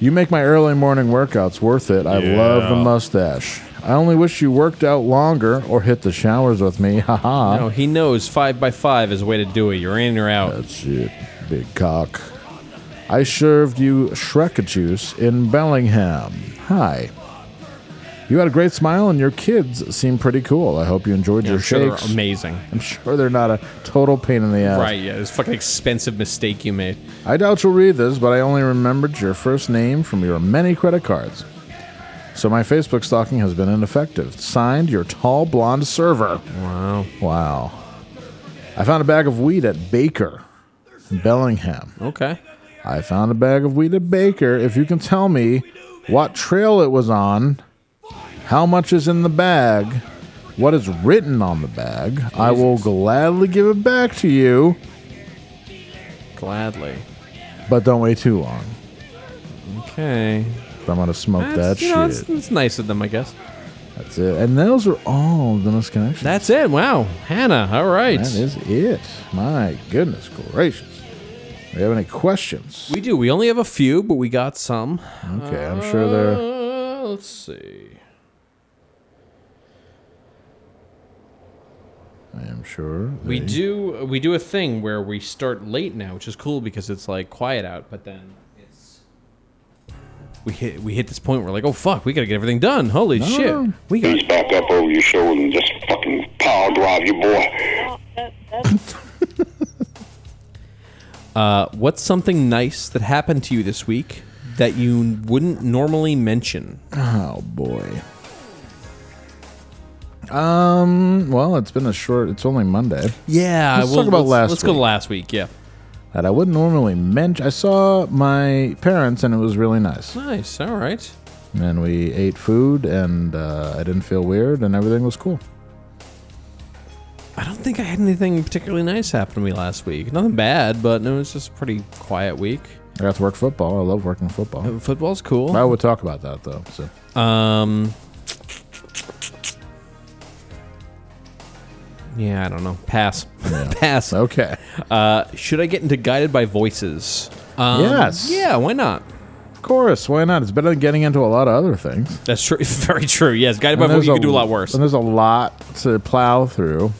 Speaker 3: You make my early morning workouts worth it. I
Speaker 4: Yeah.
Speaker 3: love the mustache. I only wish you worked out longer or hit the showers with me. Haha.
Speaker 4: no, he knows five by five is a way to do it. You're in or out.
Speaker 3: That's it, big cock. I served you Shrek juice in Bellingham. Hi. You had a great smile, and your kids seem pretty cool. I hope you enjoyed
Speaker 4: Yeah,
Speaker 3: your
Speaker 4: I'm sure they're
Speaker 3: shakes.
Speaker 4: amazing.
Speaker 3: I'm sure they're not a total pain in the ass.
Speaker 4: Right, yeah. This fucking expensive mistake you made.
Speaker 3: I doubt you'll read this, but I only remembered your first name from your many credit cards. So my Facebook stalking has been ineffective. Signed, your tall blonde server.
Speaker 4: Wow.
Speaker 3: Wow. I found a bag of weed at Baker in Bellingham.
Speaker 4: Okay.
Speaker 3: I found a bag of weed at Baker. If you can tell me what trail it was on, how much is in the bag, what is written on the bag, I will gladly give it back to you,
Speaker 4: Gladly.
Speaker 3: but don't wait too long.
Speaker 4: Okay.
Speaker 3: I'm gonna smoke that
Speaker 4: That's, you know,
Speaker 3: shit.
Speaker 4: it's, it's nice of them, I guess.
Speaker 3: That's it. And those are all the misconnections.
Speaker 4: That's it. Wow. Hannah. All right.
Speaker 3: That is it. My goodness gracious. Do you have any questions?
Speaker 4: We do. We only have a few, but we got some.
Speaker 3: Okay, I'm sure they're.
Speaker 4: Uh, let's see.
Speaker 3: I am sure.
Speaker 4: We
Speaker 3: they-
Speaker 4: do we do a thing where we start late now, which is cool because it's like quiet out, but then it's we hit we hit this point where like, oh fuck, we gotta get everything done. Holy shit. We got
Speaker 22: back up over your shoulder and just fucking power drive your boy.
Speaker 4: Uh, what's something nice that happened to you this week that you wouldn't normally mention?
Speaker 3: Oh boy. Um. Well, it's been a short. It's only Monday.
Speaker 4: Yeah,
Speaker 3: Let's
Speaker 4: well,
Speaker 3: talk about
Speaker 4: let's-
Speaker 3: last.
Speaker 4: Let's
Speaker 3: week
Speaker 4: go to last week. Yeah,
Speaker 3: That I wouldn't normally mention. I saw my parents, and it was really nice.
Speaker 4: nice. All right.
Speaker 3: And we ate food, and uh, I didn't feel weird, and everything was cool.
Speaker 4: I don't think I had anything particularly nice happen to me last week. Nothing bad, but it was just a pretty quiet week.
Speaker 3: I
Speaker 4: Uh,
Speaker 3: got to work football. I love working football.
Speaker 4: football's cool.
Speaker 3: I would talk about that though. So
Speaker 4: Um. Yeah, I don't know. Pass. Pass.
Speaker 3: Okay.
Speaker 4: Uh, should I get into guided by voices? Um,
Speaker 3: Yes.
Speaker 4: Yeah. Why not?
Speaker 3: Of course, why not? It's better than getting into a lot of other things.
Speaker 4: That's true. Very true. Yes, guided by
Speaker 3: And
Speaker 4: voices. You
Speaker 3: there's
Speaker 4: could do a lot worse.
Speaker 3: And there's a lot to plow through.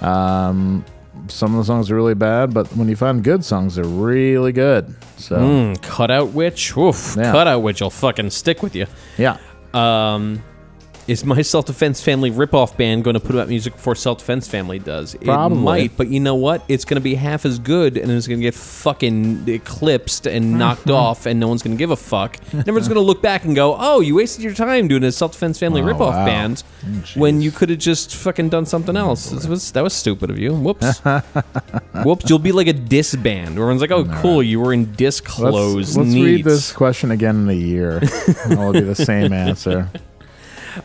Speaker 3: Um, some of the songs are really bad, but when you find good songs, they're really good. So
Speaker 4: Mm, cutout witch. Oof.
Speaker 3: Yeah.
Speaker 4: Cutout witch will fucking stick with you.
Speaker 3: Yeah.
Speaker 4: Um, is my self defense family ripoff band going to put out music before self defense family does?
Speaker 3: Probably.
Speaker 4: It might, but you know what? It's going to be half as good, and it's going to get fucking eclipsed and knocked off, and no one's going to give a fuck. And everyone's going to look back and go, "Oh, you wasted your time doing a self defense family
Speaker 3: Oh,
Speaker 4: ripoff
Speaker 3: wow. Mm,
Speaker 4: band when you could have just fucking done something else." This was that was stupid of you. Whoops. Whoops. You'll be like a disc band. Everyone's like, "Oh, cool, you were in disc
Speaker 3: let's,
Speaker 4: clothes."
Speaker 3: let's
Speaker 4: neat."
Speaker 3: read this question again in a year. and It'll be the same answer.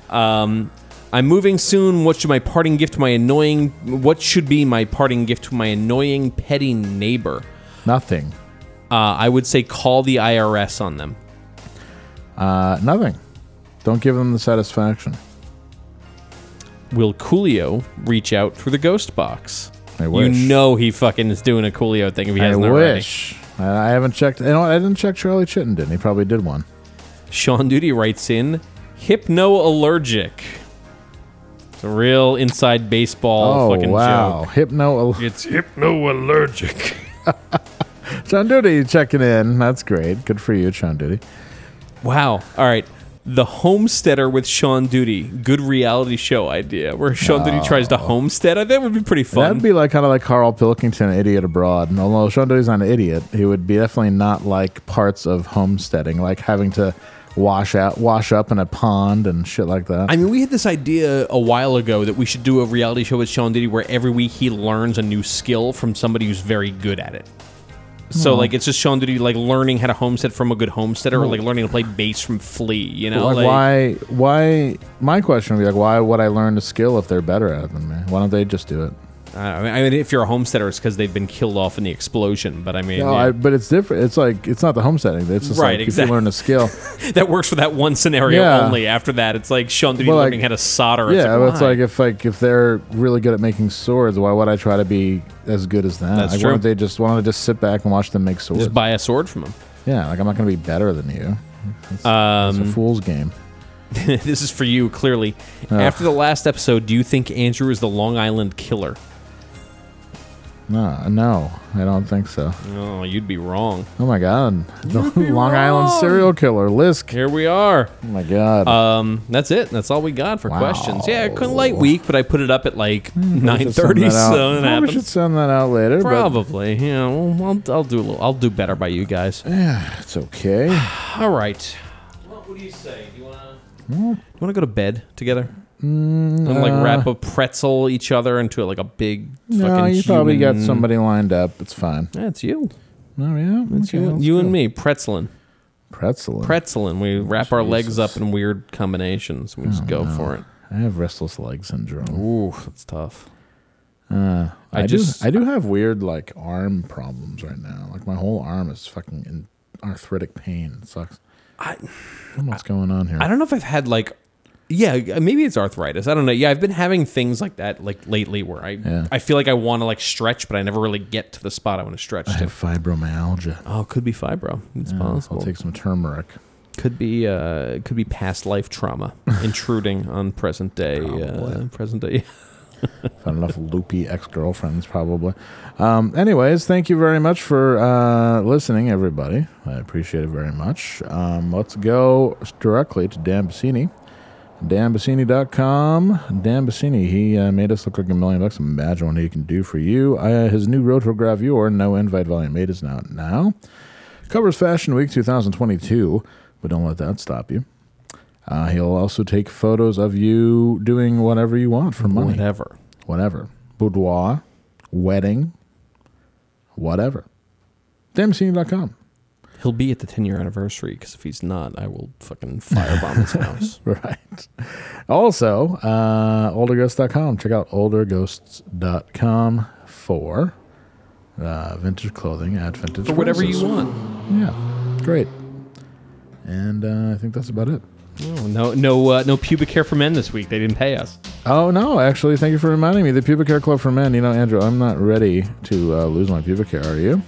Speaker 4: Um, I'm moving soon. What should my parting gift to my annoying? What should be my parting gift to my annoying petty neighbor?
Speaker 3: Nothing.
Speaker 4: Uh, I would say call the IRS on them.
Speaker 3: Uh, nothing. Don't give them the satisfaction.
Speaker 4: Will Coolio reach out for the ghost box?
Speaker 3: I wish.
Speaker 4: You know he fucking is doing a Coolio thing if he
Speaker 3: I
Speaker 4: hasn't
Speaker 3: wish. I I haven't checked. You know, what? I didn't check Charlie Chittenden. He probably did one.
Speaker 4: already. Sean Duty writes in hypnoallergic. It's a real inside baseball
Speaker 3: oh
Speaker 4: fucking
Speaker 3: wow,
Speaker 4: joke.
Speaker 3: hypno.
Speaker 4: It's hypnoallergic.
Speaker 3: Sean Duty checking in. That's great. Good for you, Sean Duty.
Speaker 4: Wow. All right. The Homesteader with Sean Duty. Good reality show idea where Sean Duty tries to homestead. I think would be pretty fun.
Speaker 3: Oh. That'd be like kind of like Carl Pilkington, Idiot Abroad. And although Sean Duty's not an idiot, he would be definitely not like parts of homesteading, like having to wash out, wash up in a pond and shit like that.
Speaker 4: I mean, we had this idea a while ago that we should do a reality show with Sean Duty where every week he learns a new skill from somebody who's very good at it. So
Speaker 3: Hmm.
Speaker 4: like it's just Sean Duty like learning how to homestead from a good homesteader or
Speaker 3: Hmm.
Speaker 4: like learning to play bass from Flea, you know?
Speaker 3: like, why? Why? My question would be like, why would I learn a skill if they're better at it than me? Why don't they just do it?
Speaker 4: Uh, I mean, I mean, if you're a homesteader, it's because they've been killed off in the explosion. But I mean,
Speaker 3: No,
Speaker 4: yeah.
Speaker 3: I, but it's different. It's like it's not the homesteading. It's just
Speaker 4: Right,
Speaker 3: like if
Speaker 4: exactly.
Speaker 3: you learn a skill.
Speaker 4: that works for that one scenario
Speaker 3: Yeah.
Speaker 4: only. After that, it's like Sean Duty
Speaker 3: Well, like-
Speaker 4: learning how to solder.
Speaker 3: yeah,
Speaker 4: it's like,
Speaker 3: but it's
Speaker 4: why?
Speaker 3: like if like if they're really good at making swords, why would I try to be as good as them?
Speaker 4: That's
Speaker 3: like,
Speaker 4: true.
Speaker 3: Why don't they just why don't I just sit back and watch them make swords?
Speaker 4: just buy a sword from him.
Speaker 3: yeah, like I'm not going to be better than you. It's, it's a
Speaker 4: Um,
Speaker 3: fool's game.
Speaker 4: this is for you, clearly.
Speaker 3: Ugh.
Speaker 4: After the last episode, do you think Andrew is the Long Island killer?
Speaker 3: No, no, I don't think so.
Speaker 4: Oh, you'd be wrong.
Speaker 3: Oh my god, the
Speaker 4: You'd be
Speaker 3: Long Island
Speaker 4: wrong.
Speaker 3: serial killer Lisk.
Speaker 4: Here we are.
Speaker 3: Oh my god.
Speaker 4: Um, that's it. That's all we got for questions. Yeah, it couldn't light week, but I put it up at like
Speaker 3: Hmm,
Speaker 4: nine thirty, so it
Speaker 3: we
Speaker 4: happens.
Speaker 3: should send that out later. but-
Speaker 4: Probably. Yeah. Well, I'll, I'll do a little. I'll do better by you guys.
Speaker 3: Yeah, it's okay.
Speaker 4: All right. What, what do you say? Do you wanna?
Speaker 3: Mm.
Speaker 4: You wanna go to bed together?
Speaker 3: Mm,
Speaker 4: and like
Speaker 3: uh,
Speaker 4: wrap a pretzel each other into like a big.
Speaker 3: No,
Speaker 4: fucking
Speaker 3: you probably got
Speaker 4: human-
Speaker 3: somebody lined up. It's fine.
Speaker 4: That's you.
Speaker 3: Oh yeah,
Speaker 4: That's you. You and me pretzeling.
Speaker 3: Pretzel.
Speaker 4: Pretzeling. We wrap our legs up in weird combinations. We just
Speaker 3: Oh,
Speaker 4: go
Speaker 3: no.
Speaker 4: for it.
Speaker 3: I have restless leg syndrome.
Speaker 4: Ooh, that's tough.
Speaker 3: Uh, I,
Speaker 4: I just-
Speaker 3: do, I do have weird like arm problems right now. Like my whole arm is fucking in arthritic pain. It sucks.
Speaker 4: I,
Speaker 3: what's going on here?
Speaker 4: I don't know if I've had like, yeah, uh, maybe it's arthritis. I don't know. Yeah, I've been having things like that like lately where I
Speaker 3: Yeah.
Speaker 4: I feel like I want to like stretch, but I never really get to the spot I want to stretch
Speaker 3: I
Speaker 4: to.
Speaker 3: have fibromyalgia.
Speaker 4: Oh, could be fibro. It's
Speaker 3: Yeah,
Speaker 4: possible.
Speaker 3: I'll take some turmeric.
Speaker 4: could be uh, could be past life trauma intruding on present day
Speaker 3: Oh,
Speaker 4: uh, present day.
Speaker 3: Found enough loopy ex girlfriends, probably. Um, anyways, thank you very much for uh, listening, everybody. I appreciate it very much. Um, let's go directly to Dan Bassini. danbassini.com. Dan Bassini, he uh, made us look like a million bucks. Imagine what he can do for you. Uh, his new rotogravure, No Invite Volume 8, is out now. Covers Fashion Week 2022, but don't let that stop you. Uh, he'll also take photos of you doing whatever you want for money.
Speaker 4: Whatever.
Speaker 3: Whatever. Boudoir, wedding, whatever. DanBassini.com.
Speaker 4: He'll be at the 10 year anniversary because if he's not, I will fucking firebomb his house.
Speaker 3: right. Also, uh, olderghosts.com. Check out olderghosts.com for uh, vintage clothing at vintage
Speaker 4: For whatever
Speaker 3: prices.
Speaker 4: you want.
Speaker 3: Yeah, great. And uh, I think that's about it.
Speaker 4: Oh, no, no, uh, no pubic hair for men this week. They didn't pay us.
Speaker 3: Oh no! Actually, thank you for reminding me. The pubic hair club for men. You know, Andrew, I'm not ready to uh, lose my pubic hair. Are you?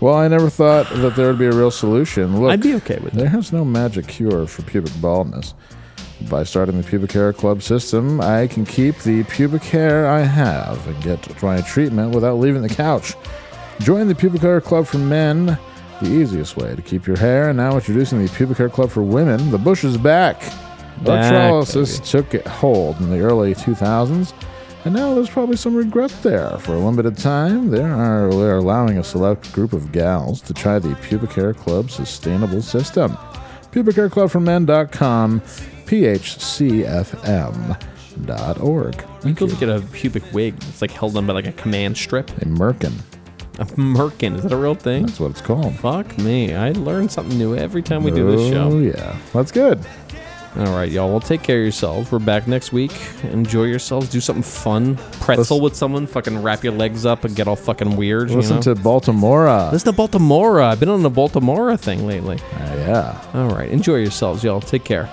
Speaker 3: Well, I never thought that there would be a real solution. Look, I'd be okay with there is no magic cure for pubic baldness. By starting the pubic hair club system, I can keep the pubic hair I have and get my treatment without leaving the couch. Join the pubic hair club for men. The easiest way to keep your hair, and now introducing the pubic hair club for women. The bush is back.
Speaker 4: Back,
Speaker 3: Electrolysis took it hold in the early 2000s, and now there's probably some regret there. For a limited time, they are they're allowing a select group of gals to try the Pubic Hair Club sustainable system. PubicHairClubForMen.com, phcfm.org.
Speaker 4: You could get a pubic wig. It's like held on by like a command strip.
Speaker 3: A merkin.
Speaker 4: A merkin. Is that a real thing? That's
Speaker 3: what it's called.
Speaker 4: Fuck me. I learn something new every time we do this show.
Speaker 3: Oh, yeah. That's good.
Speaker 4: All right, y'all. Well, take care of yourselves. We're back next week. Enjoy yourselves. Do something fun. Pretzel with someone. Fucking wrap your legs up and get all fucking weird. you
Speaker 3: Listen
Speaker 4: know?
Speaker 3: to Baltimora.
Speaker 4: Listen to Baltimora. I've been on the Baltimora thing lately.
Speaker 3: Uh, yeah.
Speaker 4: All right. Enjoy yourselves, y'all. Take care.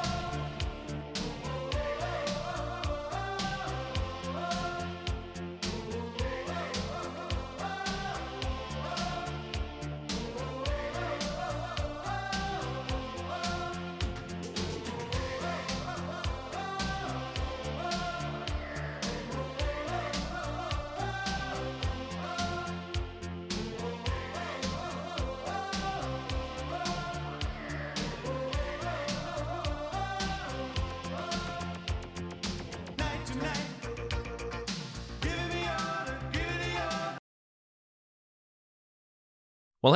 Speaker 23: Well,